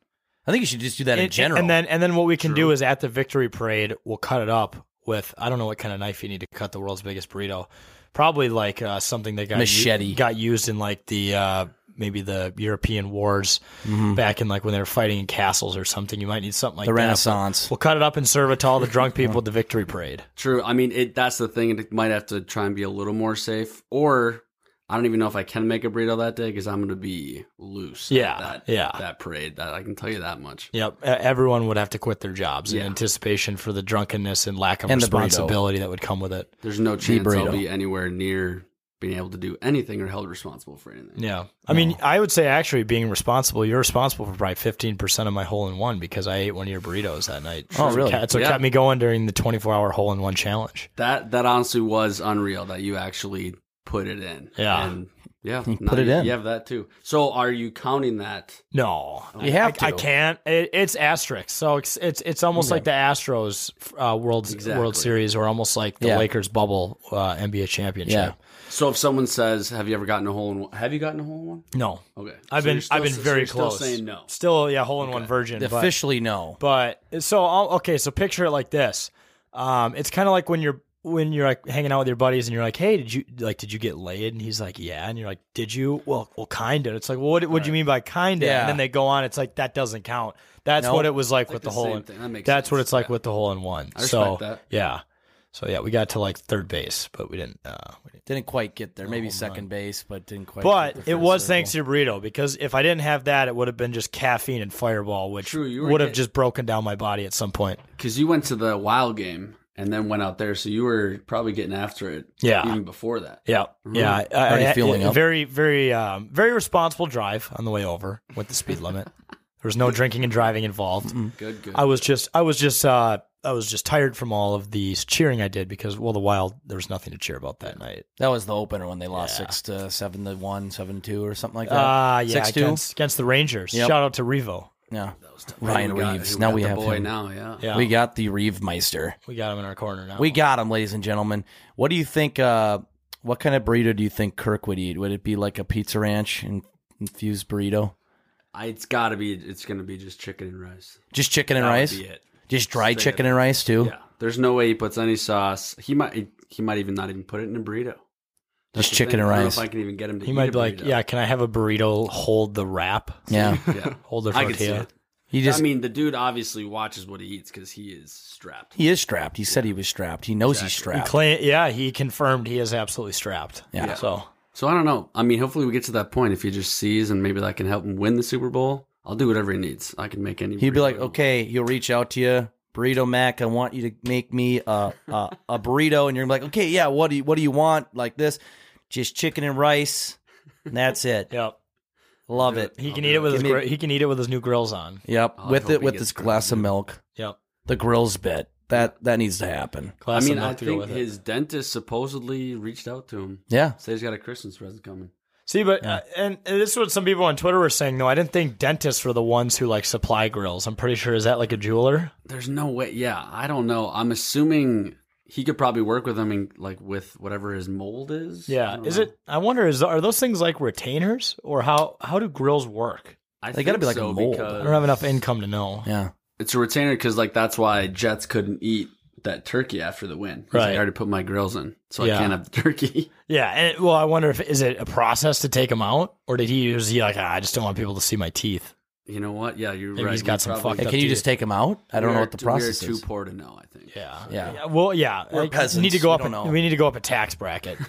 [SPEAKER 1] I think you should just do that in
[SPEAKER 2] And-
[SPEAKER 1] general.
[SPEAKER 2] And then and then what we can do is at the victory parade, we'll cut it up with I don't know what kind of knife you need to cut the world's biggest burrito. Probably like uh, something that got u-
[SPEAKER 1] Machete.
[SPEAKER 2] got used in like the uh, maybe the European wars
[SPEAKER 1] Mhm.
[SPEAKER 2] back in like when they were fighting in castles or something. You might need something like
[SPEAKER 1] The
[SPEAKER 2] that. But
[SPEAKER 1] Renaissance.
[SPEAKER 2] We'll cut it up and serve it to all the drunk people at the victory parade.
[SPEAKER 13] True. I mean, it. That's the thing. It might have to try and be a little more safe, or I don't even know if I can make a burrito that day because I'm going to be loose. at
[SPEAKER 2] Yeah,
[SPEAKER 13] that,
[SPEAKER 2] yeah.
[SPEAKER 13] That parade. That I can tell you that much.
[SPEAKER 2] Yep, e- everyone would have to quit their jobs
[SPEAKER 13] Yeah.
[SPEAKER 2] in anticipation for the drunkenness and lack of
[SPEAKER 13] And the burrito.
[SPEAKER 2] responsibility that would come with it.
[SPEAKER 13] There's no
[SPEAKER 2] The
[SPEAKER 13] chance I'll
[SPEAKER 2] burrito.
[SPEAKER 13] be anywhere near being able to do anything or held responsible for anything.
[SPEAKER 2] Yeah. I mean, I would say actually being responsible, you're responsible for probably 15% of my hole in one because I ate one of your burritos that night.
[SPEAKER 13] Oh, really?
[SPEAKER 2] That's what
[SPEAKER 13] Yeah.
[SPEAKER 2] kept me going during the 24 hour hole in one challenge.
[SPEAKER 13] That that honestly was unreal that you actually put it in.
[SPEAKER 2] Yeah.
[SPEAKER 13] And yeah.
[SPEAKER 2] You
[SPEAKER 13] now
[SPEAKER 2] put it
[SPEAKER 13] you-
[SPEAKER 2] in.
[SPEAKER 13] You have that too. So are you counting that?
[SPEAKER 2] No,
[SPEAKER 13] You have
[SPEAKER 2] I, I
[SPEAKER 13] to.
[SPEAKER 2] can't. It, it's asterisk, so it's it's, it's almost
[SPEAKER 13] Okay.
[SPEAKER 2] like the Astros uh, World World Series, or almost like the
[SPEAKER 13] Yeah.
[SPEAKER 2] Lakers bubble uh, NBA championship.
[SPEAKER 13] So if someone says, "Have you ever gotten a hole in one?" Have you gotten a hole in one?
[SPEAKER 2] No.
[SPEAKER 13] Okay.
[SPEAKER 2] I've
[SPEAKER 13] So
[SPEAKER 2] been
[SPEAKER 13] you're still-
[SPEAKER 2] I've been
[SPEAKER 13] so
[SPEAKER 2] very
[SPEAKER 13] you're still
[SPEAKER 2] close.
[SPEAKER 13] saying no.
[SPEAKER 2] Still, yeah, hole in one virgin. but-
[SPEAKER 1] Officially, no.
[SPEAKER 2] But so I'll- okay, so picture it like this. Um, it's kind of like when you're when you're like hanging out with your buddies and you're like, hey, did you like did you get laid? And he's like, yeah. And you're like, did you? Well, well, kinda. It's like, well, what what do you mean by kinda?
[SPEAKER 1] Yeah.
[SPEAKER 2] And then they go on. It's like that doesn't count. That's
[SPEAKER 1] Nope.
[SPEAKER 2] what it was like
[SPEAKER 1] It's like
[SPEAKER 2] with the,
[SPEAKER 1] the
[SPEAKER 2] hole.
[SPEAKER 1] same
[SPEAKER 2] in,
[SPEAKER 1] thing. That makes
[SPEAKER 2] that's what it's like with the hole in one.
[SPEAKER 1] I respect
[SPEAKER 2] so
[SPEAKER 1] that.
[SPEAKER 2] yeah, so yeah, we got to like third base, but we didn't. Uh, we didn't
[SPEAKER 1] Didn't quite get there. Maybe second base, but didn't quite. get
[SPEAKER 2] Oh, but
[SPEAKER 1] there
[SPEAKER 2] it
[SPEAKER 1] for
[SPEAKER 2] was
[SPEAKER 1] circle.
[SPEAKER 2] thanks to your burrito because if I didn't have that, it would have been just caffeine and Fireball, which
[SPEAKER 13] you were
[SPEAKER 2] would have
[SPEAKER 13] getting-
[SPEAKER 2] just broken down my body at some point.
[SPEAKER 13] Because you went to the Wild game and then went out there, so you were probably getting after it.
[SPEAKER 2] Yeah.
[SPEAKER 13] Even before that.
[SPEAKER 2] Yeah,
[SPEAKER 13] Mhm.
[SPEAKER 2] yeah. I- I-
[SPEAKER 13] Already
[SPEAKER 2] I-
[SPEAKER 13] feeling
[SPEAKER 2] I-
[SPEAKER 13] up.
[SPEAKER 2] Very, very, um, very responsible drive on the way over with the speed limit. There was no drinking and driving involved.
[SPEAKER 13] Good, good.
[SPEAKER 2] I was just, I was just, uh, I was just tired from all of the cheering I did because, well, the Wild there was nothing to cheer about that night.
[SPEAKER 1] That was the opener when they lost six to seven to one, seven to two, or something like that.
[SPEAKER 2] Ah, yeah,
[SPEAKER 1] six two.
[SPEAKER 2] against, against the Rangers.
[SPEAKER 1] Yep.
[SPEAKER 2] Shout out to Revo.
[SPEAKER 1] Yeah,
[SPEAKER 13] We
[SPEAKER 1] Ryan
[SPEAKER 13] got-
[SPEAKER 1] Reeves.
[SPEAKER 13] we
[SPEAKER 1] now
[SPEAKER 13] got
[SPEAKER 1] we
[SPEAKER 13] the
[SPEAKER 1] have
[SPEAKER 13] boy
[SPEAKER 1] him.
[SPEAKER 13] now, yeah.
[SPEAKER 2] Yeah.
[SPEAKER 1] we got the Reeve Meister.
[SPEAKER 2] We got him in our corner now.
[SPEAKER 1] We got him, ladies and gentlemen. What do you think? Uh, what kind of burrito do you think Kirk would eat? Would it be like a pizza ranch and infused burrito?
[SPEAKER 13] I, it's got to be. It's going to be just chicken and rice.
[SPEAKER 1] Just chicken and
[SPEAKER 13] That would
[SPEAKER 1] rice.
[SPEAKER 13] be it.
[SPEAKER 1] Just dried
[SPEAKER 13] Straight
[SPEAKER 1] chicken
[SPEAKER 13] up.
[SPEAKER 1] and rice too.
[SPEAKER 13] Yeah. There's no way he puts any sauce. He might. He might even not even put it in a burrito. That's
[SPEAKER 1] Just
[SPEAKER 13] the
[SPEAKER 1] chicken
[SPEAKER 13] thing.
[SPEAKER 1] and
[SPEAKER 13] I don't know
[SPEAKER 1] rice.
[SPEAKER 13] if I can even get him to.
[SPEAKER 2] He
[SPEAKER 13] eat
[SPEAKER 2] might
[SPEAKER 13] a
[SPEAKER 2] be like,
[SPEAKER 13] burrito.
[SPEAKER 2] yeah, can I have a burrito? Hold the wrap.
[SPEAKER 1] Yeah.
[SPEAKER 2] hold the
[SPEAKER 13] I can see
[SPEAKER 2] tortilla.
[SPEAKER 13] it. I mean, the dude obviously watches what he eats because he is strapped.
[SPEAKER 1] He is strapped. He said he was strapped. He knows he's
[SPEAKER 2] He
[SPEAKER 1] strapped.
[SPEAKER 2] claim, yeah, he confirmed he is absolutely strapped.
[SPEAKER 1] Yeah.
[SPEAKER 2] So
[SPEAKER 13] So I don't know. I mean, hopefully we get to that point. If he just sees and maybe that can help him win the Super Bowl, I'll do whatever he needs. I can make any.
[SPEAKER 1] He'd be like, okay, he'll reach out to you, burrito Mac. I want you to make me a a, a burrito, and you're gonna be like, okay, yeah, what do you what do you want? Like this, just chicken and rice. And that's it.
[SPEAKER 2] yep,
[SPEAKER 1] love it.
[SPEAKER 2] He can eat it with his
[SPEAKER 1] Give me-
[SPEAKER 2] gri- he can eat it with his new grills on.
[SPEAKER 1] Yep,
[SPEAKER 2] I
[SPEAKER 1] with
[SPEAKER 2] hope
[SPEAKER 1] it
[SPEAKER 2] he
[SPEAKER 1] with
[SPEAKER 2] gets
[SPEAKER 1] this glass of milk.
[SPEAKER 2] Yep.
[SPEAKER 1] the grills bit that that needs to happen.
[SPEAKER 13] I mean, I think his dentist supposedly reached out to him.
[SPEAKER 1] Yeah.
[SPEAKER 13] said he's got a Christmas present coming.
[SPEAKER 2] See, but uh, and and this is what some people on Twitter were saying though. I didn't think dentists were the ones who like supply grills. I'm pretty sure is that like a jeweler?
[SPEAKER 13] There's no way. Yeah, I don't know. I'm assuming he could probably work with him and like with whatever his mold is. I
[SPEAKER 2] Yeah.
[SPEAKER 13] don't
[SPEAKER 2] Is
[SPEAKER 13] know.
[SPEAKER 2] it? I wonder is are those things like retainers or how how do grills work?
[SPEAKER 13] I They gotta think be like a so, mold. because-
[SPEAKER 2] I don't have enough income to know.
[SPEAKER 1] Yeah.
[SPEAKER 13] It's a retainer because like that's why Jets couldn't eat that turkey after the win. 'Cause
[SPEAKER 2] Right.
[SPEAKER 13] I already put my grills in, so
[SPEAKER 2] Yeah.
[SPEAKER 13] I can't have the turkey.
[SPEAKER 2] Yeah, and it, well, I wonder if is it a process to take them out, or did he use he like "Ah, I just don't want people to see my teeth?
[SPEAKER 13] You know what? Yeah, you're
[SPEAKER 2] Maybe
[SPEAKER 13] right.
[SPEAKER 2] he's
[SPEAKER 13] We
[SPEAKER 2] got some
[SPEAKER 13] probably-
[SPEAKER 2] fucked Hey, up can you teeth. just take him out? I don't
[SPEAKER 13] We
[SPEAKER 2] know
[SPEAKER 13] are
[SPEAKER 2] what the
[SPEAKER 13] too- we are
[SPEAKER 2] process
[SPEAKER 13] too
[SPEAKER 2] is.
[SPEAKER 13] poor to know. I think.
[SPEAKER 2] Yeah. Yeah, well, yeah,
[SPEAKER 1] We're
[SPEAKER 2] like,
[SPEAKER 1] peasants.
[SPEAKER 2] We need to go
[SPEAKER 1] We
[SPEAKER 2] up
[SPEAKER 1] don't
[SPEAKER 2] and
[SPEAKER 1] know.
[SPEAKER 2] we need to go up a tax bracket.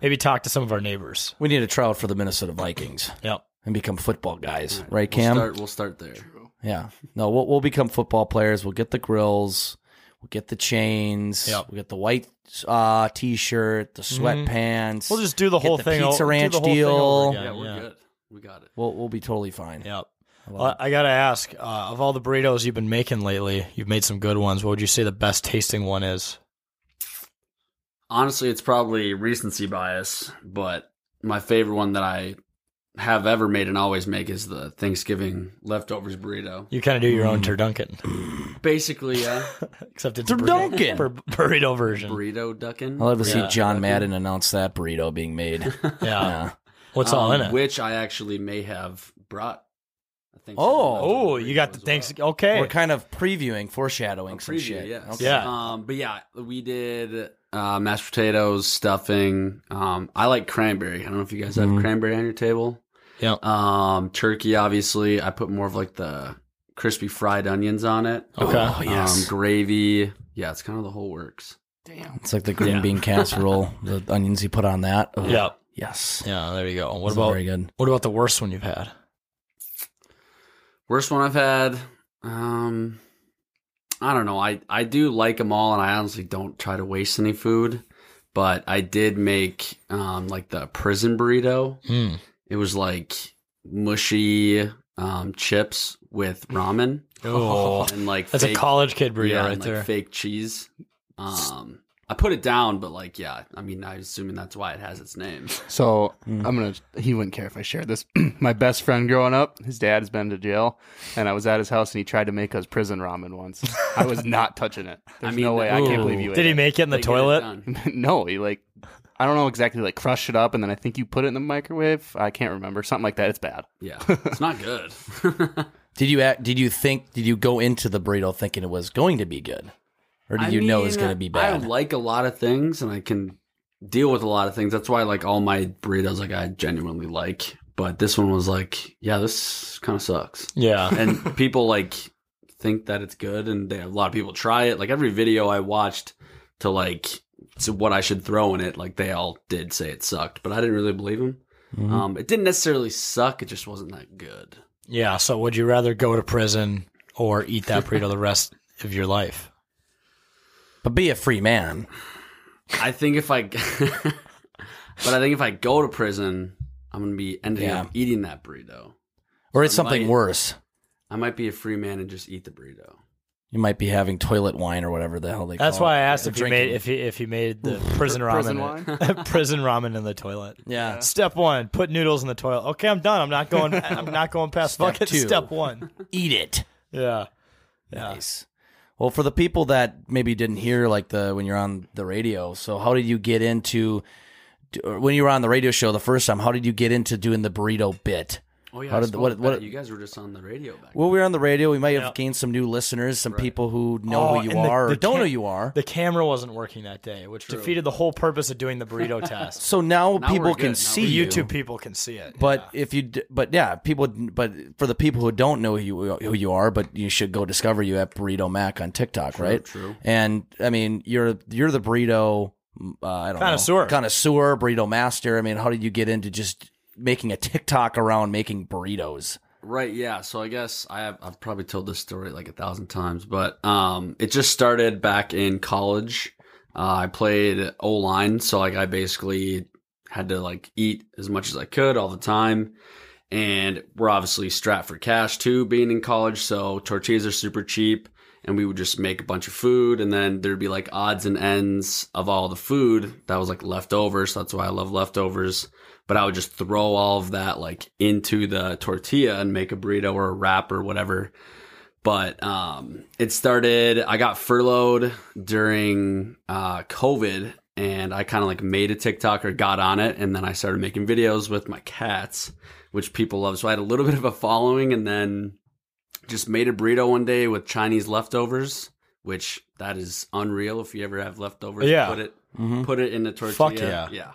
[SPEAKER 2] Maybe talk to some of our neighbors.
[SPEAKER 1] We need to try out for the Minnesota Vikings.
[SPEAKER 2] Yep.
[SPEAKER 1] And become football guys, right,
[SPEAKER 13] We'll
[SPEAKER 1] Cam?
[SPEAKER 13] start, we'll start there.
[SPEAKER 1] Yeah. No, we'll, we'll become football players. We'll get the grills. We get the chains. We get the white uh, t-shirt, the
[SPEAKER 2] Mhm.
[SPEAKER 1] sweatpants.
[SPEAKER 2] We'll just do the
[SPEAKER 1] get
[SPEAKER 2] whole
[SPEAKER 1] the
[SPEAKER 2] thing o- do
[SPEAKER 1] Pizza
[SPEAKER 2] the
[SPEAKER 1] Ranch
[SPEAKER 2] whole thing
[SPEAKER 1] deal.
[SPEAKER 2] over again,
[SPEAKER 13] Oh, Yeah, we're
[SPEAKER 2] yeah.
[SPEAKER 13] good. We got it.
[SPEAKER 1] We'll we'll be totally fine.
[SPEAKER 2] Yep.
[SPEAKER 1] I love
[SPEAKER 2] Well, I gotta ask, uh, of all the burritos you've been making lately, you've made some good ones. What would you say the best tasting one is?
[SPEAKER 13] Honestly, it's probably recency bias, but my favorite one that I have ever made and always make is the Thanksgiving leftovers burrito.
[SPEAKER 2] You kind of do your own turdunkin,
[SPEAKER 13] Basically, yeah.
[SPEAKER 2] except it's
[SPEAKER 1] Turdunkin!
[SPEAKER 2] burrito, bur- burrito version.
[SPEAKER 13] Burrito ducking.
[SPEAKER 1] I love to see
[SPEAKER 13] Yeah.
[SPEAKER 1] John Madden announce that burrito being made. yeah.
[SPEAKER 2] What's all in it?
[SPEAKER 13] um, Which I actually may have brought. I think
[SPEAKER 1] Oh,
[SPEAKER 2] oh, you got the thanks. Okay,
[SPEAKER 1] We're kind of previewing, foreshadowing some shit.
[SPEAKER 13] Yes.
[SPEAKER 1] Okay.
[SPEAKER 13] Um, but yeah, we did uh, mashed potatoes, stuffing. Um, I like cranberry. I don't know if you guys have
[SPEAKER 2] Mhm.
[SPEAKER 13] cranberry on your table.
[SPEAKER 2] Yeah.
[SPEAKER 13] Um, turkey, obviously. I put more of like the crispy fried onions on it.
[SPEAKER 1] Okay. Oh, yes.
[SPEAKER 13] Um, gravy. Yeah, it's kind of the whole works.
[SPEAKER 1] It's like the green
[SPEAKER 13] Yeah.
[SPEAKER 1] bean casserole, the onions you put on that. Ugh.
[SPEAKER 2] Yeah.
[SPEAKER 1] Yes.
[SPEAKER 2] Yeah. There you go. What
[SPEAKER 1] It's
[SPEAKER 2] about
[SPEAKER 1] very good.
[SPEAKER 2] what about the worst one you've had?
[SPEAKER 13] Worst one I've had. Um, I don't know. I I do like them all, and I honestly don't try to waste any food. But I did make um like the prison burrito.
[SPEAKER 2] Mm.
[SPEAKER 13] It was like mushy um chips with ramen.
[SPEAKER 2] Oh.
[SPEAKER 13] and like
[SPEAKER 2] That's a college kid burrito
[SPEAKER 13] and,
[SPEAKER 2] right
[SPEAKER 13] like,
[SPEAKER 2] there.
[SPEAKER 13] Fake cheese. Um, I put it down, but like, yeah. I mean, I'm assuming that's why it has its name.
[SPEAKER 12] So I'm gonna. He wouldn't care if I shared this. My best friend growing up, his dad has been to jail, and I was at his house, and he tried to make us prison ramen once. I was not touching it. There's
[SPEAKER 13] mean,
[SPEAKER 12] no way. I can't
[SPEAKER 13] ooh.
[SPEAKER 12] believe you.
[SPEAKER 2] Did
[SPEAKER 12] ate
[SPEAKER 2] he make it in the
[SPEAKER 12] They get
[SPEAKER 2] toilet?
[SPEAKER 12] no, he like. I don't know exactly. Like crushed it up, and then I think you put it in the microwave. I can't remember something like that. It's bad.
[SPEAKER 13] Yeah, it's not good.
[SPEAKER 1] Did you act, did you think did you go into the burrito thinking it was going to be good, or did
[SPEAKER 13] I
[SPEAKER 1] you know it was
[SPEAKER 13] mean,
[SPEAKER 1] going to be bad?
[SPEAKER 13] I like a lot of things, and I can deal with a lot of things. That's why, like, all my burritos, like, I genuinely like. But this one was like, yeah, this kind of sucks.
[SPEAKER 2] Yeah.
[SPEAKER 13] and people like think that it's good, and they, a lot of people try it. Like every video I watched to like to what I should throw in it, like they all did say it sucked, but I didn't really believe them.
[SPEAKER 1] Mm-hmm.
[SPEAKER 2] Mhm.
[SPEAKER 13] Um, it didn't necessarily suck; it just wasn't that good.
[SPEAKER 2] Yeah. So would you rather go to prison or eat that burrito the rest of your life?
[SPEAKER 1] But be a free man.
[SPEAKER 13] I think if I, but I think if I go to prison, I'm gonna be ending up eating that burrito,
[SPEAKER 1] or it's
[SPEAKER 13] I
[SPEAKER 1] something
[SPEAKER 13] might-
[SPEAKER 1] worse.
[SPEAKER 13] I might be a free man and just eat the burrito.
[SPEAKER 1] You might be having toilet wine or whatever the hell they.
[SPEAKER 2] That's
[SPEAKER 1] call
[SPEAKER 2] why
[SPEAKER 1] it.
[SPEAKER 2] I asked
[SPEAKER 1] Or
[SPEAKER 2] if you
[SPEAKER 1] Oh, drinking.
[SPEAKER 2] made if he if he made the prison
[SPEAKER 1] Prison
[SPEAKER 2] ramen prison ramen in the toilet.
[SPEAKER 1] Yeah.
[SPEAKER 2] Step one: put noodles in the toilet. Okay, I'm done. I'm not going. I'm not going past
[SPEAKER 1] Step
[SPEAKER 2] fucking
[SPEAKER 1] two.
[SPEAKER 2] step one.
[SPEAKER 1] Eat it.
[SPEAKER 2] Yeah.
[SPEAKER 1] Nice. Well, for the people that maybe didn't hear, like the when you're on the radio, so how did you get into d- or when you were on the radio show the first time? How did you get into doing the burrito bit?
[SPEAKER 13] Oh yeah,
[SPEAKER 1] How
[SPEAKER 13] I
[SPEAKER 1] did the-
[SPEAKER 13] spoke
[SPEAKER 1] what,
[SPEAKER 13] about
[SPEAKER 1] what,
[SPEAKER 13] it. you guys were just on the radio back.
[SPEAKER 1] well, we were on the radio. We might have gained some new listeners, some people who know
[SPEAKER 2] Oh,
[SPEAKER 1] who you
[SPEAKER 2] and the-
[SPEAKER 1] are or
[SPEAKER 2] the
[SPEAKER 1] don't
[SPEAKER 2] ca-
[SPEAKER 1] know who you are.
[SPEAKER 2] The camera wasn't working that day, which
[SPEAKER 1] True.
[SPEAKER 2] defeated the whole purpose of doing the burrito test.
[SPEAKER 1] So now,
[SPEAKER 2] Now
[SPEAKER 1] people
[SPEAKER 2] we're
[SPEAKER 1] can
[SPEAKER 2] good. Now
[SPEAKER 1] see
[SPEAKER 2] we're
[SPEAKER 1] you.
[SPEAKER 2] good. YouTube people can see it,
[SPEAKER 1] But if you, d- but yeah, people. But for the people who don't know who you, who you are, but you should go discover you at Burrito Mac on TikTok, right?
[SPEAKER 13] true.
[SPEAKER 1] And I mean, you're you're the burrito. Uh, I don't
[SPEAKER 2] Connoisseur.
[SPEAKER 1] know, connoisseur, burrito master. I mean, how did you get into just making a TikTok around making burritos?
[SPEAKER 13] Right, yeah. So I guess I have I've probably told this story like a thousand times, but um it just started back in college. Uh, I played O line, so like I basically had to like eat as much as I could all the time. And we're obviously strapped for cash too, being in college, so tortillas are super cheap and we would just make a bunch of food and then there'd be like odds and ends of all the food that was like leftovers so that's why i love leftovers but i would just throw all of that like into the tortilla and make a burrito or a wrap or whatever but um it started i got furloughed during uh covid and i kind of like made a tiktok or got on it and then i started making videos with my cats which people love so i had a little bit of a following and then just made a burrito one day with Chinese leftovers, which that is unreal. If you ever have leftovers,
[SPEAKER 2] Yeah.
[SPEAKER 13] put it
[SPEAKER 2] Mhm.
[SPEAKER 13] put it in a tortilla.
[SPEAKER 2] Fuck yeah.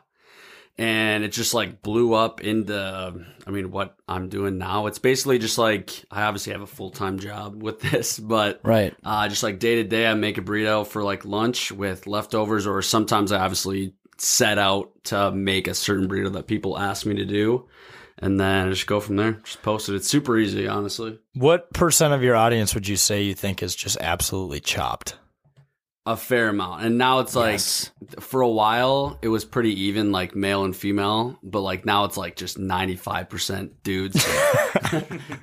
[SPEAKER 13] And it just like blew up into I mean what I'm doing now. It's basically just like I obviously have a full time job with this, but
[SPEAKER 1] Right.
[SPEAKER 13] uh, just like day to day, I make a burrito for like lunch with leftovers, or sometimes I obviously set out to make a certain burrito that people ask me to do, and then I just go from there. Just post it. It's super easy, honestly.
[SPEAKER 2] what percent of your audience would you say you think is just absolutely chopped?
[SPEAKER 13] a fair amount. And now it's like for a while it was pretty even like male and female, but like now it's like just 95% dudes.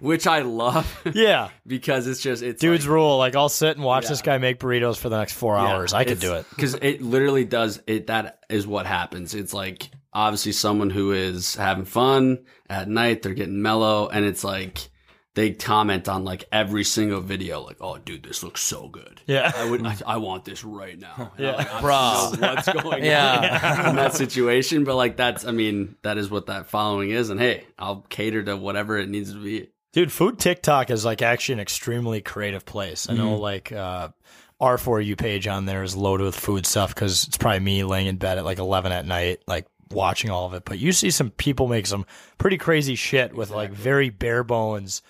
[SPEAKER 13] which I love.
[SPEAKER 2] Yeah.
[SPEAKER 13] because it's just it's
[SPEAKER 2] Dudes rule. Like I'll sit and watch this guy make burritos for the next four hours. I could do it.
[SPEAKER 13] because it literally does it. That is what happens. It's like obviously someone who is having fun at night. They're getting mellow, and it's like they comment on like every single video. Like, oh, dude, this looks so good.
[SPEAKER 2] Yeah.
[SPEAKER 13] I would. I, I want this right now. And
[SPEAKER 2] Yeah.
[SPEAKER 13] I'm like, I
[SPEAKER 2] Bro.
[SPEAKER 13] don't know what's going
[SPEAKER 2] Yeah.
[SPEAKER 13] on in that situation? But like that's. I mean, that is what that following is. And hey, I'll cater to whatever it needs to be.
[SPEAKER 2] Dude, food TikTok is like actually an extremely creative place. I know
[SPEAKER 13] Mhm.
[SPEAKER 2] like uh our for you page on there is loaded with food stuff because it's probably me laying in bed at like eleven at night, like watching all of it. But you see some people make some pretty crazy shit with like very bare bones.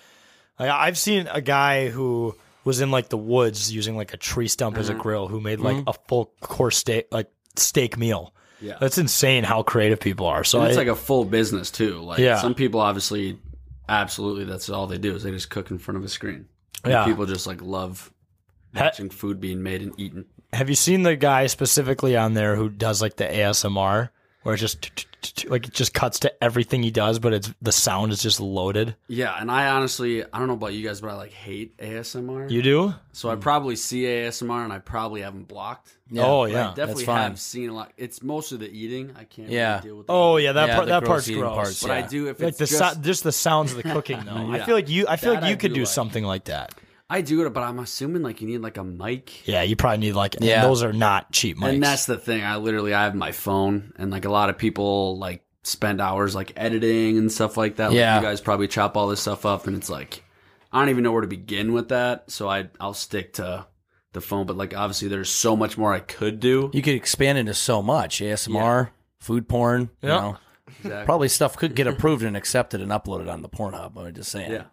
[SPEAKER 2] Like I've seen a guy who was in like the woods using like a tree stump as a
[SPEAKER 13] Mhm.
[SPEAKER 2] grill who made like
[SPEAKER 13] Mhm.
[SPEAKER 2] a full course steak like steak meal.
[SPEAKER 13] Yeah.
[SPEAKER 2] That's insane how creative people are. So
[SPEAKER 13] So it's
[SPEAKER 2] I-
[SPEAKER 13] like a full business too. Like
[SPEAKER 2] Yeah.
[SPEAKER 13] some people obviously absolutely that's all they do is they just cook in front of a screen. And
[SPEAKER 2] Yeah.
[SPEAKER 13] People just like love watching food being made and eaten.
[SPEAKER 2] Have you seen the guy specifically on there who does like the ASMR where it just t- t- t- like it just cuts to everything he does, but it's the sound is just loaded?
[SPEAKER 13] Yeah, and I honestly I don't know about you guys, but I like hate ASMR.
[SPEAKER 2] You do?
[SPEAKER 13] So I probably see ASMR and I probably haven't blocked.
[SPEAKER 2] Yeah. Oh,
[SPEAKER 13] But
[SPEAKER 2] yeah,
[SPEAKER 13] I definitely
[SPEAKER 2] that's fine.
[SPEAKER 13] have seen a lot. It's most of the eating. I can't.
[SPEAKER 1] Yeah.
[SPEAKER 13] Really deal with
[SPEAKER 2] Oh yeah, that
[SPEAKER 1] Yeah,
[SPEAKER 2] part
[SPEAKER 1] the
[SPEAKER 2] that
[SPEAKER 1] gross
[SPEAKER 2] part's
[SPEAKER 1] eating
[SPEAKER 2] gross.
[SPEAKER 1] parts,
[SPEAKER 13] But I yeah. do if
[SPEAKER 2] like
[SPEAKER 13] it's
[SPEAKER 2] the
[SPEAKER 13] just-
[SPEAKER 2] so- just the sounds of the cooking though. I
[SPEAKER 13] Yeah.
[SPEAKER 2] feel like you I feel
[SPEAKER 13] That
[SPEAKER 2] like you
[SPEAKER 13] I
[SPEAKER 2] could
[SPEAKER 13] do
[SPEAKER 2] do
[SPEAKER 13] like.
[SPEAKER 2] something like that.
[SPEAKER 13] I do it, but I'm assuming like you need like a mic.
[SPEAKER 2] Yeah, you probably need like
[SPEAKER 13] Yeah.
[SPEAKER 2] those are not cheap mics.
[SPEAKER 13] And that's the thing. I literally I have my phone, and like a lot of people like spend hours like editing and stuff like that. Like,
[SPEAKER 1] Yeah.
[SPEAKER 13] you guys probably chop all this stuff up, and it's like I don't even know where to begin with that. So I I'll stick to the phone. But like obviously, there's so much more I could do.
[SPEAKER 1] You could expand into so much ASMR, food porn. You
[SPEAKER 13] Yeah.
[SPEAKER 1] know,
[SPEAKER 13] Exactly.
[SPEAKER 1] probably stuff could get approved and accepted and uploaded on the Pornhub. I'm just saying.
[SPEAKER 13] Yeah.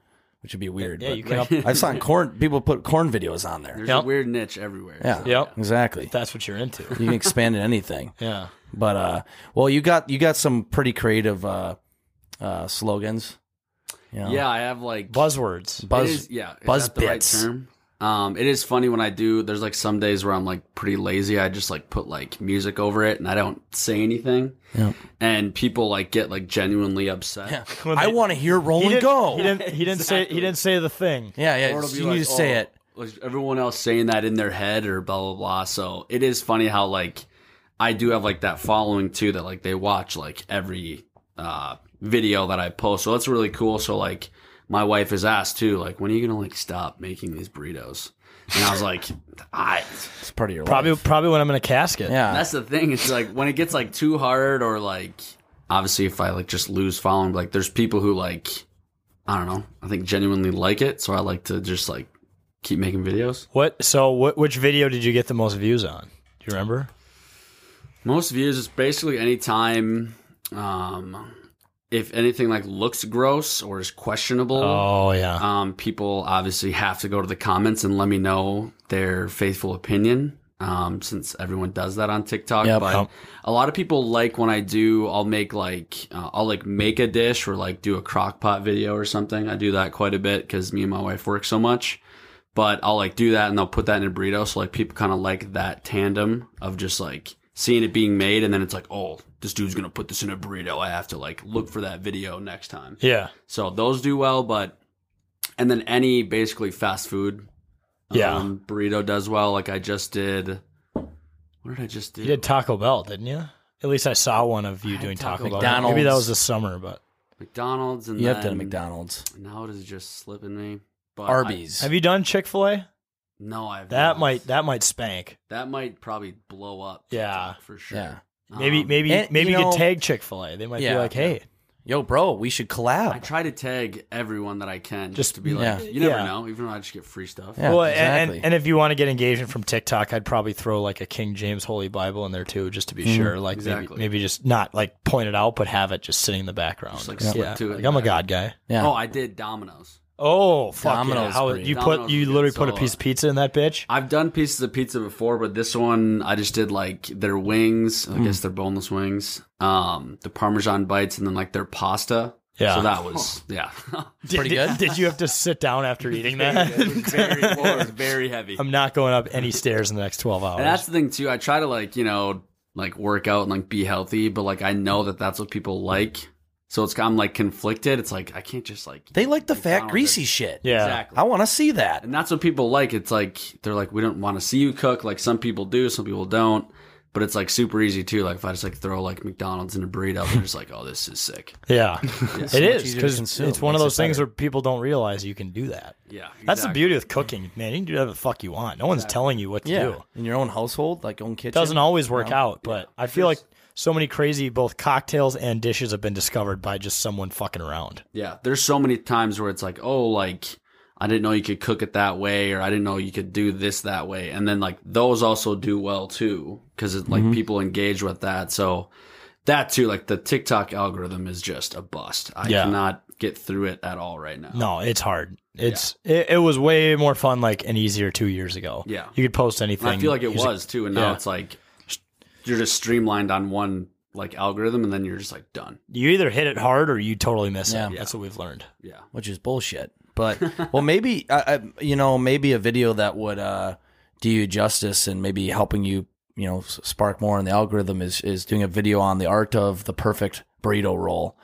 [SPEAKER 1] Which would be weird.
[SPEAKER 13] Yeah,
[SPEAKER 1] but-
[SPEAKER 13] you can up-
[SPEAKER 1] I've seen corn. People put corn videos on there.
[SPEAKER 13] There's a weird niche everywhere.
[SPEAKER 1] Yeah.
[SPEAKER 13] So,
[SPEAKER 1] Exactly.
[SPEAKER 2] that's what you're into.
[SPEAKER 1] You can expand in anything.
[SPEAKER 2] Yeah.
[SPEAKER 1] But uh, well, you got you got some pretty creative uh, uh, slogans. you know?
[SPEAKER 13] Yeah, I have like
[SPEAKER 2] buzzwords.
[SPEAKER 1] Buzz.
[SPEAKER 13] It is- yeah, is
[SPEAKER 1] Buzz
[SPEAKER 13] that the right
[SPEAKER 1] bits.
[SPEAKER 13] term? Um, it is funny when I do. There's like some days where I'm like pretty lazy. I just like put like music over it and I don't say anything.
[SPEAKER 1] Yeah.
[SPEAKER 13] And people like get like genuinely upset.
[SPEAKER 1] I want to hear roll and go.
[SPEAKER 2] He didn't he didn't say he didn't say the thing.
[SPEAKER 1] Yeah, yeah.
[SPEAKER 13] Or it'll
[SPEAKER 1] just-
[SPEAKER 13] be
[SPEAKER 1] you
[SPEAKER 13] like,
[SPEAKER 1] need to say
[SPEAKER 13] oh,
[SPEAKER 1] it.
[SPEAKER 13] was everyone else saying that in their head or blah blah blah. So it is funny how like I do have like that following too that like they watch like every uh video that I post. So that's really cool. So like my wife is asked too, like, when are you gonna like stop making these burritos? And I was like, I
[SPEAKER 1] It's part of your
[SPEAKER 2] Probably probably when I'm in a casket.
[SPEAKER 13] that's the thing. It's like when it gets like too hard or like obviously if I like just lose following, like there's people who like I don't know, I think genuinely like it. So I like to just like keep making videos.
[SPEAKER 2] What so what which video did you get the most views on? Do you remember?
[SPEAKER 13] Most views is basically any time um if anything like looks gross or is questionable.
[SPEAKER 2] Oh, yeah.
[SPEAKER 13] Um people obviously have to go to the comments and let me know their faithful opinion. Um, since everyone does that on TikTok,
[SPEAKER 1] Yep.
[SPEAKER 13] but
[SPEAKER 1] Yep.
[SPEAKER 13] a lot of people like when I do, I'll make like, uh, I'll like make a dish or like do a crock pot video or something. I do that quite a bit because me and my wife work so much, but I'll like do that and I'll put that in a burrito. So like people kind of like that tandem of just like seeing it being made. And then it's like, oh, this dude's going to put this in a burrito. I have to like look for that video next time.
[SPEAKER 2] Yeah.
[SPEAKER 13] So those do well, but, and then any basically fast food.
[SPEAKER 2] Yeah.
[SPEAKER 13] um, burrito does well. Like I just did. What did I just do?
[SPEAKER 2] You did Taco Bell, didn't you? At least I saw one of you doing Taco, Bell.
[SPEAKER 13] Taco Bell.
[SPEAKER 2] Maybe that was this summer, but
[SPEAKER 13] McDonald's and
[SPEAKER 2] You have
[SPEAKER 13] then,
[SPEAKER 2] done a McDonald's.
[SPEAKER 13] Now it is just slipping me. But I-
[SPEAKER 1] Arby's.
[SPEAKER 2] Have you done Chick Fil A?
[SPEAKER 13] no, I've
[SPEAKER 2] That
[SPEAKER 13] not.
[SPEAKER 2] might that might spank.
[SPEAKER 13] that might probably blow up.
[SPEAKER 2] Yeah,
[SPEAKER 13] for sure.
[SPEAKER 1] Yeah.
[SPEAKER 2] Maybe
[SPEAKER 13] Um,
[SPEAKER 2] maybe
[SPEAKER 1] and,
[SPEAKER 2] maybe
[SPEAKER 1] you
[SPEAKER 2] you, could
[SPEAKER 1] know-
[SPEAKER 2] tag Chick Fil A. They might be
[SPEAKER 13] Yeah.
[SPEAKER 2] like, hey,
[SPEAKER 1] yo, bro, we should collab.
[SPEAKER 13] I try to tag everyone that I can just,
[SPEAKER 2] Just-
[SPEAKER 13] to be like,
[SPEAKER 2] yeah.
[SPEAKER 13] you never
[SPEAKER 2] Yeah.
[SPEAKER 13] know. Even though I just get free stuff.
[SPEAKER 2] well, and- and, and if you want to get engagement from TikTok, I'd probably throw like a King James Holy Bible in there too, just to be
[SPEAKER 13] Mhm.
[SPEAKER 2] sure. Like maybe-
[SPEAKER 13] Exactly.
[SPEAKER 2] maybe, just not like point it out, but have it just sitting in the background.
[SPEAKER 13] Just, like,
[SPEAKER 2] yeah.
[SPEAKER 13] slip to it
[SPEAKER 2] Like,
[SPEAKER 13] in
[SPEAKER 2] I'm
[SPEAKER 13] the
[SPEAKER 2] a God guy.
[SPEAKER 13] Oh, I did Domino's.
[SPEAKER 2] Oh, fuck yeah.
[SPEAKER 13] Domino's
[SPEAKER 2] How-
[SPEAKER 13] breed.
[SPEAKER 2] you put
[SPEAKER 13] Domino's
[SPEAKER 2] you
[SPEAKER 13] is good.
[SPEAKER 2] literally put a
[SPEAKER 13] So,
[SPEAKER 2] piece of pizza in that bitch.
[SPEAKER 13] I've done pieces of pizza before, but this one I just did like their wings. I
[SPEAKER 2] Mm.
[SPEAKER 13] guess their boneless wings, um, the Parmesan bites, and then like their pasta.
[SPEAKER 2] Yeah.
[SPEAKER 13] So that was yeah.
[SPEAKER 2] Did- Did, did you have to sit down after eating that?
[SPEAKER 13] It was very, it was very heavy.
[SPEAKER 2] I'm not going up any stairs in the next 12 hours.
[SPEAKER 13] And that's the thing too. I try to like you know like work out and like be healthy, but like I know that that's what people like. So it's I'm like conflicted. It's like I can't just like
[SPEAKER 1] They like the fat, greasy shit.
[SPEAKER 13] exactly.
[SPEAKER 1] I want to see that,
[SPEAKER 13] and that's what people like. It's like they're like we don't want to see you cook. Like some people do, some people don't. But it's like super easy too. Like if I just like throw like McDonald's in a burrito, they're just like, oh, this is sick.
[SPEAKER 2] Yeah,
[SPEAKER 13] Yeah.
[SPEAKER 2] it
[SPEAKER 13] So much
[SPEAKER 2] is
[SPEAKER 13] easier to
[SPEAKER 2] because
[SPEAKER 13] consume.
[SPEAKER 2] it's one of
[SPEAKER 13] Makes it
[SPEAKER 2] those things where people don't realize you can do that.
[SPEAKER 13] Yeah,
[SPEAKER 2] that's the
[SPEAKER 1] exactly.
[SPEAKER 2] beauty with cooking, man. You can do whatever the fuck you want. No one's telling you what to
[SPEAKER 1] yeah,
[SPEAKER 2] do.
[SPEAKER 1] in your own household, like your own kitchen.
[SPEAKER 2] It doesn't always work
[SPEAKER 1] No.
[SPEAKER 2] out, but I feel like so many crazy both cocktails and dishes have been discovered by just someone fucking around.
[SPEAKER 13] Yeah, there's so many times where it's like, oh, like I didn't know you could cook it that way, or I didn't know you could do this that way, and then like those also do well too because like
[SPEAKER 2] Mm-hmm.
[SPEAKER 11] Mhm.
[SPEAKER 13] people engage with that. So that too, like the TikTok algorithm is just a bust. I
[SPEAKER 2] Yeah.
[SPEAKER 13] cannot get through it at all right now.
[SPEAKER 2] No, it's hard. It's it, it was way more fun like and easier two years ago.
[SPEAKER 13] Yeah.
[SPEAKER 2] you could post
[SPEAKER 13] And
[SPEAKER 2] anything.
[SPEAKER 13] I feel like it
[SPEAKER 2] use a-
[SPEAKER 13] was too, and now
[SPEAKER 2] Yeah.
[SPEAKER 13] it's like you're just streamlined on one like algorithm, and then you're just like done.
[SPEAKER 2] you either hit it hard or you totally miss
[SPEAKER 1] Yeah.
[SPEAKER 2] it. That's what we've learned.
[SPEAKER 13] Yeah,
[SPEAKER 1] which is bullshit. But well, maybe I, I, you know, maybe a video that would uh, do you justice and maybe helping you, you know, s- spark more in the algorithm is is doing a video on the art of the perfect burrito roll,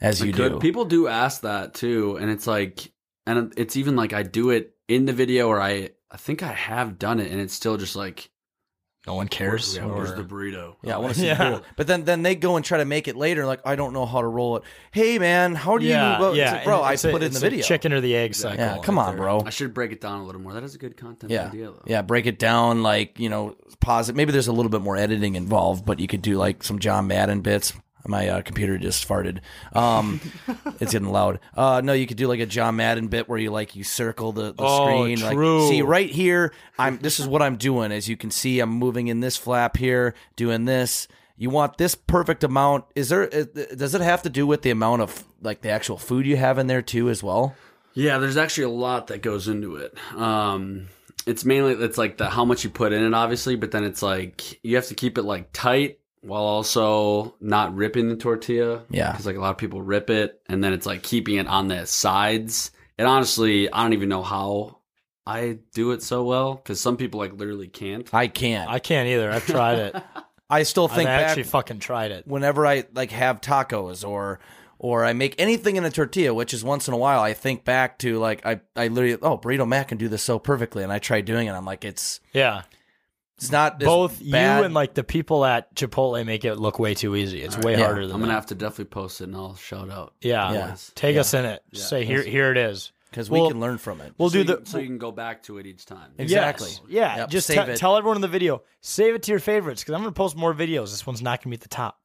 [SPEAKER 1] as
[SPEAKER 13] I
[SPEAKER 1] you
[SPEAKER 13] could-
[SPEAKER 1] do.
[SPEAKER 13] People do ask that too, and it's like, and it's even like I do it in the video, or I, I think I have done it, and it's still just like
[SPEAKER 2] no one
[SPEAKER 1] cares,
[SPEAKER 13] Where's, yeah, where's
[SPEAKER 1] or-
[SPEAKER 13] the burrito?
[SPEAKER 1] Yeah, I want to see the roll. But then then they go and try to make it later. Like I don't know how to roll it. Hey man, how do you? Well, it's like, bro, I
[SPEAKER 2] and it's
[SPEAKER 1] put
[SPEAKER 2] a-
[SPEAKER 1] it in
[SPEAKER 2] it's
[SPEAKER 1] the
[SPEAKER 2] a
[SPEAKER 1] video.
[SPEAKER 2] Chicken or the egg cycle.
[SPEAKER 1] Yeah, come on, bro.
[SPEAKER 13] I should break it down a little more. That is a good content
[SPEAKER 1] Yeah,
[SPEAKER 13] idea, though.
[SPEAKER 1] yeah. Break it down, like you know, pause it. Maybe there's a little bit more editing involved, but you could do like some John Madden bits. My uh, computer just farted. Um, it's getting loud. Uh, no, you could do like a John Madden bit where you like you circle the, the
[SPEAKER 2] Oh,
[SPEAKER 1] screen.
[SPEAKER 2] true.
[SPEAKER 1] Like, see right here, I'm. This is what I'm doing. As you can see, I'm moving in this flap here, doing this. You want this perfect amount. Is there? Is, does it have to do with the amount of like the actual food you have in there too, as well?
[SPEAKER 13] Yeah, there's actually a lot that goes into it. Um, it's mainly it's like the how much you put in it, obviously, but then it's like you have to keep it like tight while also not ripping the tortilla.
[SPEAKER 1] Yeah.
[SPEAKER 13] because like a lot of people rip it, and then it's like keeping it on the sides. And honestly, I don't even know how I do it so well because some people like literally can't.
[SPEAKER 1] I can't.
[SPEAKER 2] I can't either. I've tried it.
[SPEAKER 1] I still think
[SPEAKER 2] I've
[SPEAKER 1] back-
[SPEAKER 2] actually fucking tried it.
[SPEAKER 1] whenever I like have tacos or or I make anything in a tortilla, which is once in a while, I think back to like I I literally oh burrito mac can do this so perfectly, and I try doing it. I'm like it's
[SPEAKER 2] Yeah.
[SPEAKER 1] it's not as
[SPEAKER 2] Both you
[SPEAKER 1] bad.
[SPEAKER 2] and like the people at Chipotle make it look way too easy. It's way
[SPEAKER 1] Yeah.
[SPEAKER 2] harder than
[SPEAKER 13] I'm gonna
[SPEAKER 2] that.
[SPEAKER 13] have to definitely post it and I'll shout out.
[SPEAKER 2] yeah. Take us in it. Say here here it is.
[SPEAKER 1] 'Cause we can learn from it.
[SPEAKER 2] We'll
[SPEAKER 13] So
[SPEAKER 2] do
[SPEAKER 13] you
[SPEAKER 2] the
[SPEAKER 13] can- so you can go back to it each time.
[SPEAKER 2] Exactly. Yeah.
[SPEAKER 1] Yep,
[SPEAKER 2] Just
[SPEAKER 1] save
[SPEAKER 2] te-
[SPEAKER 1] it.
[SPEAKER 2] tell everyone in the video. Save it to your favorites because I'm going to post more videos. This one's not going to be at the top.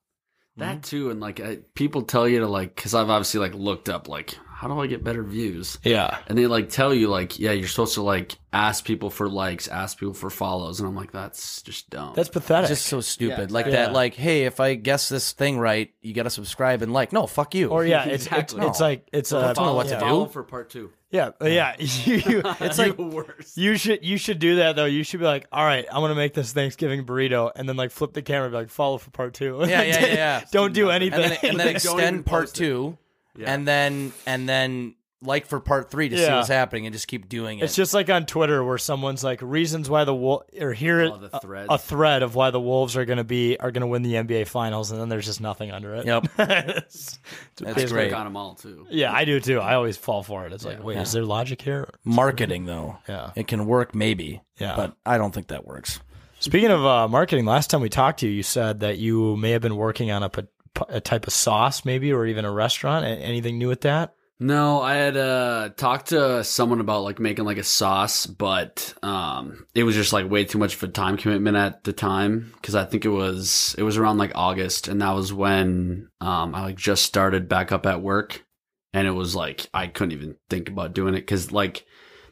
[SPEAKER 1] Mm-hmm.
[SPEAKER 13] That too, and like I, people tell you to like, because I've obviously like looked up like, how do I get better views?
[SPEAKER 2] Yeah,
[SPEAKER 13] and they like tell you like, yeah, you're supposed to like ask people for likes, ask people for follows, and I'm like, that's just dumb.
[SPEAKER 2] That's pathetic.
[SPEAKER 1] Just so stupid.
[SPEAKER 13] Yeah,
[SPEAKER 1] like
[SPEAKER 13] exactly.
[SPEAKER 1] that,
[SPEAKER 13] Yeah.
[SPEAKER 1] like, hey, if I guess this thing right, you gotta subscribe and like. No, fuck you.
[SPEAKER 2] Or, yeah, it's- it's- Exactly. it's like- it's,
[SPEAKER 1] I
[SPEAKER 2] uh,
[SPEAKER 1] don't know what
[SPEAKER 2] yeah.
[SPEAKER 1] to
[SPEAKER 13] Follow
[SPEAKER 1] do.
[SPEAKER 13] for part two.
[SPEAKER 2] Yeah, uh, yeah. You- you-
[SPEAKER 13] It's
[SPEAKER 2] you-
[SPEAKER 13] like the worst.
[SPEAKER 2] You should you should do that though. You should be like, all right, I'm gonna make this Thanksgiving burrito, and then like flip the camera, and be like, follow for part two.
[SPEAKER 1] Yeah, yeah, yeah, yeah.
[SPEAKER 2] Don't do anything.
[SPEAKER 1] and then, and then extend part two,
[SPEAKER 13] Yeah.
[SPEAKER 1] and then and then like for part three to see
[SPEAKER 2] Yeah.
[SPEAKER 1] what's happening and just keep doing it.
[SPEAKER 2] It's just like on Twitter where someone's like reasons why the wolf or here
[SPEAKER 13] Oh, the
[SPEAKER 2] a-
[SPEAKER 13] thread.
[SPEAKER 2] A, thread of why the Wolves are going to be are going to win the NBA finals and then there's just nothing under it.
[SPEAKER 1] Yep.
[SPEAKER 2] It's- it's
[SPEAKER 13] That's
[SPEAKER 2] basically-
[SPEAKER 13] great. on them all too.
[SPEAKER 2] Yeah, I do too. I always fall for it. It's like, wait, is there logic here?
[SPEAKER 1] marketing though.
[SPEAKER 2] Yeah.
[SPEAKER 1] It can work maybe.
[SPEAKER 2] Yeah.
[SPEAKER 1] But I don't think that works.
[SPEAKER 2] Speaking of uh, marketing, last time we talked to you, you said that you may have been working on a, pa- pa- a type of sauce, maybe, or even a restaurant. A- Anything new with that?
[SPEAKER 13] No, I had uh, talked to someone about like making like a sauce, but um, it was just like way too much of a time commitment at the time because I think it was it was around like August, and that was when um, I like just started back up at work, and it was like I couldn't even think about doing it because like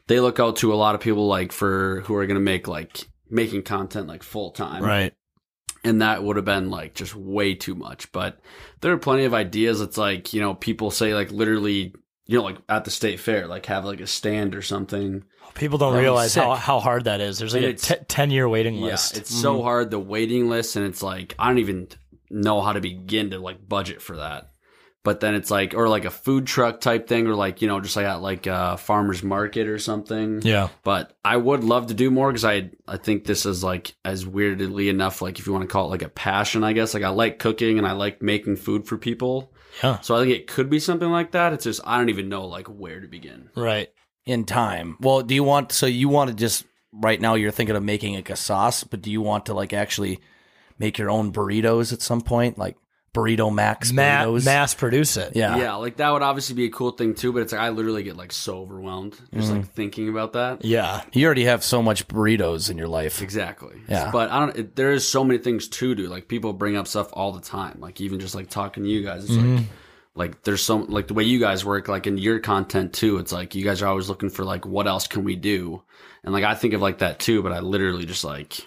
[SPEAKER 13] they look out to a lot of people like for who are gonna make like making content like full time, and that would have been like just way too much. But there are plenty of ideas. It's like you know, people say like literally, you know, like at the state fair, like have like a stand or something.
[SPEAKER 2] People don't
[SPEAKER 13] That'd be
[SPEAKER 2] realize how,
[SPEAKER 13] sick.
[SPEAKER 2] how hard that is. There's like
[SPEAKER 13] And
[SPEAKER 2] a
[SPEAKER 13] it's-
[SPEAKER 2] te- 10 year waiting
[SPEAKER 13] Yeah,
[SPEAKER 2] list. Mm-hmm.
[SPEAKER 13] it's so hard the waiting list, and it's like I don't even know how to begin to like budget for that. But then it's like, or like a food truck type thing, or like you know, just like at like a farmer's market or something.
[SPEAKER 2] Yeah.
[SPEAKER 13] But I would love to do more because I I think this is like as weirdly enough, like if you want to call it like a passion, I guess. Like I like cooking and I like making food for people.
[SPEAKER 2] Yeah.
[SPEAKER 13] So I think it could be something like that. It's just I don't even know like where to begin.
[SPEAKER 2] Right.
[SPEAKER 1] In time. Well, do you want so you want to just right now you're thinking of making like a sauce, but do you want to like actually make your own burritos at some point? Like burrito max
[SPEAKER 2] Ma-
[SPEAKER 1] burritos?
[SPEAKER 2] mass produce it.
[SPEAKER 1] Yeah.
[SPEAKER 13] Yeah, like that would obviously be a cool thing too, but it's like I literally get like so overwhelmed just
[SPEAKER 1] Mhm.
[SPEAKER 13] like thinking about that.
[SPEAKER 2] Yeah.
[SPEAKER 1] You already have so much burritos in your life.
[SPEAKER 13] Exactly.
[SPEAKER 1] Yeah.
[SPEAKER 13] But I don't it, there is so many things to do. Like people bring up stuff all the time. Like even just like talking to you guys. It's
[SPEAKER 2] Mhm.
[SPEAKER 13] like like there's some like the way you guys work like in your content too. It's like you guys are always looking for like what else can we do? And like I think of like that too, but I literally just like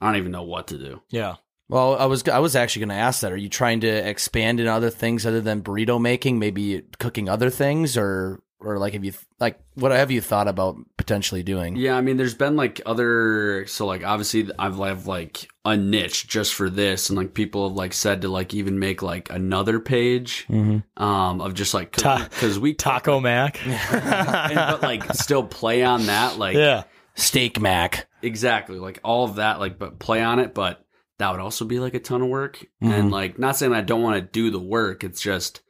[SPEAKER 13] I don't even know what to do.
[SPEAKER 2] Yeah.
[SPEAKER 1] Well, I was I was actually going to ask that. Are you trying to expand in other things other than burrito making? Maybe cooking other things, or or like have you like what have you thought about potentially doing?
[SPEAKER 13] Yeah, I mean, there's been like other, so like obviously I've have like a niche just for this, and like people have like said to like even make like another page
[SPEAKER 1] Mm-hmm.
[SPEAKER 13] um of just like because we
[SPEAKER 2] taco mac,
[SPEAKER 13] and, but like still play on that like
[SPEAKER 2] Yeah.
[SPEAKER 1] steak mac
[SPEAKER 13] exactly like all of that like but play on it, but that would also be like a ton of work
[SPEAKER 1] Mhm.
[SPEAKER 2] Mm-hmm.
[SPEAKER 13] and like not saying I don't want to do the work, it's just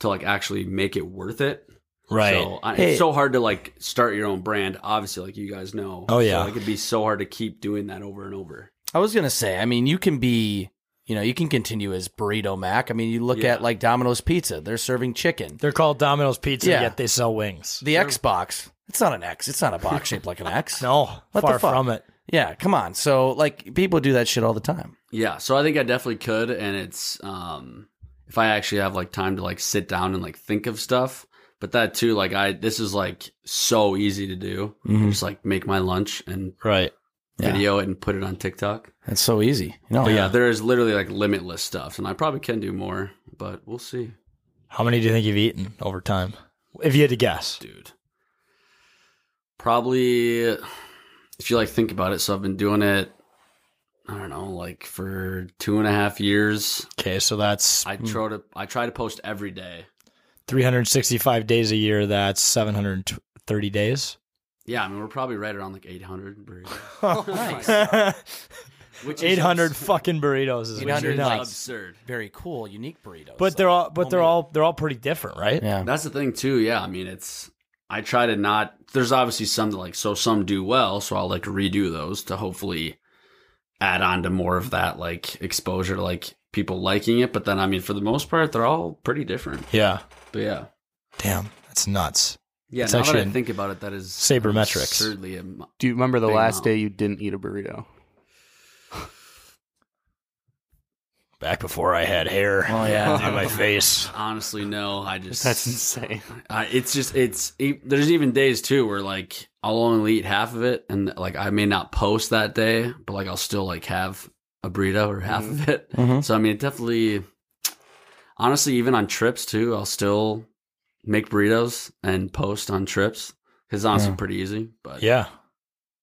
[SPEAKER 13] to like actually make it worth it.
[SPEAKER 2] Right.
[SPEAKER 13] So I,
[SPEAKER 2] Hey.
[SPEAKER 13] it's so hard to like start your own brand. Obviously, like you guys know.
[SPEAKER 1] Oh, yeah.
[SPEAKER 13] So, like, it'd be so hard to keep doing that over and over.
[SPEAKER 1] I was gonna say, I mean, you can be, you know, you can continue as burrito mac. I mean, you look
[SPEAKER 13] Yeah.
[SPEAKER 1] at like Domino's Pizza; they're serving chicken.
[SPEAKER 2] They're called Domino's Pizza,
[SPEAKER 1] Yeah.
[SPEAKER 2] yet they sell wings.
[SPEAKER 1] The Xbox, it's not an X. It's not a box shaped like an X.
[SPEAKER 2] No, far from it.
[SPEAKER 1] Yeah, come on. So like, people do that shit all the time.
[SPEAKER 13] Yeah. So I think I definitely could, and it's um, if I actually have like time to like sit down and like think of stuff. But that too, like I, this is like so easy to do.
[SPEAKER 1] Mhm.
[SPEAKER 13] Just like make my lunch and
[SPEAKER 2] right
[SPEAKER 1] Yeah. Oh,
[SPEAKER 13] video it and put it on TikTok.
[SPEAKER 1] That's so easy. No,
[SPEAKER 13] but yeah, there is literally like limitless stuff, and I probably can do more, but we'll see.
[SPEAKER 2] How many do you think you've eaten over time? If you had to guess,
[SPEAKER 13] dude. Probably, if you like think about it. So I've been doing it. I don't know, like for two and a half years.
[SPEAKER 2] Okay, so that's
[SPEAKER 13] I try to I try to post every day.
[SPEAKER 2] 365 days a year. That's 730 days.
[SPEAKER 13] Yeah, I mean we're probably right around like eight hundred. Which is
[SPEAKER 2] 800 fucking burritos is
[SPEAKER 13] Which
[SPEAKER 2] what you're
[SPEAKER 13] is
[SPEAKER 2] nuts.
[SPEAKER 13] absurd.
[SPEAKER 1] Very cool, unique burritos.
[SPEAKER 2] But they're all, but they're all, they're all pretty different, right?
[SPEAKER 13] That's the thing too. Yeah. I mean, it's, I try to not, there's obviously some that like, so some do well. So I'll like redo those to hopefully add on to more of that like exposure to like people liking it. But then, I mean, for the most part, they're all pretty different.
[SPEAKER 2] Yeah.
[SPEAKER 13] But yeah.
[SPEAKER 2] Damn, that's nuts.
[SPEAKER 13] Yeah.
[SPEAKER 2] That's
[SPEAKER 13] now that I
[SPEAKER 2] actually
[SPEAKER 13] think about it, that is
[SPEAKER 2] sabermetrics.
[SPEAKER 13] absurdly am-
[SPEAKER 12] Do you remember the
[SPEAKER 13] Big
[SPEAKER 12] last
[SPEAKER 13] amount.
[SPEAKER 12] day you didn't eat a burrito?
[SPEAKER 2] back before I had hair.
[SPEAKER 1] Oh, yeah.
[SPEAKER 2] on my face.
[SPEAKER 13] Honestly, no. I just
[SPEAKER 12] That's insane.
[SPEAKER 13] I, it's just it's e there's even days too where like I'll only eat half of it, and like I may not post that day, but like I'll still like have a burrito or half
[SPEAKER 2] Mm-hmm.
[SPEAKER 13] of it.
[SPEAKER 1] Mhm.
[SPEAKER 13] So I mean, it definitely. Honestly, even on trips too, I'll still make burritos and post on trips. It's honestly
[SPEAKER 2] Yeah.
[SPEAKER 13] pretty easy, but
[SPEAKER 2] Yeah.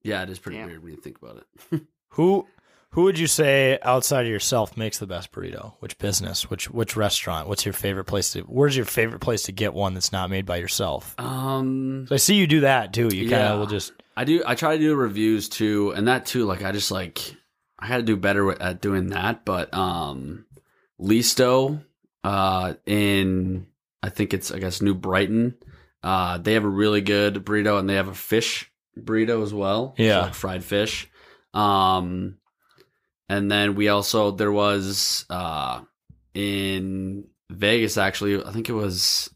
[SPEAKER 13] yeah, it is pretty weird when you think about it.
[SPEAKER 2] Who who would you say outside of yourself makes the best burrito? Which business? Which which restaurant? What's your favorite place to where's your favorite place to get one that's not made by yourself?
[SPEAKER 13] Um,
[SPEAKER 2] So I see you do that too. You kinda
[SPEAKER 13] Yeah.
[SPEAKER 2] will just
[SPEAKER 13] I do. I try to do reviews too, and that too. Like I just like I had to do better with, at doing that. But um, Listo, uh, in I think it's I guess New Brighton, uh, they have a really good burrito, and they have a fish burrito as well. So,
[SPEAKER 2] Yeah.
[SPEAKER 13] like, fried fish. Um, and then we also there was uh in Vegas actually. I think it was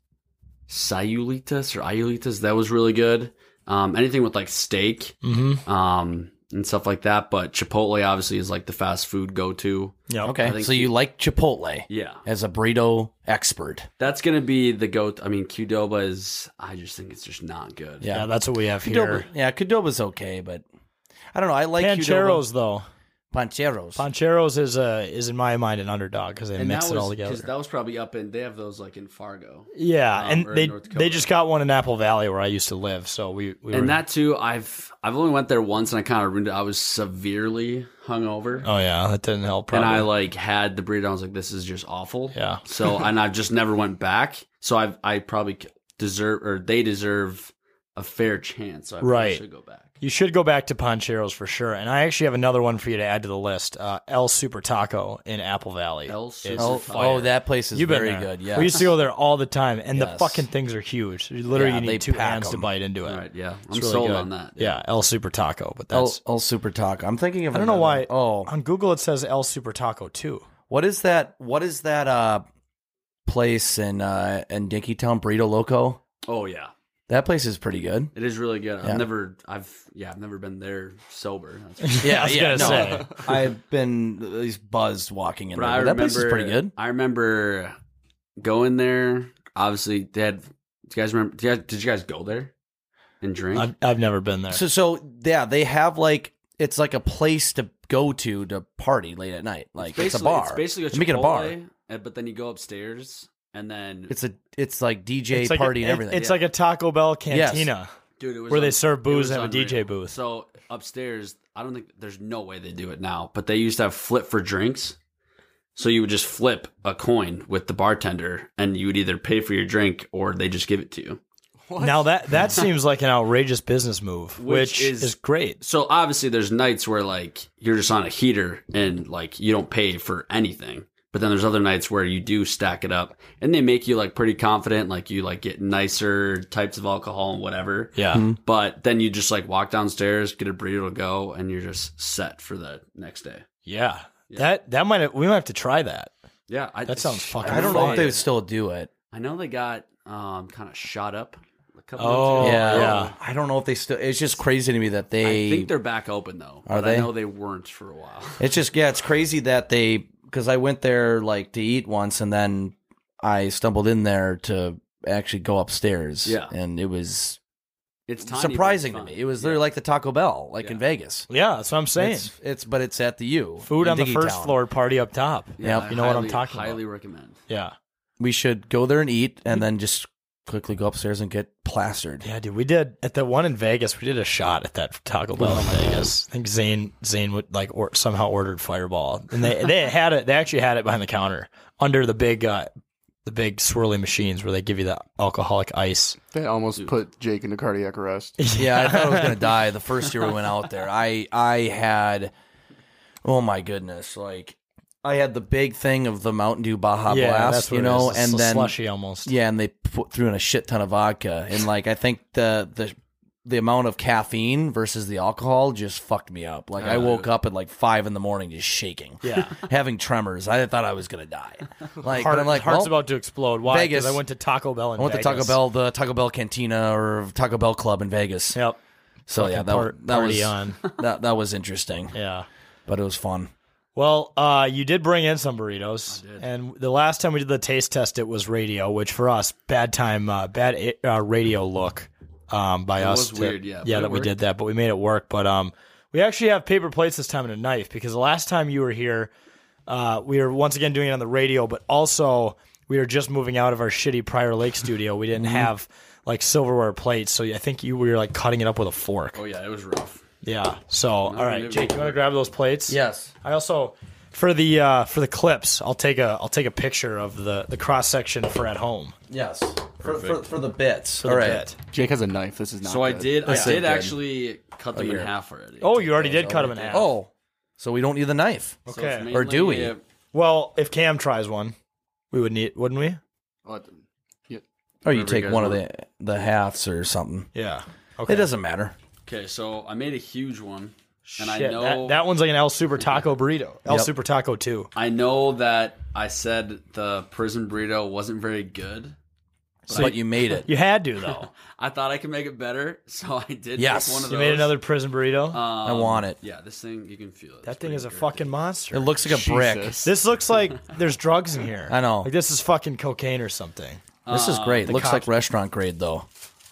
[SPEAKER 13] Sayulitas or Iulitas. That was really good. Um, anything with like steak
[SPEAKER 1] Mm-hmm.
[SPEAKER 2] Mhm.
[SPEAKER 13] um, and stuff like that. But Chipotle obviously is like the fast food go to.
[SPEAKER 2] Yeah.
[SPEAKER 13] I
[SPEAKER 1] Okay.
[SPEAKER 13] think
[SPEAKER 1] So you like Chipotle?
[SPEAKER 13] Yeah.
[SPEAKER 1] As a burrito expert.
[SPEAKER 13] That's gonna be the go. I mean, Qdoba is. I just think it's just not good.
[SPEAKER 2] Yeah, that's what we have
[SPEAKER 1] Qdoba,
[SPEAKER 2] here.
[SPEAKER 1] yeah, Qdoba's okay, but I don't know. I like
[SPEAKER 2] Pancheros
[SPEAKER 1] Qdoba.
[SPEAKER 2] though.
[SPEAKER 1] Pancheros.
[SPEAKER 2] Pancheros is uh, is in my mind an underdog because they
[SPEAKER 13] and
[SPEAKER 2] mix
[SPEAKER 13] that
[SPEAKER 2] it
[SPEAKER 13] was
[SPEAKER 2] all together.
[SPEAKER 13] because that was probably up in. They have those like in Fargo.
[SPEAKER 2] Yeah,
[SPEAKER 13] um, or
[SPEAKER 2] and
[SPEAKER 13] in
[SPEAKER 2] they
[SPEAKER 13] North
[SPEAKER 2] they just got one in Apple Valley where I used to live. So we, we were
[SPEAKER 13] and that too, I've I've only went there once, and I kind of ruined it. I was severely hungover.
[SPEAKER 2] Oh yeah, that didn't help. Probably.
[SPEAKER 13] And I like had the burrito. I was like, this is just awful.
[SPEAKER 2] Yeah.
[SPEAKER 13] So and I've just never went back. So I I probably deserve or they deserve a fair chance. So I probably
[SPEAKER 2] right.
[SPEAKER 13] should go back.
[SPEAKER 2] You should go back to Pancheros for sure. And I actually have another one for you to add to the list. Uh, El Super Taco in Apple Valley. El
[SPEAKER 1] Super Oh, oh, that place is very good, yes.
[SPEAKER 2] we used to go there all the time, and the
[SPEAKER 1] Yes.
[SPEAKER 2] fucking things are huge. You Literally,
[SPEAKER 1] Yeah,
[SPEAKER 2] you
[SPEAKER 1] they
[SPEAKER 2] need two
[SPEAKER 1] pack
[SPEAKER 2] hands to
[SPEAKER 1] 'em.
[SPEAKER 2] bite into it.
[SPEAKER 13] Right? Yeah,
[SPEAKER 2] It's really good. Yeah, El Super Taco, but
[SPEAKER 1] El,
[SPEAKER 2] that's
[SPEAKER 1] El Super Taco. I'm thinking of.
[SPEAKER 2] Oh, I don't know
[SPEAKER 1] another-
[SPEAKER 2] why.
[SPEAKER 1] Oh,
[SPEAKER 2] on Google it says El Super Taco too.
[SPEAKER 1] What is that? What is that uh, place in uh, in Dinkytown Burrito Loco?
[SPEAKER 13] Oh yeah,
[SPEAKER 1] That place is pretty good.
[SPEAKER 13] it is really good.
[SPEAKER 1] Yeah.
[SPEAKER 13] I've never I've yeah I've never been there sober. That's for sure.
[SPEAKER 1] Yeah, yeah. No, I've been at least buzzed walking in
[SPEAKER 13] But
[SPEAKER 1] there.
[SPEAKER 13] I
[SPEAKER 1] but that place is pretty
[SPEAKER 13] remember-
[SPEAKER 1] good.
[SPEAKER 13] I remember going there. Obviously, they had. Do you guys remember? Did you guys, did you guys go there and drink?
[SPEAKER 2] I've, I've never been there.
[SPEAKER 1] So, so yeah, they have like it's like a place to go to to party late at night. Like it's, a
[SPEAKER 13] basically-
[SPEAKER 1] bar.
[SPEAKER 13] It's basically a
[SPEAKER 1] They make it a bar.
[SPEAKER 13] Chipotle, uh, but then you go upstairs and then
[SPEAKER 1] It's a it's like DJ
[SPEAKER 2] It's like a-
[SPEAKER 1] party and
[SPEAKER 2] it-
[SPEAKER 1] everything.
[SPEAKER 2] It's like a Taco Bell cantina.
[SPEAKER 13] Dude, it was
[SPEAKER 2] where they
[SPEAKER 13] un-
[SPEAKER 2] serve
[SPEAKER 13] it
[SPEAKER 2] booze
[SPEAKER 13] was
[SPEAKER 2] and have a DJ
[SPEAKER 13] unreal.
[SPEAKER 2] booth.
[SPEAKER 13] So upstairs, I don't think there's no way they do it now, but they used to have flip for drinks. So you would just flip a coin with the bartender, and you would either pay for your drink or they just give it to you.
[SPEAKER 2] Now that that seems like an outrageous business move, which, is, great.
[SPEAKER 13] So obviously, there's nights where like you're just on a heater and like you don't pay for anything. But then there's other nights where you do stack it up, and they make you like pretty confident, like you like get nicer types of alcohol and whatever.
[SPEAKER 2] Yeah. Mhm.
[SPEAKER 1] Mm-hmm.
[SPEAKER 13] But then you just like walk downstairs, get a burrito to go, and you're just set for the next day.
[SPEAKER 2] yeah. That that might have, we might have to try that.
[SPEAKER 13] Yeah, I,
[SPEAKER 2] That sounds fucking
[SPEAKER 1] I don't know if
[SPEAKER 2] fun.
[SPEAKER 1] they would still do it.
[SPEAKER 13] I know they got um kind of shot up. A couple
[SPEAKER 1] Oh
[SPEAKER 13] months ago.
[SPEAKER 1] yeah. I don't know if they still. It's just crazy to me that
[SPEAKER 13] I
[SPEAKER 1] they.
[SPEAKER 13] think they're back open though.
[SPEAKER 1] Are
[SPEAKER 13] but
[SPEAKER 1] they?
[SPEAKER 13] I know they weren't for a while.
[SPEAKER 1] It's just yeah, it's crazy that they because I went there like to eat once and then I stumbled in there to actually go upstairs.
[SPEAKER 13] Yeah.
[SPEAKER 1] and it was
[SPEAKER 13] It's tiny, but it's
[SPEAKER 1] surprising to
[SPEAKER 13] fun.
[SPEAKER 1] me. It was literally like the Taco Bell, like in Vegas.
[SPEAKER 2] Yeah, that's what I'm saying.
[SPEAKER 1] It's, it's but it's at the U.
[SPEAKER 2] Food
[SPEAKER 1] in
[SPEAKER 2] on the
[SPEAKER 1] Diggy
[SPEAKER 2] first
[SPEAKER 1] Town.
[SPEAKER 2] floor, party up top.
[SPEAKER 1] Yeah,
[SPEAKER 2] you know what I'm
[SPEAKER 13] highly-
[SPEAKER 2] talking
[SPEAKER 13] Highly
[SPEAKER 2] about.
[SPEAKER 13] recommend.
[SPEAKER 2] Yeah,
[SPEAKER 1] We should go there and eat and then just quickly go upstairs and get plastered.
[SPEAKER 2] yeah, dude. We did at the one in Vegas. We did a shot at that Taco Bell in Vegas. I think Zane Zane would like or, somehow ordered Fireball, and they they had it. They actually had it behind the counter under the big uh, the big swirly machines where they give you the alcoholic ice.
[SPEAKER 12] They almost put Jake into cardiac arrest.
[SPEAKER 1] Yeah, I thought I was gonna die the first year we went out there. I I had oh my goodness, like I had the big thing of the Mountain Dew Baja
[SPEAKER 2] Yeah,
[SPEAKER 1] Blast,
[SPEAKER 2] that's what
[SPEAKER 1] you
[SPEAKER 2] it
[SPEAKER 1] know,
[SPEAKER 2] is. It's
[SPEAKER 1] and
[SPEAKER 2] a
[SPEAKER 1] then
[SPEAKER 2] slushy almost.
[SPEAKER 1] Yeah, and they put, threw in a shit ton of vodka, and like I think the the the amount of caffeine versus the alcohol just fucked me up. Like I
[SPEAKER 13] Uh.
[SPEAKER 1] woke up at like five in the morning, just shaking,
[SPEAKER 2] Yeah.
[SPEAKER 1] having tremors. I thought I was gonna die. Like,
[SPEAKER 2] Heart-
[SPEAKER 1] but I'm like,
[SPEAKER 2] heart's
[SPEAKER 1] well,
[SPEAKER 2] about to explode. Why? 'Cause
[SPEAKER 1] Vegas.
[SPEAKER 2] I went to Taco Bell. In
[SPEAKER 1] I went
[SPEAKER 2] Vegas.
[SPEAKER 1] to Taco Bell, the Taco Bell Cantina or Taco Bell Club in Vegas.
[SPEAKER 2] Yep.
[SPEAKER 1] So yeah,
[SPEAKER 2] Fucking
[SPEAKER 1] that,
[SPEAKER 2] par-
[SPEAKER 1] that was
[SPEAKER 2] party on.
[SPEAKER 1] that that was interesting.
[SPEAKER 2] Yeah,
[SPEAKER 1] but it was fun.
[SPEAKER 2] Well, uh, you did bring in some burritos, and the last time we did the taste test, it was radio, which for us, bad time, uh, bad uh, radio look um, by
[SPEAKER 13] It
[SPEAKER 2] us.
[SPEAKER 13] was
[SPEAKER 2] to-
[SPEAKER 13] weird, yeah,
[SPEAKER 2] yeah,
[SPEAKER 13] but it
[SPEAKER 2] that we
[SPEAKER 13] worked.
[SPEAKER 2] did that, but we made it work. But um, we actually have paper plates this time and a knife because the last time you were here, uh, we were once again doing it on the radio, but also we were just moving out of our shitty Prior Lake studio. We
[SPEAKER 13] Mm-hmm.
[SPEAKER 2] didn't have like silverware plates, so I think you were like cutting it up with a fork.
[SPEAKER 13] Oh yeah, it was rough.
[SPEAKER 2] Yeah. So, all right, Jake, you want to grab those plates?
[SPEAKER 1] Yes.
[SPEAKER 2] I also for the uh, for the clips, I'll take a I'll take a picture of the the cross section for at home.
[SPEAKER 1] Yes, for, for,
[SPEAKER 2] Perfect.
[SPEAKER 1] for the bits.
[SPEAKER 2] For
[SPEAKER 1] All
[SPEAKER 2] the
[SPEAKER 1] right.
[SPEAKER 2] bit.
[SPEAKER 12] Jake has a knife. This is not.
[SPEAKER 13] So I
[SPEAKER 12] good.
[SPEAKER 13] did. I
[SPEAKER 1] This
[SPEAKER 13] did
[SPEAKER 1] ain't good.
[SPEAKER 13] actually cut them in
[SPEAKER 1] here.
[SPEAKER 13] half already.
[SPEAKER 2] Oh, you already did cut them in half.
[SPEAKER 1] Oh, so we don't need the knife.
[SPEAKER 13] So it's
[SPEAKER 2] Okay.
[SPEAKER 1] Or do we?
[SPEAKER 13] mainly, uh,
[SPEAKER 2] Well, if Cam tries one, we would need wouldn't we?
[SPEAKER 1] Or you
[SPEAKER 13] Whatever
[SPEAKER 1] take
[SPEAKER 13] you guys
[SPEAKER 1] one of
[SPEAKER 13] want.
[SPEAKER 1] the the halves or something.
[SPEAKER 2] Yeah.
[SPEAKER 1] It doesn't matter.
[SPEAKER 13] Okay, so I made a huge one, and I
[SPEAKER 2] Shit,
[SPEAKER 13] know
[SPEAKER 2] that, that one's like an El Super Taco burrito. El
[SPEAKER 13] Yep.
[SPEAKER 2] Super Taco two.
[SPEAKER 13] I know that I said the prison burrito wasn't very good.
[SPEAKER 1] But, you made it.
[SPEAKER 2] You had to though.
[SPEAKER 13] I thought I could make it better, so I did.
[SPEAKER 1] Yes.
[SPEAKER 13] make one of
[SPEAKER 2] you
[SPEAKER 13] those.
[SPEAKER 2] made another prison burrito.
[SPEAKER 13] Um,
[SPEAKER 1] I want it.
[SPEAKER 13] Yeah, this thing you can feel it.
[SPEAKER 2] that thing is a fucking monster.
[SPEAKER 1] It looks like a brick. Jesus.
[SPEAKER 2] This looks like there's drugs in here.
[SPEAKER 1] I know.
[SPEAKER 2] Like this is fucking cocaine or something.
[SPEAKER 1] This is great.
[SPEAKER 2] Uh, the
[SPEAKER 1] Looks
[SPEAKER 2] cops-
[SPEAKER 1] like restaurant grade though.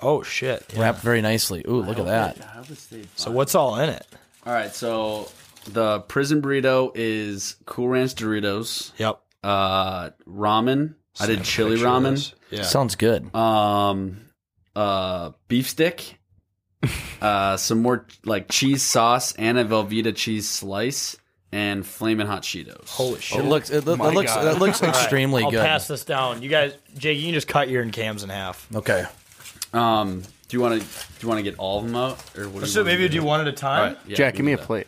[SPEAKER 2] Oh shit. Yeah. Oh,
[SPEAKER 1] Wrapped very nicely. Ooh, look at that.
[SPEAKER 13] I hope it stayed
[SPEAKER 2] So what's all in it?
[SPEAKER 13] All right, so The prison burrito is Cool Ranch Doritos.
[SPEAKER 2] Yep.
[SPEAKER 13] Uh, ramen. I did chili ramen.
[SPEAKER 1] Yeah. Sounds good.
[SPEAKER 13] Um, uh, beef stick. uh, some more like cheese sauce and a Velveeta cheese slice and flaming hot Cheetos. Holy
[SPEAKER 1] shit. looks- it loo- it looks- it looks
[SPEAKER 2] All right,
[SPEAKER 1] extremely
[SPEAKER 2] I'll
[SPEAKER 1] good.
[SPEAKER 2] pass this down. You guys, Jake, you can just cut your and cams in half.
[SPEAKER 1] Okay.
[SPEAKER 13] Um, do you want to do you want to get all of them out or what?
[SPEAKER 2] Let's do-
[SPEAKER 13] do you wanna
[SPEAKER 2] Oh, maybe do one at a time?
[SPEAKER 13] All right, yeah,
[SPEAKER 12] Jack, give me a
[SPEAKER 13] that.
[SPEAKER 12] plate.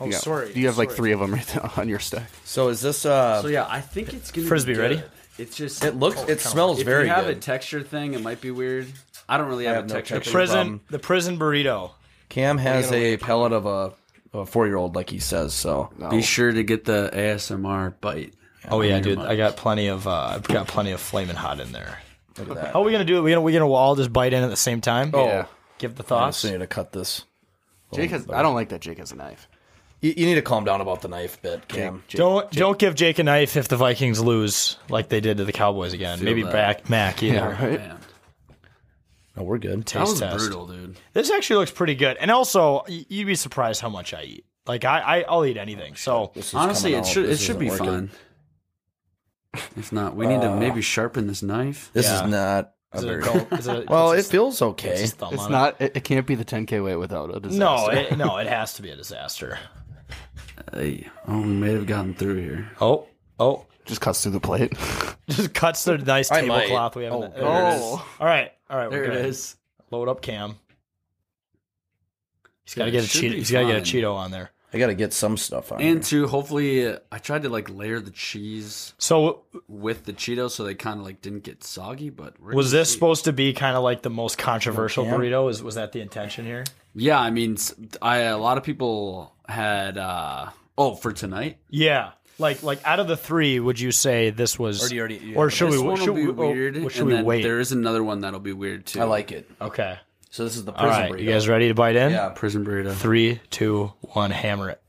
[SPEAKER 2] Oh,
[SPEAKER 12] You got-
[SPEAKER 2] sorry,
[SPEAKER 12] You have like
[SPEAKER 2] sorry.
[SPEAKER 12] three of them right there on your stack.
[SPEAKER 1] So is this? uh
[SPEAKER 13] So yeah, I think it's gonna be
[SPEAKER 1] Frisbee
[SPEAKER 13] good.
[SPEAKER 1] ready?
[SPEAKER 13] It's just
[SPEAKER 1] It
[SPEAKER 2] Oh,
[SPEAKER 1] looks- it smells
[SPEAKER 13] if
[SPEAKER 1] very
[SPEAKER 13] you have
[SPEAKER 1] good.
[SPEAKER 13] a texture thing, it might be weird. I don't really
[SPEAKER 1] I
[SPEAKER 13] have,
[SPEAKER 1] have
[SPEAKER 13] a
[SPEAKER 1] no
[SPEAKER 13] texture.
[SPEAKER 1] texture
[SPEAKER 13] thing.
[SPEAKER 1] Prison- problem.
[SPEAKER 2] The prison burrito.
[SPEAKER 1] Cam has a pellet of a, a four year old, like he says. So
[SPEAKER 13] Be sure to get the ASMR bite.
[SPEAKER 2] Oh
[SPEAKER 13] on
[SPEAKER 2] yeah,
[SPEAKER 13] your
[SPEAKER 2] dude.
[SPEAKER 13] mic.
[SPEAKER 2] I got plenty of. Uh, I've got plenty of flaming hot in there.
[SPEAKER 1] Look at that.
[SPEAKER 2] How are we gonna do it? We gonna we gonna all just bite in at the same time?
[SPEAKER 1] Oh. Yeah.
[SPEAKER 2] Give the
[SPEAKER 1] I
[SPEAKER 2] thoughts.
[SPEAKER 1] just need to cut this.
[SPEAKER 12] Jake has. I don't like that Jake has a knife.
[SPEAKER 1] You, you need to calm down about the knife bit, Cam.
[SPEAKER 2] don't don't give Jake a knife if the Vikings lose like they did to the Cowboys again.
[SPEAKER 1] Feel
[SPEAKER 2] Maybe
[SPEAKER 1] that.
[SPEAKER 2] back Mac either.
[SPEAKER 1] Yeah, right.
[SPEAKER 13] Man.
[SPEAKER 1] No, we're good.
[SPEAKER 13] That was
[SPEAKER 2] Taste test.
[SPEAKER 13] brutal, dude.
[SPEAKER 2] This actually looks pretty good. And also, y- you'd be surprised how much I eat. Like I, I I'll eat anything. So
[SPEAKER 13] Honestly, it should it should be fine. If not, we need to
[SPEAKER 1] Uh,
[SPEAKER 13] maybe sharpen this knife.
[SPEAKER 1] This is not. A
[SPEAKER 13] Is it
[SPEAKER 1] very...
[SPEAKER 13] adult- is it-
[SPEAKER 1] well, it feels okay.
[SPEAKER 12] It's not. It, it can't be the 10k weight without a disaster.
[SPEAKER 2] No, it, no, it has to be a disaster.
[SPEAKER 13] Hey, oh, we may have gotten through here.
[SPEAKER 2] Oh, oh,
[SPEAKER 12] just cuts through the plate.
[SPEAKER 2] Just cuts the nice
[SPEAKER 13] I might.
[SPEAKER 2] tablecloth we have. in
[SPEAKER 13] Oh,
[SPEAKER 2] the-
[SPEAKER 13] there it is.
[SPEAKER 2] All right, all right.
[SPEAKER 13] There
[SPEAKER 2] we're
[SPEAKER 13] it
[SPEAKER 2] good.
[SPEAKER 13] is.
[SPEAKER 2] Load up Cam. He's
[SPEAKER 13] Dude,
[SPEAKER 2] got to get a
[SPEAKER 13] it should
[SPEAKER 2] Cheeto.
[SPEAKER 13] be
[SPEAKER 2] He's got to get a
[SPEAKER 13] fine.
[SPEAKER 2] Cheeto on there.
[SPEAKER 1] I got to get some stuff on.
[SPEAKER 13] And two, hopefully, uh, I tried to like layer the cheese
[SPEAKER 2] so
[SPEAKER 13] with the Cheetos, so they kind of like didn't get soggy. But we're
[SPEAKER 2] Was
[SPEAKER 13] gonna
[SPEAKER 2] this
[SPEAKER 13] see.
[SPEAKER 2] supposed to be kind of like the most controversial
[SPEAKER 13] Cam?
[SPEAKER 2] burrito? Is was that the intention here?
[SPEAKER 13] Yeah, I mean, s- I a lot of people had. uh Oh, for tonight.
[SPEAKER 2] Yeah. Like like out of the three, would you say this was?
[SPEAKER 13] Or do you already- yeah.
[SPEAKER 2] or should
[SPEAKER 13] This
[SPEAKER 2] we?
[SPEAKER 13] one will
[SPEAKER 2] should
[SPEAKER 13] be
[SPEAKER 2] we- or-
[SPEAKER 13] weird,
[SPEAKER 2] or should
[SPEAKER 13] and
[SPEAKER 2] we
[SPEAKER 13] then
[SPEAKER 2] wait?
[SPEAKER 13] There is another one that'll be weird too.
[SPEAKER 1] I like it.
[SPEAKER 2] Okay.
[SPEAKER 1] So this is the
[SPEAKER 2] All
[SPEAKER 1] prison
[SPEAKER 2] right,
[SPEAKER 1] burrito.
[SPEAKER 2] you guys ready to bite in?
[SPEAKER 1] Yeah.
[SPEAKER 13] Prison burrito.
[SPEAKER 2] Three, two, one, hammer it.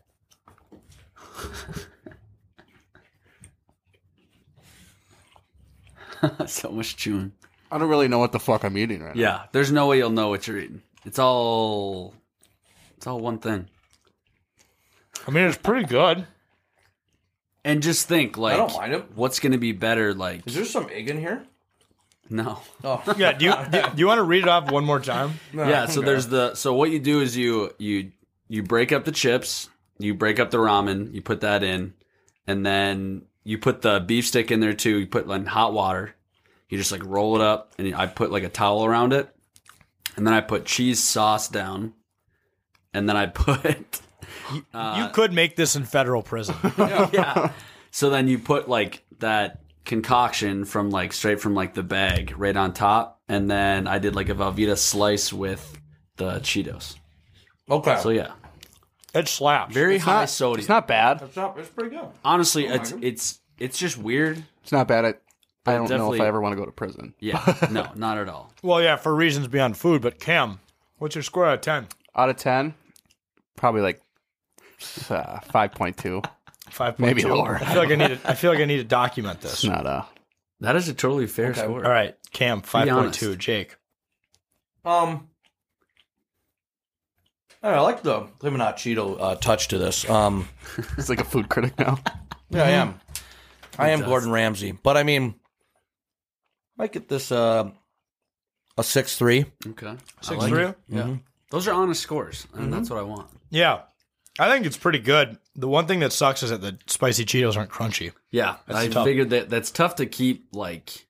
[SPEAKER 13] so much chewing.
[SPEAKER 12] I don't really know what the fuck I'm eating right now.
[SPEAKER 13] Yeah, there's no way you'll know what you're eating. It's all, it's all one thing.
[SPEAKER 2] I mean, it's pretty good.
[SPEAKER 13] And just think, like,
[SPEAKER 1] don't mind it.
[SPEAKER 13] what's going to be better? Like,
[SPEAKER 1] Is there some egg in here?
[SPEAKER 13] no.
[SPEAKER 1] Oh.
[SPEAKER 2] Yeah. Do you do, do you want to read it off one more time?
[SPEAKER 13] yeah. So there's the. So what you do is you you you break up the chips, you break up the ramen, you put that in, and then you put the beef stick in there too. You put like hot water. You just like roll it up, and I put like a towel around it, and then I put cheese sauce down, and then I put.
[SPEAKER 2] you could make this in federal prison.
[SPEAKER 13] yeah. So then you put like that concoction from like straight from like the bag right on top, and then I did like a Velveeta slice with the Cheetos.
[SPEAKER 1] Okay.
[SPEAKER 13] So yeah,
[SPEAKER 2] it slaps.
[SPEAKER 13] Very
[SPEAKER 12] It's
[SPEAKER 13] high
[SPEAKER 12] not-
[SPEAKER 13] sodium.
[SPEAKER 12] It's not bad.
[SPEAKER 1] It's, not, it's pretty good.
[SPEAKER 13] Honestly,
[SPEAKER 1] Oh,
[SPEAKER 13] it's
[SPEAKER 1] Michael.
[SPEAKER 13] it's it's just weird.
[SPEAKER 12] It's not bad. I,
[SPEAKER 13] But
[SPEAKER 12] I don't know
[SPEAKER 13] definitely-
[SPEAKER 12] if I ever want to go to prison.
[SPEAKER 13] Yeah. No, not at all.
[SPEAKER 2] Well, yeah, for reasons beyond food. But Cam, what's your score out of ten?
[SPEAKER 12] Out of ten, probably like uh, five point two.
[SPEAKER 2] Five,
[SPEAKER 12] maybe lower.
[SPEAKER 2] I feel like I need. To, I feel like I need to document this.
[SPEAKER 12] It's not uh, a.
[SPEAKER 13] That is a totally fair
[SPEAKER 2] Okay.
[SPEAKER 13] score.
[SPEAKER 2] All right, Cam, five point two. Jake,
[SPEAKER 1] Um, I, don't know, I like the flaming hot Cheeto uh, touch to this. Um,
[SPEAKER 12] it's like a food critic now.
[SPEAKER 1] Yeah, I am. I am
[SPEAKER 12] does.
[SPEAKER 1] Gordon Ramsay, but I mean, I might get this uh, a six three.
[SPEAKER 13] Okay.
[SPEAKER 2] Six three?
[SPEAKER 13] Yeah.
[SPEAKER 1] Mhm.
[SPEAKER 13] Those are honest scores, and that's what I want.
[SPEAKER 2] Yeah, I think it's pretty good. The one thing that sucks is that the spicy Cheetos aren't crunchy.
[SPEAKER 13] Yeah,
[SPEAKER 2] That's
[SPEAKER 13] I
[SPEAKER 2] tough.
[SPEAKER 13] figured that that's tough to keep like,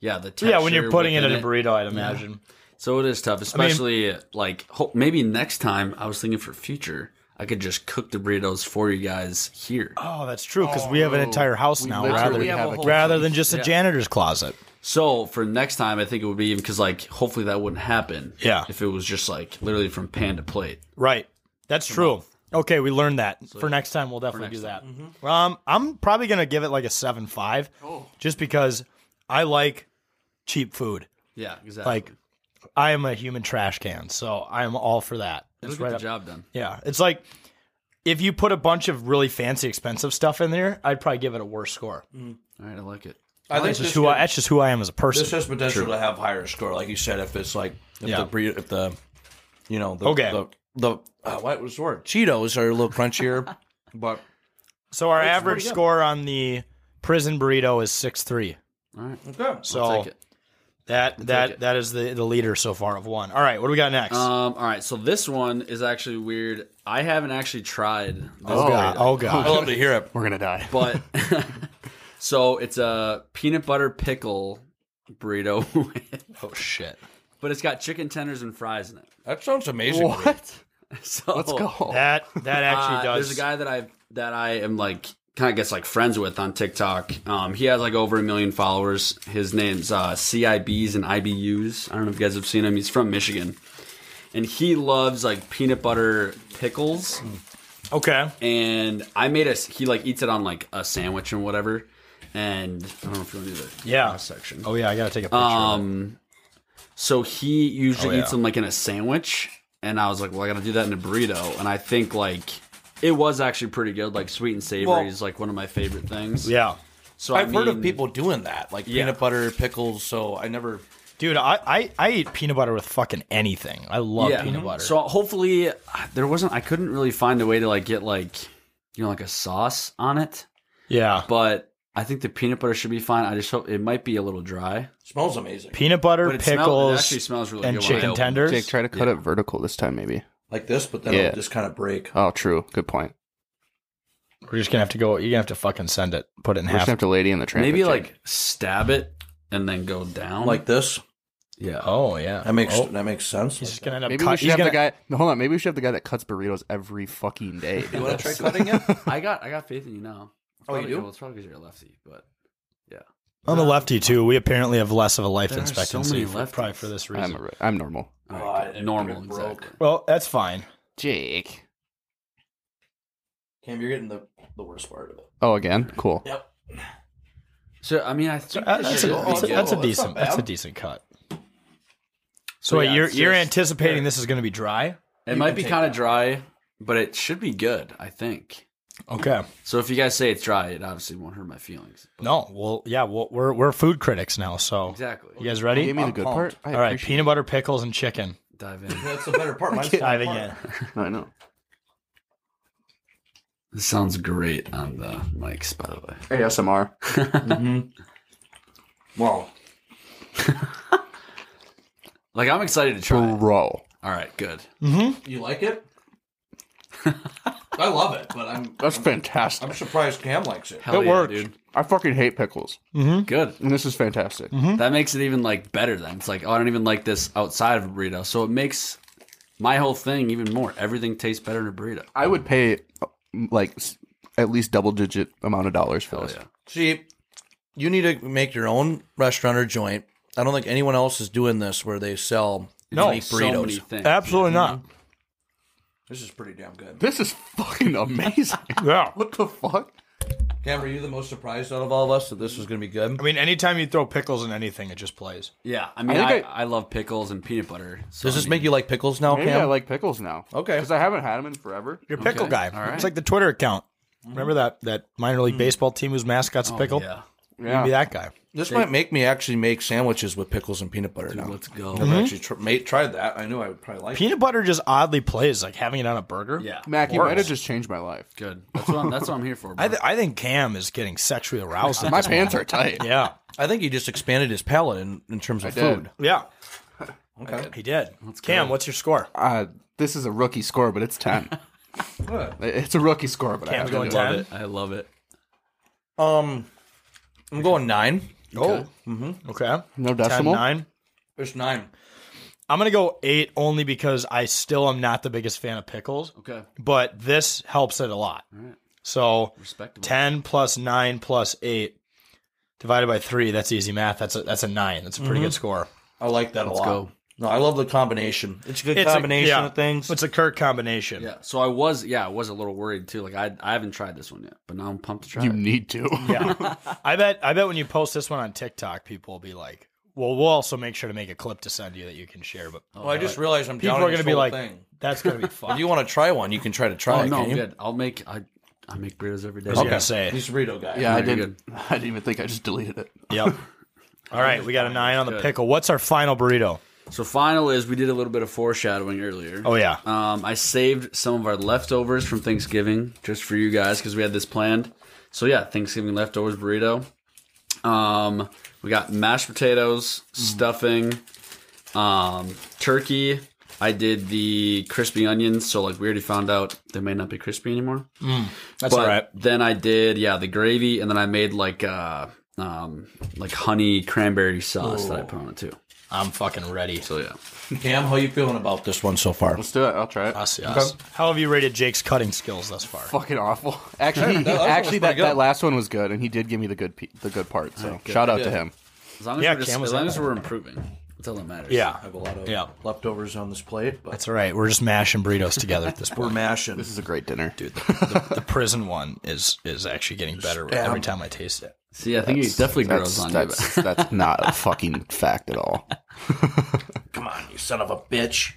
[SPEAKER 13] yeah, the texture
[SPEAKER 2] Yeah, when you're putting it
[SPEAKER 13] within
[SPEAKER 2] in a burrito, I'd imagine.
[SPEAKER 13] So it is tough, especially like ho- maybe next time. I was thinking for future, I could just cook the burritos for you guys here.
[SPEAKER 2] Oh, that's true because we have an entire house
[SPEAKER 13] We
[SPEAKER 2] now,
[SPEAKER 13] literally
[SPEAKER 2] rather
[SPEAKER 13] have a whole
[SPEAKER 2] rather
[SPEAKER 13] place.
[SPEAKER 2] than just a
[SPEAKER 13] Yeah.
[SPEAKER 2] janitor's closet.
[SPEAKER 13] So for next time, I think it would be even because like hopefully that wouldn't happen.
[SPEAKER 2] Yeah.
[SPEAKER 13] if it was just like literally from pan to plate.
[SPEAKER 2] Right, that's true. Okay, we learned that. for next time, we'll definitely do that. Um, I'm probably gonna give it like a seven five, just because I like cheap food.
[SPEAKER 13] Yeah, exactly.
[SPEAKER 2] Like, I am a human trash can, so I am all for that.
[SPEAKER 13] It'll
[SPEAKER 2] It's
[SPEAKER 13] get
[SPEAKER 2] right
[SPEAKER 13] the
[SPEAKER 2] up-
[SPEAKER 13] job done.
[SPEAKER 2] Yeah, it's like if you put a bunch of really fancy, expensive stuff in there, I'd probably give it a worse score.
[SPEAKER 13] All right, I like it.
[SPEAKER 1] I think
[SPEAKER 2] that's just
[SPEAKER 1] this
[SPEAKER 2] who I.
[SPEAKER 1] could-
[SPEAKER 2] That's just who I am as a person.
[SPEAKER 1] This has potential
[SPEAKER 2] True.
[SPEAKER 1] to have higher score, like you said, if it's like if
[SPEAKER 2] Yeah.
[SPEAKER 1] the the if the you know the,
[SPEAKER 2] Okay.
[SPEAKER 1] the the uh, what was the word? Cheetos are a little crunchier, but
[SPEAKER 2] So our
[SPEAKER 1] That's pretty
[SPEAKER 2] average
[SPEAKER 1] good.
[SPEAKER 2] score on the prison burrito is six three.
[SPEAKER 13] All right.
[SPEAKER 1] Okay.
[SPEAKER 2] So
[SPEAKER 13] I'll take
[SPEAKER 2] that
[SPEAKER 13] I'll
[SPEAKER 2] that
[SPEAKER 13] take it.
[SPEAKER 2] that is the the leader so far of one. All right, what do we got next?
[SPEAKER 13] Um, all right, so this one is actually weird. I haven't actually tried. This
[SPEAKER 2] Oh, God. Oh, God. I'd love
[SPEAKER 1] to hear it.
[SPEAKER 12] We're gonna die.
[SPEAKER 13] But so it's a peanut butter pickle burrito.
[SPEAKER 2] oh shit!
[SPEAKER 13] But it's got chicken tenders and fries in it.
[SPEAKER 1] That sounds amazing. What?
[SPEAKER 13] So
[SPEAKER 1] Let's go.
[SPEAKER 2] That that actually
[SPEAKER 13] Uh,
[SPEAKER 2] does.
[SPEAKER 13] There's a guy that I that I am like kind of gets like friends with on TikTok. Um, he has like over a million followers. His name's uh, CIBs and IBUs. I don't know if you guys have seen him. He's from Michigan, and he loves like peanut butter pickles.
[SPEAKER 2] Okay.
[SPEAKER 13] And I made us. He like eats it on like a sandwich and whatever. And I don't know if you want to do the
[SPEAKER 2] Yeah.
[SPEAKER 13] cross section.
[SPEAKER 2] Oh yeah, I gotta take a picture.
[SPEAKER 13] Um, so he usually
[SPEAKER 2] Oh, yeah.
[SPEAKER 13] eats them like in a sandwich, and I was like, well, I gotta do that in a burrito, and I think like it was actually pretty good. Like sweet and savory
[SPEAKER 1] Well-
[SPEAKER 13] is like one of my favorite things. So
[SPEAKER 1] So
[SPEAKER 13] I
[SPEAKER 1] I've heard of
[SPEAKER 13] mean-
[SPEAKER 1] people doing that, like
[SPEAKER 13] Yeah.
[SPEAKER 1] peanut butter pickles. So I never.
[SPEAKER 2] Dude, I, I I eat peanut butter with fucking anything. I love
[SPEAKER 13] Yeah. Mhm.
[SPEAKER 2] peanut butter.
[SPEAKER 13] So hopefully there wasn't. I couldn't really find a way to like get like you know like a sauce on it.
[SPEAKER 2] Yeah.
[SPEAKER 13] But I think the peanut butter should be fine. I just hope it might be a little dry.
[SPEAKER 1] Smells amazing.
[SPEAKER 2] Peanut butter,
[SPEAKER 13] But it smell- it
[SPEAKER 2] pickles,
[SPEAKER 13] actually smells really
[SPEAKER 2] and
[SPEAKER 13] good when I
[SPEAKER 2] chicken
[SPEAKER 13] open it.
[SPEAKER 2] tenders.
[SPEAKER 12] Jake, try to cut it vertical this time, maybe.
[SPEAKER 1] Like this, but then it'll just kinda break.
[SPEAKER 12] Oh, true. Good point.
[SPEAKER 2] We're just gonna have to go. You're gonna have to fucking send it. Put it in
[SPEAKER 12] We're
[SPEAKER 2] half.
[SPEAKER 12] just gonna have to lady in the traffic.
[SPEAKER 13] Maybe
[SPEAKER 12] Jake.
[SPEAKER 13] like stab it and then go down
[SPEAKER 1] Like this?
[SPEAKER 13] Yeah.
[SPEAKER 2] Oh yeah.
[SPEAKER 1] That makes
[SPEAKER 12] Oh.
[SPEAKER 1] that makes sense.
[SPEAKER 2] He's just gonna end up
[SPEAKER 12] Maybe
[SPEAKER 2] cut-
[SPEAKER 12] we
[SPEAKER 2] he's
[SPEAKER 12] should have
[SPEAKER 2] gonna-
[SPEAKER 12] the guy. no, Hold on. Maybe we should have the guy that cuts burritos every fucking day. do
[SPEAKER 13] You wanna
[SPEAKER 12] this.
[SPEAKER 13] try cutting it? I got I got faith in you now.
[SPEAKER 1] Oh, you
[SPEAKER 13] Probably-
[SPEAKER 1] do?
[SPEAKER 13] Well, it's probably because you're a lefty, but yeah.
[SPEAKER 2] I'm a lefty too. We apparently have less of a life
[SPEAKER 13] There are so
[SPEAKER 2] expectancy,
[SPEAKER 13] many
[SPEAKER 2] for-
[SPEAKER 13] lefties.
[SPEAKER 2] probably for this reason.
[SPEAKER 12] I'm, a, re- I'm normal.
[SPEAKER 13] normal, exactly.
[SPEAKER 2] Well, that's fine.
[SPEAKER 12] Jake.
[SPEAKER 1] Cam, you're getting the, the worst part of it.
[SPEAKER 12] Oh, again. Cool.
[SPEAKER 1] Yep.
[SPEAKER 13] So I mean, I think
[SPEAKER 2] Uh, that's, a,
[SPEAKER 13] this
[SPEAKER 2] that's, a,
[SPEAKER 13] should be
[SPEAKER 2] that's a
[SPEAKER 13] good.
[SPEAKER 2] decent. That's a decent cut. So wait,
[SPEAKER 13] yeah,
[SPEAKER 2] you're
[SPEAKER 13] it's
[SPEAKER 2] you're
[SPEAKER 13] just-
[SPEAKER 2] anticipating this is going to be dry?
[SPEAKER 13] It might be kind of dry, but it should be good. I think.
[SPEAKER 2] Okay.
[SPEAKER 13] So if you guys say it's dry, it obviously won't hurt my feelings.
[SPEAKER 2] No. Well, yeah. Well, we're we're food critics now, so
[SPEAKER 13] Exactly.
[SPEAKER 2] You guys ready?
[SPEAKER 13] Give me the good I'm part. pumped. I
[SPEAKER 2] All right, peanut butter pickles and chicken.
[SPEAKER 13] Dive in.
[SPEAKER 1] That's the better part. Mine's
[SPEAKER 2] Dive
[SPEAKER 1] falling
[SPEAKER 2] again.
[SPEAKER 1] apart.
[SPEAKER 12] I know.
[SPEAKER 13] This sounds great on the mics, by the way.
[SPEAKER 12] ASMR.
[SPEAKER 1] Wow.
[SPEAKER 13] Like I'm excited to try. it.
[SPEAKER 12] Bro.
[SPEAKER 13] All right, good.
[SPEAKER 1] You like it? I love it, but I'm
[SPEAKER 12] That's fantastic.
[SPEAKER 1] I'm surprised Cam likes it.
[SPEAKER 13] Hell
[SPEAKER 12] it
[SPEAKER 13] yeah,
[SPEAKER 12] worked.
[SPEAKER 13] dude.
[SPEAKER 12] I fucking hate pickles.
[SPEAKER 13] Good.
[SPEAKER 12] And this is fantastic.
[SPEAKER 13] That makes it even like better. Then it's like, oh, I don't even like this outside of a burrito. So it makes my whole thing even more. Everything tastes better in a burrito.
[SPEAKER 12] I would pay uh, like s- at least double digit amount of dollars for this.
[SPEAKER 1] See, you need to make your own restaurant or joint. I don't think anyone else is doing this where they sell
[SPEAKER 2] No.
[SPEAKER 1] unique
[SPEAKER 2] So
[SPEAKER 1] burritos.
[SPEAKER 13] many things.
[SPEAKER 2] Absolutely not.
[SPEAKER 13] Mm-hmm.
[SPEAKER 1] This is pretty damn good.
[SPEAKER 12] This is fucking amazing.
[SPEAKER 2] Yeah.
[SPEAKER 12] what the fuck?
[SPEAKER 1] Cam, were you the most surprised out of all of us that this was going to be good?
[SPEAKER 2] I mean, anytime you throw pickles in anything, it just plays.
[SPEAKER 13] Yeah, I mean,
[SPEAKER 12] I
[SPEAKER 13] I,
[SPEAKER 12] think
[SPEAKER 13] I, love pickles and peanut butter. So
[SPEAKER 1] Does
[SPEAKER 13] I
[SPEAKER 1] this
[SPEAKER 13] mean-
[SPEAKER 1] make you like pickles now,
[SPEAKER 12] Maybe I
[SPEAKER 1] Cam?
[SPEAKER 12] like pickles now.
[SPEAKER 1] Okay.
[SPEAKER 12] Because I haven't had them in forever.
[SPEAKER 2] You're a pickle
[SPEAKER 13] Okay,
[SPEAKER 2] guy.
[SPEAKER 13] all right. Mm-hmm.
[SPEAKER 2] It's like the Twitter account. Remember that that minor league baseball team whose mascot's a
[SPEAKER 13] Oh,
[SPEAKER 2] pickle?
[SPEAKER 13] Yeah,
[SPEAKER 2] You'd be
[SPEAKER 12] Yeah.
[SPEAKER 2] that guy.
[SPEAKER 1] This might make me actually make sandwiches with pickles and peanut butter now.
[SPEAKER 13] let's go.
[SPEAKER 1] I've
[SPEAKER 2] Mm-hmm.
[SPEAKER 1] actually tr- made, tried that. I knew I would probably like it.
[SPEAKER 2] Peanut butter just oddly plays like having it on a burger.
[SPEAKER 13] Yeah,
[SPEAKER 12] Mac, you might have just changed my life.
[SPEAKER 13] good. That's what I'm, that's what I'm here for. Bro.
[SPEAKER 2] I, th- I think Cam is getting sexually aroused. at
[SPEAKER 12] My
[SPEAKER 2] this
[SPEAKER 12] pants are tight.
[SPEAKER 2] point. Yeah.
[SPEAKER 1] I think he just expanded his palate in, in terms of
[SPEAKER 12] I did.
[SPEAKER 1] food.
[SPEAKER 2] Yeah.
[SPEAKER 1] Okay.
[SPEAKER 2] He did. Cam, what's your score?
[SPEAKER 12] Uh, this is a rookie score, but it's 10. it's a rookie score, but I
[SPEAKER 2] Cam's
[SPEAKER 12] have to
[SPEAKER 2] going
[SPEAKER 12] do it.
[SPEAKER 13] love
[SPEAKER 2] 10.
[SPEAKER 13] it. I love it.
[SPEAKER 1] Um, I'm going nine.
[SPEAKER 2] Oh. Mm-hmm. Okay.
[SPEAKER 12] No
[SPEAKER 2] 10,
[SPEAKER 12] decimal?
[SPEAKER 2] 9.
[SPEAKER 1] There's nine.
[SPEAKER 2] I'm going to go 8 only because I still am not the biggest fan of pickles,
[SPEAKER 13] Okay,
[SPEAKER 2] but this helps it a lot. So
[SPEAKER 13] respectable.
[SPEAKER 2] 10 plus 9 plus 8 divided by 3, that's easy math. That's a, that's a 9. That's a pretty good score.
[SPEAKER 1] I like that a lot.
[SPEAKER 13] go.
[SPEAKER 1] No, I love the combination. It's a good
[SPEAKER 2] It's a-
[SPEAKER 1] combination
[SPEAKER 2] yeah.
[SPEAKER 1] of things.
[SPEAKER 2] It's a Kirk combination.
[SPEAKER 13] Yeah, so I was yeah I was a little worried too. Like I I haven't tried this one yet, but now I'm pumped to try.
[SPEAKER 12] You
[SPEAKER 13] it.
[SPEAKER 12] need to.
[SPEAKER 2] Yeah. I bet I bet when you post this one on TikTok, people will be like, well, we'll also make sure to make a clip to send you that you can share. But
[SPEAKER 1] well, I just realized I'm
[SPEAKER 2] people
[SPEAKER 1] down
[SPEAKER 2] are
[SPEAKER 1] going to
[SPEAKER 2] be like,
[SPEAKER 1] thing.
[SPEAKER 2] that's going to be fun.
[SPEAKER 1] If you want to try one, you can try to try
[SPEAKER 13] Oh
[SPEAKER 1] it.
[SPEAKER 13] no,
[SPEAKER 1] can you?
[SPEAKER 13] good. I'll make I I make burritos every
[SPEAKER 2] I
[SPEAKER 13] day.
[SPEAKER 2] was gonna say.
[SPEAKER 1] He's a burrito guy.
[SPEAKER 12] Yeah, I
[SPEAKER 13] you're
[SPEAKER 12] didn't. I didn't even think. I just deleted it.
[SPEAKER 2] Yep. All right, we got a nine on the
[SPEAKER 13] Good.
[SPEAKER 2] pickle. What's our final burrito?
[SPEAKER 13] So final is we did a little bit of foreshadowing earlier.
[SPEAKER 2] Oh, yeah.
[SPEAKER 13] Um, I saved some of our leftovers from Thanksgiving just for you guys because we had this planned. So yeah, Thanksgiving leftovers burrito. Um, we got mashed potatoes,
[SPEAKER 2] Mm.
[SPEAKER 13] stuffing, um, turkey. I did the crispy onions, so like we already found out they may not be crispy anymore.
[SPEAKER 2] Mm, that's
[SPEAKER 13] But
[SPEAKER 2] all right.
[SPEAKER 13] Then I did yeah the gravy, and then I made like uh um like honey cranberry sauce that I put on it too.
[SPEAKER 2] I'm fucking ready.
[SPEAKER 13] So yeah,
[SPEAKER 1] Cam, how you feeling about this one so far?
[SPEAKER 12] Let's do it. I'll try it.
[SPEAKER 2] Yes. How have you rated Jake's cutting skills thus far?
[SPEAKER 12] Fucking awful. Actually,
[SPEAKER 2] Yeah,
[SPEAKER 12] he-
[SPEAKER 2] that was
[SPEAKER 12] actually,
[SPEAKER 2] pretty
[SPEAKER 12] that, that
[SPEAKER 2] good.
[SPEAKER 12] last one was good, and he did give me the good pe- the good part. So
[SPEAKER 13] Alright, good.
[SPEAKER 12] shout out to
[SPEAKER 13] Yeah.
[SPEAKER 12] him.
[SPEAKER 13] As long as
[SPEAKER 2] Yeah,
[SPEAKER 13] we're, just-
[SPEAKER 2] Cam was
[SPEAKER 13] as long
[SPEAKER 2] on
[SPEAKER 13] as
[SPEAKER 2] that.
[SPEAKER 13] we're improving, that's all that matters.
[SPEAKER 2] Yeah.
[SPEAKER 1] I have a lot of
[SPEAKER 2] Yeah.
[SPEAKER 1] leftovers on this plate, but
[SPEAKER 2] That's all right. We're just mashing burritos together at this point.
[SPEAKER 1] We're mashing. This
[SPEAKER 12] is a great dinner,
[SPEAKER 2] dude. The, the, the prison one is is actually getting better
[SPEAKER 1] Yeah.
[SPEAKER 2] every time I taste it.
[SPEAKER 13] See, I think he definitely
[SPEAKER 12] that's,
[SPEAKER 13] grows on you.
[SPEAKER 12] that's, that's not a fucking fact at all.
[SPEAKER 1] come on, you son of a bitch.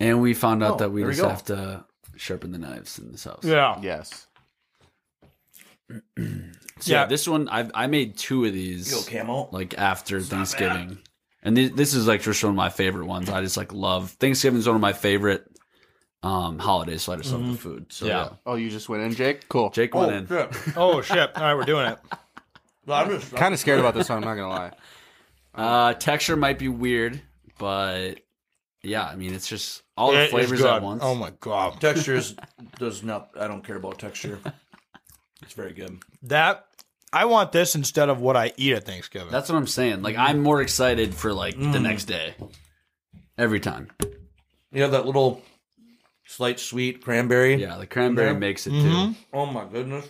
[SPEAKER 13] And we found out
[SPEAKER 1] Oh,
[SPEAKER 13] that we
[SPEAKER 1] there we
[SPEAKER 13] just
[SPEAKER 1] go.
[SPEAKER 13] have to sharpen the knives in this house.
[SPEAKER 12] Yes.
[SPEAKER 13] So, yeah.
[SPEAKER 12] Yeah.
[SPEAKER 13] This one, I I made two of these.
[SPEAKER 1] Yo, Camel.
[SPEAKER 13] Like after Thanksgiving, and thi- this is like just one of my favorite ones. I just like love Thanksgiving's one of my favorite um holidays. So I just love the
[SPEAKER 12] Mhm.
[SPEAKER 13] food. So
[SPEAKER 12] Yeah.
[SPEAKER 13] yeah.
[SPEAKER 12] Oh, you just went in, Jake. Cool.
[SPEAKER 13] Jake went in.
[SPEAKER 2] Oh shit! All right, we're doing it.
[SPEAKER 12] Kind of scared about this one. I'm not gonna lie.
[SPEAKER 13] Uh, texture might be weird, but yeah, I mean it's just all
[SPEAKER 2] It
[SPEAKER 13] the
[SPEAKER 2] is
[SPEAKER 13] flavors
[SPEAKER 2] good.
[SPEAKER 13] at once.
[SPEAKER 2] Oh my god!
[SPEAKER 1] Texture is does not. I don't care about texture. It's very good.
[SPEAKER 2] That I want this instead of what I eat at Thanksgiving.
[SPEAKER 13] That's what I'm saying. Like I'm more excited for like the next day. Every time.
[SPEAKER 1] You have that little slight sweet cranberry.
[SPEAKER 13] Yeah, the cranberry makes it too.
[SPEAKER 2] Mhm.
[SPEAKER 1] Oh my goodness.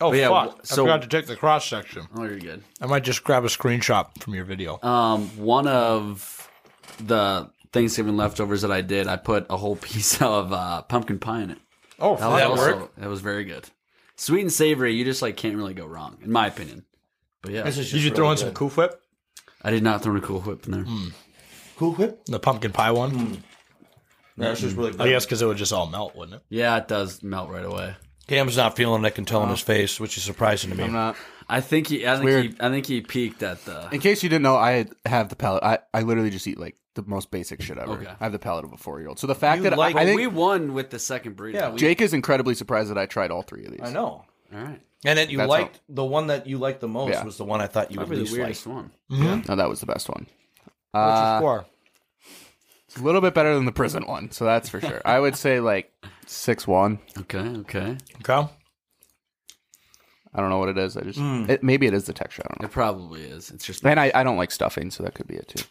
[SPEAKER 2] oh
[SPEAKER 13] But yeah,
[SPEAKER 2] fuck!
[SPEAKER 13] so-
[SPEAKER 2] I forgot to take the cross section.
[SPEAKER 13] Oh, you're good.
[SPEAKER 2] I might just grab a screenshot from your video.
[SPEAKER 13] Um, one of the Thanksgiving leftovers that I did, I put a whole piece of uh, pumpkin pie in it.
[SPEAKER 2] Oh,
[SPEAKER 13] that
[SPEAKER 2] fuck.
[SPEAKER 13] was
[SPEAKER 2] That
[SPEAKER 13] also,
[SPEAKER 2] work?
[SPEAKER 13] That was very good. Sweet and savory, you just like can't really go wrong, in my opinion. But yeah,
[SPEAKER 2] Did you throw in some Cool Whip?
[SPEAKER 13] I did not throw in a cool whip in there.
[SPEAKER 1] Cool Whip,
[SPEAKER 2] the pumpkin pie one.
[SPEAKER 13] Hmm.
[SPEAKER 1] That's just really good.
[SPEAKER 2] I guess because it would just all melt, wouldn't it?
[SPEAKER 13] Yeah, it does melt right away.
[SPEAKER 1] Cam's not feeling it. I can tell in his face, which is surprising to me.
[SPEAKER 12] I'm not.
[SPEAKER 13] I think he, I think
[SPEAKER 12] weird.
[SPEAKER 13] he, I think he peaked at the.
[SPEAKER 12] In case you didn't know, I have the palate. I, I literally just eat like the most basic shit ever.
[SPEAKER 13] Okay.
[SPEAKER 12] I have the palate of a four year old. So the fact
[SPEAKER 13] You
[SPEAKER 12] that
[SPEAKER 13] like-
[SPEAKER 12] I, I think
[SPEAKER 13] we won with the second burrito.
[SPEAKER 12] Jake is incredibly surprised that I tried all three of these.
[SPEAKER 1] I know.
[SPEAKER 13] All right.
[SPEAKER 1] And that you
[SPEAKER 12] That's
[SPEAKER 1] liked the one that you liked the most
[SPEAKER 12] Yeah.
[SPEAKER 1] was the one I thought you would
[SPEAKER 13] Probably the
[SPEAKER 1] least
[SPEAKER 13] weirdest
[SPEAKER 1] like.
[SPEAKER 13] one.
[SPEAKER 12] Yeah. No, that was the best one.
[SPEAKER 2] What's your
[SPEAKER 12] Uh,
[SPEAKER 2] score?
[SPEAKER 12] It's a little bit better than the prison one, so that's for sure. I would say like six one.
[SPEAKER 13] Okay, okay.
[SPEAKER 2] Okay.
[SPEAKER 12] I don't know what it is. I just
[SPEAKER 1] Hmm.
[SPEAKER 13] Mm.
[SPEAKER 12] it, maybe it is the texture. I don't know.
[SPEAKER 13] It probably is. It's just
[SPEAKER 12] And I, I don't like stuffing, so that could be it too.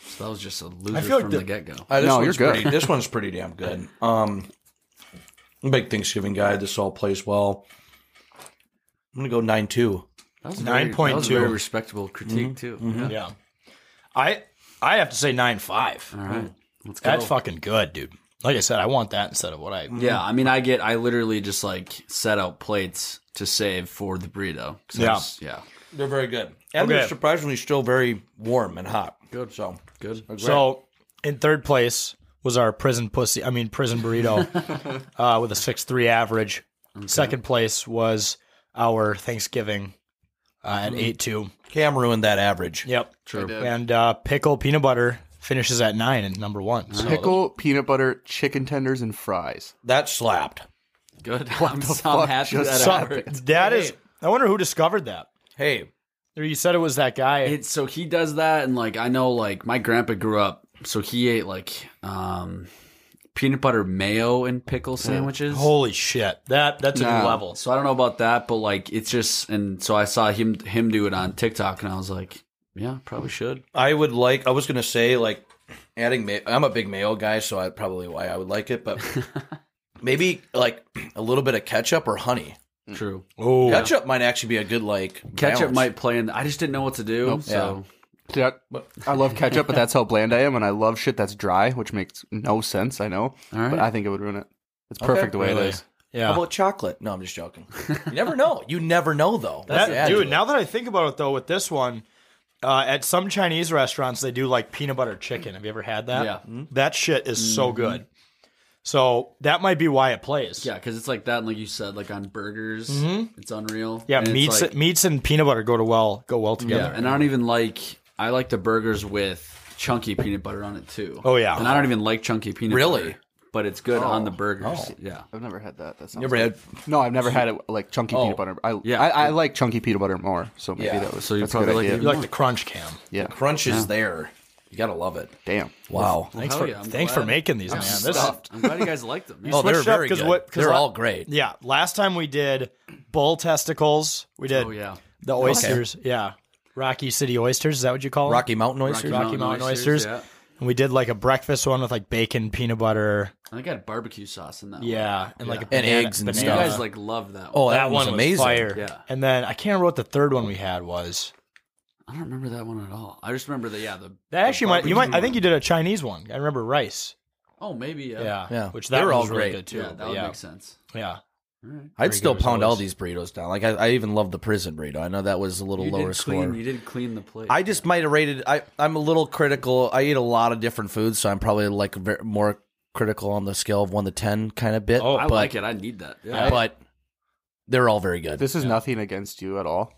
[SPEAKER 13] So that was just a loser
[SPEAKER 1] feel like
[SPEAKER 13] from
[SPEAKER 1] the-
[SPEAKER 13] the get go.
[SPEAKER 1] Uh, this
[SPEAKER 12] No,
[SPEAKER 1] one's
[SPEAKER 12] you're good.
[SPEAKER 1] Pretty, this one's pretty damn good. Um, I'm a big Thanksgiving guy. This all plays well. I'm gonna go nine two.
[SPEAKER 13] That's
[SPEAKER 2] Nine point two.
[SPEAKER 13] Very respectable critique too.
[SPEAKER 2] Yeah. I I have to say nine five.
[SPEAKER 13] All right. Let's go.
[SPEAKER 2] That's fucking good, dude. Like I said, I want that instead of what I.
[SPEAKER 13] Yeah, I mean, I get, I literally just like set out plates to save for the burrito. 'Cause I
[SPEAKER 2] Yeah.
[SPEAKER 13] just- yeah.
[SPEAKER 1] They're very good, and
[SPEAKER 2] Okay.
[SPEAKER 1] they're surprisingly still very warm and hot. Good. So
[SPEAKER 13] good.
[SPEAKER 2] So in third place was our prison pussy. I mean prison burrito uh, with a six three average. Second place was our Thanksgiving uh, at
[SPEAKER 1] Mhm.
[SPEAKER 2] eight two.
[SPEAKER 1] Cam ruined that average.
[SPEAKER 2] Yep.
[SPEAKER 12] True. I did.
[SPEAKER 2] And uh, pickle peanut butter finishes at nine and number one. So
[SPEAKER 12] Pickle, peanut butter, chicken tenders, and fries.
[SPEAKER 1] That slapped.
[SPEAKER 13] Good.
[SPEAKER 12] What
[SPEAKER 13] I'm,
[SPEAKER 12] the
[SPEAKER 13] so- I'm
[SPEAKER 12] fuck
[SPEAKER 13] happy
[SPEAKER 12] just
[SPEAKER 13] that
[SPEAKER 2] So-
[SPEAKER 13] happened.
[SPEAKER 2] that is. I wonder who discovered that.
[SPEAKER 1] Hey,
[SPEAKER 2] Or You said it was that guy.
[SPEAKER 13] It, so he does that, and like I know, like my grandpa grew up, so he ate like um peanut butter mayo and pickle sandwiches.
[SPEAKER 2] Holy shit! That that's a new
[SPEAKER 13] No.
[SPEAKER 2] level.
[SPEAKER 13] So I don't know about that, but like it's just, and so I saw him him do it on TikTok, and I was like, yeah, probably should.
[SPEAKER 1] I would like. I was gonna say like adding. Ma- I'm a big mayo guy, so I probably why I would like it, but maybe like a little bit of ketchup or honey.
[SPEAKER 13] True.
[SPEAKER 2] Oh,
[SPEAKER 1] Ketchup might actually be a good like
[SPEAKER 13] Ketchup
[SPEAKER 1] balance.
[SPEAKER 13] might play in. I just didn't know what to do.
[SPEAKER 12] Nope. Oh,
[SPEAKER 13] So
[SPEAKER 12] Yeah, I love ketchup, but that's how bland I am, and I love shit that's dry, which makes no sense. I know,
[SPEAKER 13] All right.
[SPEAKER 12] but I think it would ruin it. It's
[SPEAKER 1] Okay.
[SPEAKER 12] perfect the way
[SPEAKER 2] Really?
[SPEAKER 12] it is.
[SPEAKER 2] Yeah.
[SPEAKER 1] How about chocolate? No, I'm just joking. You never know. You never know though.
[SPEAKER 2] That-
[SPEAKER 1] That's the
[SPEAKER 2] dude,
[SPEAKER 1] attitude.
[SPEAKER 2] now that I think about it, though, with this one, uh, at some Chinese restaurants, they do like peanut butter chicken. Have you ever had that?
[SPEAKER 13] Yeah. Mm-hmm.
[SPEAKER 2] That shit is so good. So that might be why it plays.
[SPEAKER 13] yeah, because it's like that, and like you said, like on burgers,
[SPEAKER 2] Mhm.
[SPEAKER 13] it's unreal.
[SPEAKER 2] Yeah,
[SPEAKER 13] And it's,
[SPEAKER 2] meats,
[SPEAKER 13] like-
[SPEAKER 2] meats and peanut butter go to well go well together.
[SPEAKER 13] Yeah, and I don't even like. I like the burgers with chunky peanut butter on it too.
[SPEAKER 2] Oh, yeah.
[SPEAKER 13] and I don't even like chunky peanut.
[SPEAKER 1] Really?
[SPEAKER 13] butter, but it's good on the burgers.
[SPEAKER 12] Oh.
[SPEAKER 13] Yeah,
[SPEAKER 12] I've never had that. That sounds
[SPEAKER 13] ever
[SPEAKER 12] good. No, I've never had it like chunky
[SPEAKER 13] Oh.
[SPEAKER 12] peanut butter. I,
[SPEAKER 13] Yeah.
[SPEAKER 12] yeah, I, I like chunky peanut butter more, so maybe
[SPEAKER 1] Yeah.
[SPEAKER 12] that was
[SPEAKER 1] So you
[SPEAKER 12] that's
[SPEAKER 1] probably
[SPEAKER 12] a good
[SPEAKER 1] like it
[SPEAKER 12] idea.
[SPEAKER 1] even You like more. the crunch, Cam.
[SPEAKER 12] Yeah,
[SPEAKER 1] The crunch is
[SPEAKER 12] Yeah.
[SPEAKER 1] there. You gotta love it.
[SPEAKER 12] Damn.
[SPEAKER 1] Wow.
[SPEAKER 2] Thanks for thanks for making these,
[SPEAKER 13] I'm
[SPEAKER 2] man. This
[SPEAKER 13] stuffed. I'm glad you guys liked them.
[SPEAKER 2] You
[SPEAKER 1] Oh, they're
[SPEAKER 2] switched up
[SPEAKER 1] very
[SPEAKER 2] 'cause
[SPEAKER 1] good.
[SPEAKER 2] what- 'cause
[SPEAKER 1] They're
[SPEAKER 2] la-
[SPEAKER 1] all great.
[SPEAKER 2] Yeah, last time we did bull testicles. We did.
[SPEAKER 13] Oh, yeah.
[SPEAKER 2] the
[SPEAKER 13] Okay.
[SPEAKER 2] oysters. Yeah, Rocky City oysters. Is that what you call them?
[SPEAKER 1] Rocky Mountain oysters?
[SPEAKER 2] Rocky,
[SPEAKER 1] Rocky
[SPEAKER 2] Mountain
[SPEAKER 1] Mountain
[SPEAKER 2] oysters.
[SPEAKER 1] oysters, yeah.
[SPEAKER 2] And we did like a breakfast one with like bacon, peanut butter.
[SPEAKER 13] I got barbecue sauce in that.
[SPEAKER 2] Yeah,
[SPEAKER 13] one.
[SPEAKER 2] and like a
[SPEAKER 13] Yeah.
[SPEAKER 2] banana, banana.
[SPEAKER 13] You guys like love that.
[SPEAKER 2] Oh,
[SPEAKER 13] one.
[SPEAKER 2] that, one was amazing. Fire.
[SPEAKER 13] Yeah,
[SPEAKER 2] And then I can't remember what the third one we had was.
[SPEAKER 13] I don't remember that one at all. I just remember the yeah the.
[SPEAKER 2] That actually
[SPEAKER 13] the
[SPEAKER 2] might you might I
[SPEAKER 13] barbecue
[SPEAKER 2] think you did a Chinese one. I remember rice.
[SPEAKER 13] one. Oh, maybe yeah.
[SPEAKER 2] Yeah.
[SPEAKER 1] Yeah.
[SPEAKER 2] Which
[SPEAKER 1] They
[SPEAKER 2] that
[SPEAKER 1] were
[SPEAKER 2] was
[SPEAKER 1] all
[SPEAKER 2] really
[SPEAKER 1] great.
[SPEAKER 2] good too.
[SPEAKER 13] Yeah, that
[SPEAKER 2] but
[SPEAKER 13] would
[SPEAKER 2] yeah.
[SPEAKER 13] make sense.
[SPEAKER 2] Yeah.
[SPEAKER 13] All right.
[SPEAKER 1] I'd
[SPEAKER 2] Pretty
[SPEAKER 1] still
[SPEAKER 2] good as
[SPEAKER 1] pound all
[SPEAKER 2] always.
[SPEAKER 1] these burritos down. Like I, I even love the prison burrito. I know that was a little
[SPEAKER 13] You
[SPEAKER 1] lower
[SPEAKER 13] did clean.
[SPEAKER 1] score.
[SPEAKER 13] You did clean the plate.
[SPEAKER 1] I just might have rated. I I'm a little critical. I eat a lot of different foods, so I'm probably like ver more critical on the scale of one to ten kind of bit.
[SPEAKER 13] Oh, I
[SPEAKER 1] but,
[SPEAKER 13] like it. I need that. Yeah.
[SPEAKER 1] But they're all very good.
[SPEAKER 12] This is nothing against you at all.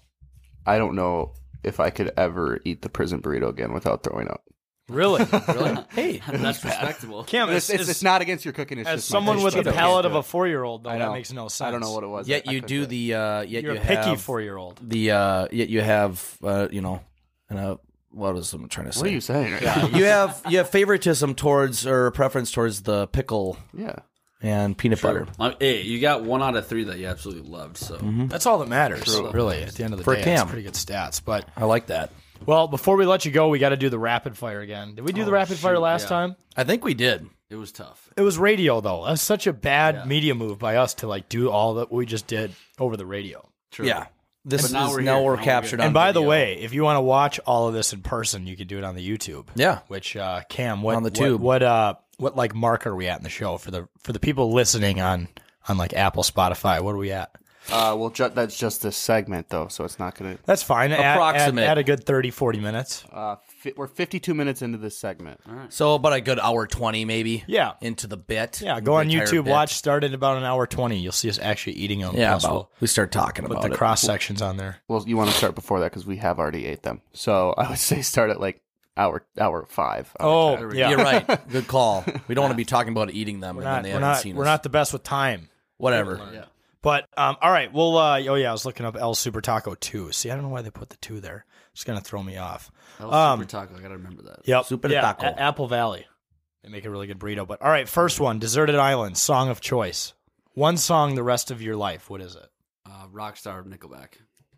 [SPEAKER 12] I don't know if I could ever eat the prison burrito again without throwing up.
[SPEAKER 2] Really?
[SPEAKER 13] really?
[SPEAKER 1] hey,
[SPEAKER 13] that's respectable.
[SPEAKER 2] Cam,
[SPEAKER 12] It's-
[SPEAKER 2] as-
[SPEAKER 12] it's- it's not against your cooking, it's
[SPEAKER 2] as
[SPEAKER 12] just my
[SPEAKER 2] someone
[SPEAKER 12] taste
[SPEAKER 2] with the
[SPEAKER 12] buds. I don't
[SPEAKER 2] palate
[SPEAKER 12] get
[SPEAKER 2] of a
[SPEAKER 12] it.
[SPEAKER 2] four-year-old, though,
[SPEAKER 12] I
[SPEAKER 2] that
[SPEAKER 12] know.
[SPEAKER 2] makes no sense.
[SPEAKER 12] I don't know what it was.
[SPEAKER 1] Yet you do the uh, yet
[SPEAKER 2] You're
[SPEAKER 1] you
[SPEAKER 2] a picky
[SPEAKER 1] have
[SPEAKER 12] Mm-hmm.
[SPEAKER 2] four-year-old.
[SPEAKER 1] The uh, yet you have uh, you know, and uh, what was I'm trying to say?
[SPEAKER 12] What are you saying right now?
[SPEAKER 1] you have you have favoritism towards or preference towards the pickle
[SPEAKER 12] Yeah.
[SPEAKER 1] and peanut butter.
[SPEAKER 13] Uh, hey, you got one out of three that you absolutely loved. So
[SPEAKER 1] Mm-hmm.
[SPEAKER 2] That's all that matters,
[SPEAKER 13] True.
[SPEAKER 2] really. At the end of the
[SPEAKER 1] For
[SPEAKER 2] day,
[SPEAKER 1] Cam.
[SPEAKER 2] it's pretty good stats. But
[SPEAKER 12] Oh.
[SPEAKER 1] I like that.
[SPEAKER 2] well, before we let you go, we got to do the rapid fire again. Did we
[SPEAKER 12] Oh,
[SPEAKER 2] do the rapid fire
[SPEAKER 13] shoot,
[SPEAKER 2] last
[SPEAKER 13] yeah.
[SPEAKER 2] time?
[SPEAKER 1] I think we did.
[SPEAKER 13] it was tough.
[SPEAKER 2] It was radio though. That was such a bad media move by us to like do all that we just did over the radio.
[SPEAKER 13] True.
[SPEAKER 1] Yeah. This
[SPEAKER 13] But
[SPEAKER 1] is
[SPEAKER 13] now
[SPEAKER 1] now
[SPEAKER 13] we're
[SPEAKER 1] we're,
[SPEAKER 13] here. Now we're
[SPEAKER 1] captured
[SPEAKER 13] good.
[SPEAKER 1] on.
[SPEAKER 2] and by the
[SPEAKER 1] video.
[SPEAKER 2] way, if you want to watch all of this in person, you can do it on the YouTube.
[SPEAKER 1] yeah,
[SPEAKER 2] Which uh, Cam, what
[SPEAKER 1] On the
[SPEAKER 2] what-
[SPEAKER 1] tube.
[SPEAKER 2] What, uh, what like mark are we at in the show for the for the people listening on on like Apple, Spotify? What are we at?
[SPEAKER 12] Uh, well, ju- that's just this segment though, so it's not gonna.
[SPEAKER 2] That's fine. Add- add-
[SPEAKER 1] Approximate.
[SPEAKER 2] add a good 30, 40 minutes.
[SPEAKER 12] Uh, fi- we're 52 minutes into this segment.
[SPEAKER 1] so about a good hour twenty maybe.
[SPEAKER 2] Yeah.
[SPEAKER 1] into the bit.
[SPEAKER 2] Yeah, go on
[SPEAKER 1] The entire
[SPEAKER 2] YouTube,
[SPEAKER 1] bit.
[SPEAKER 2] watch. Start at about an hour twenty. You'll see us actually eating on.
[SPEAKER 1] Yeah,
[SPEAKER 2] plus
[SPEAKER 1] about, we start talking
[SPEAKER 2] we'll
[SPEAKER 1] about
[SPEAKER 2] put the
[SPEAKER 1] it.
[SPEAKER 2] cross sections on there.
[SPEAKER 12] Well, you want to start before that because we have already ate them. So I would say start at like hour hour five.
[SPEAKER 2] Oh,
[SPEAKER 13] There we
[SPEAKER 2] yeah.
[SPEAKER 1] You're right. Good call. We don't want to be talking about eating them
[SPEAKER 2] We're
[SPEAKER 1] and
[SPEAKER 2] not,
[SPEAKER 1] then they
[SPEAKER 2] we're,
[SPEAKER 1] haven't
[SPEAKER 2] not,
[SPEAKER 1] seen
[SPEAKER 2] we're
[SPEAKER 1] us.
[SPEAKER 2] not the best with time.
[SPEAKER 1] Whatever.
[SPEAKER 13] Yeah.
[SPEAKER 2] But um, all right, well, uh, oh yeah, I was looking up El Super Taco two. See, I don't know why they put the two there. It's gonna throw me off.
[SPEAKER 13] That was
[SPEAKER 2] Um,
[SPEAKER 13] super taco. I gotta remember that.
[SPEAKER 2] Yep,
[SPEAKER 1] Super
[SPEAKER 2] yeah,
[SPEAKER 1] Taco.
[SPEAKER 2] A- Apple Valley. They make a really good burrito. But all right, first one, Deserted Island, song of choice. One song the rest of your life. What is it?
[SPEAKER 13] Uh, Rockstar of Nickelback.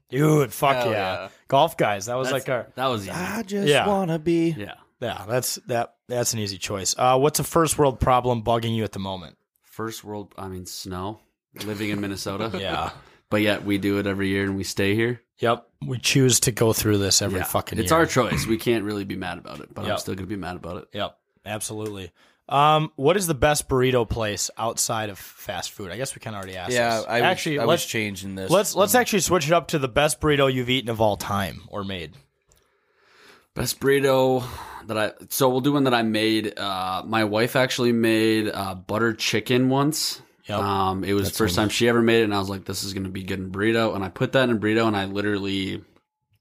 [SPEAKER 2] Dude, fuck
[SPEAKER 12] Hell
[SPEAKER 2] yeah.
[SPEAKER 12] yeah.
[SPEAKER 2] golf guys. That was
[SPEAKER 13] That's-
[SPEAKER 2] like our
[SPEAKER 13] That was easy.
[SPEAKER 1] I just
[SPEAKER 2] Yeah.
[SPEAKER 1] wanna be.
[SPEAKER 13] yeah.
[SPEAKER 2] yeah. That's that. That's an easy choice. Uh, what's a first world problem bugging you at the moment?
[SPEAKER 13] First world. I mean, snow. Living in Minnesota.
[SPEAKER 2] Yeah.
[SPEAKER 13] But yet we do it every year and we stay here.
[SPEAKER 2] Yep. We choose to go through this every
[SPEAKER 13] Yeah.
[SPEAKER 2] fucking
[SPEAKER 13] It's
[SPEAKER 2] year.
[SPEAKER 13] our choice. We can't really be mad about it, but I'm
[SPEAKER 2] Yep.
[SPEAKER 13] still gonna be mad about it.
[SPEAKER 2] Yep, absolutely. Um, what is the best burrito place outside of fast food? I guess we can already ask.
[SPEAKER 1] Yeah,
[SPEAKER 2] this.
[SPEAKER 1] I was,
[SPEAKER 2] actually
[SPEAKER 1] actually, I was
[SPEAKER 2] let's
[SPEAKER 1] changing this.
[SPEAKER 2] let's let's actually switch it up to the best burrito you've eaten of all time or made.
[SPEAKER 13] Best burrito that I so we'll do one that I made. Uh, my wife actually made uh, butter chicken once.
[SPEAKER 2] Yep.
[SPEAKER 13] Um, it was the first time she ever made it, and I was like, "This is gonna be good in burrito." And I put that in burrito, and I literally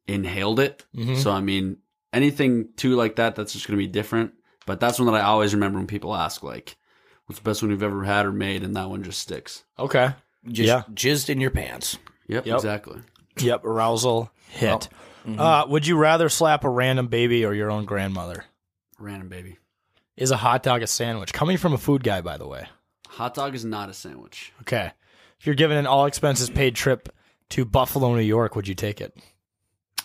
[SPEAKER 13] inhaled it.
[SPEAKER 2] Mhm.
[SPEAKER 13] So I mean, anything too like that, that's just gonna be different. But that's one that I always remember when people ask, like, "What's the best one you've ever had or made?" And that one just sticks.
[SPEAKER 2] Okay.
[SPEAKER 1] just
[SPEAKER 2] yeah.
[SPEAKER 1] jizzed in your pants.
[SPEAKER 13] Yep,
[SPEAKER 2] Yep.
[SPEAKER 13] exactly.
[SPEAKER 2] Yep. Arousal hit.
[SPEAKER 1] Oh,
[SPEAKER 2] Uh, would you rather slap a random baby or your own grandmother?
[SPEAKER 13] Random baby.
[SPEAKER 2] Is a hot dog a sandwich? Coming from a food guy, by the way.
[SPEAKER 13] Hot dog is not a sandwich.
[SPEAKER 2] Okay. If you're given an all expenses paid trip to Buffalo, New York, would you take it?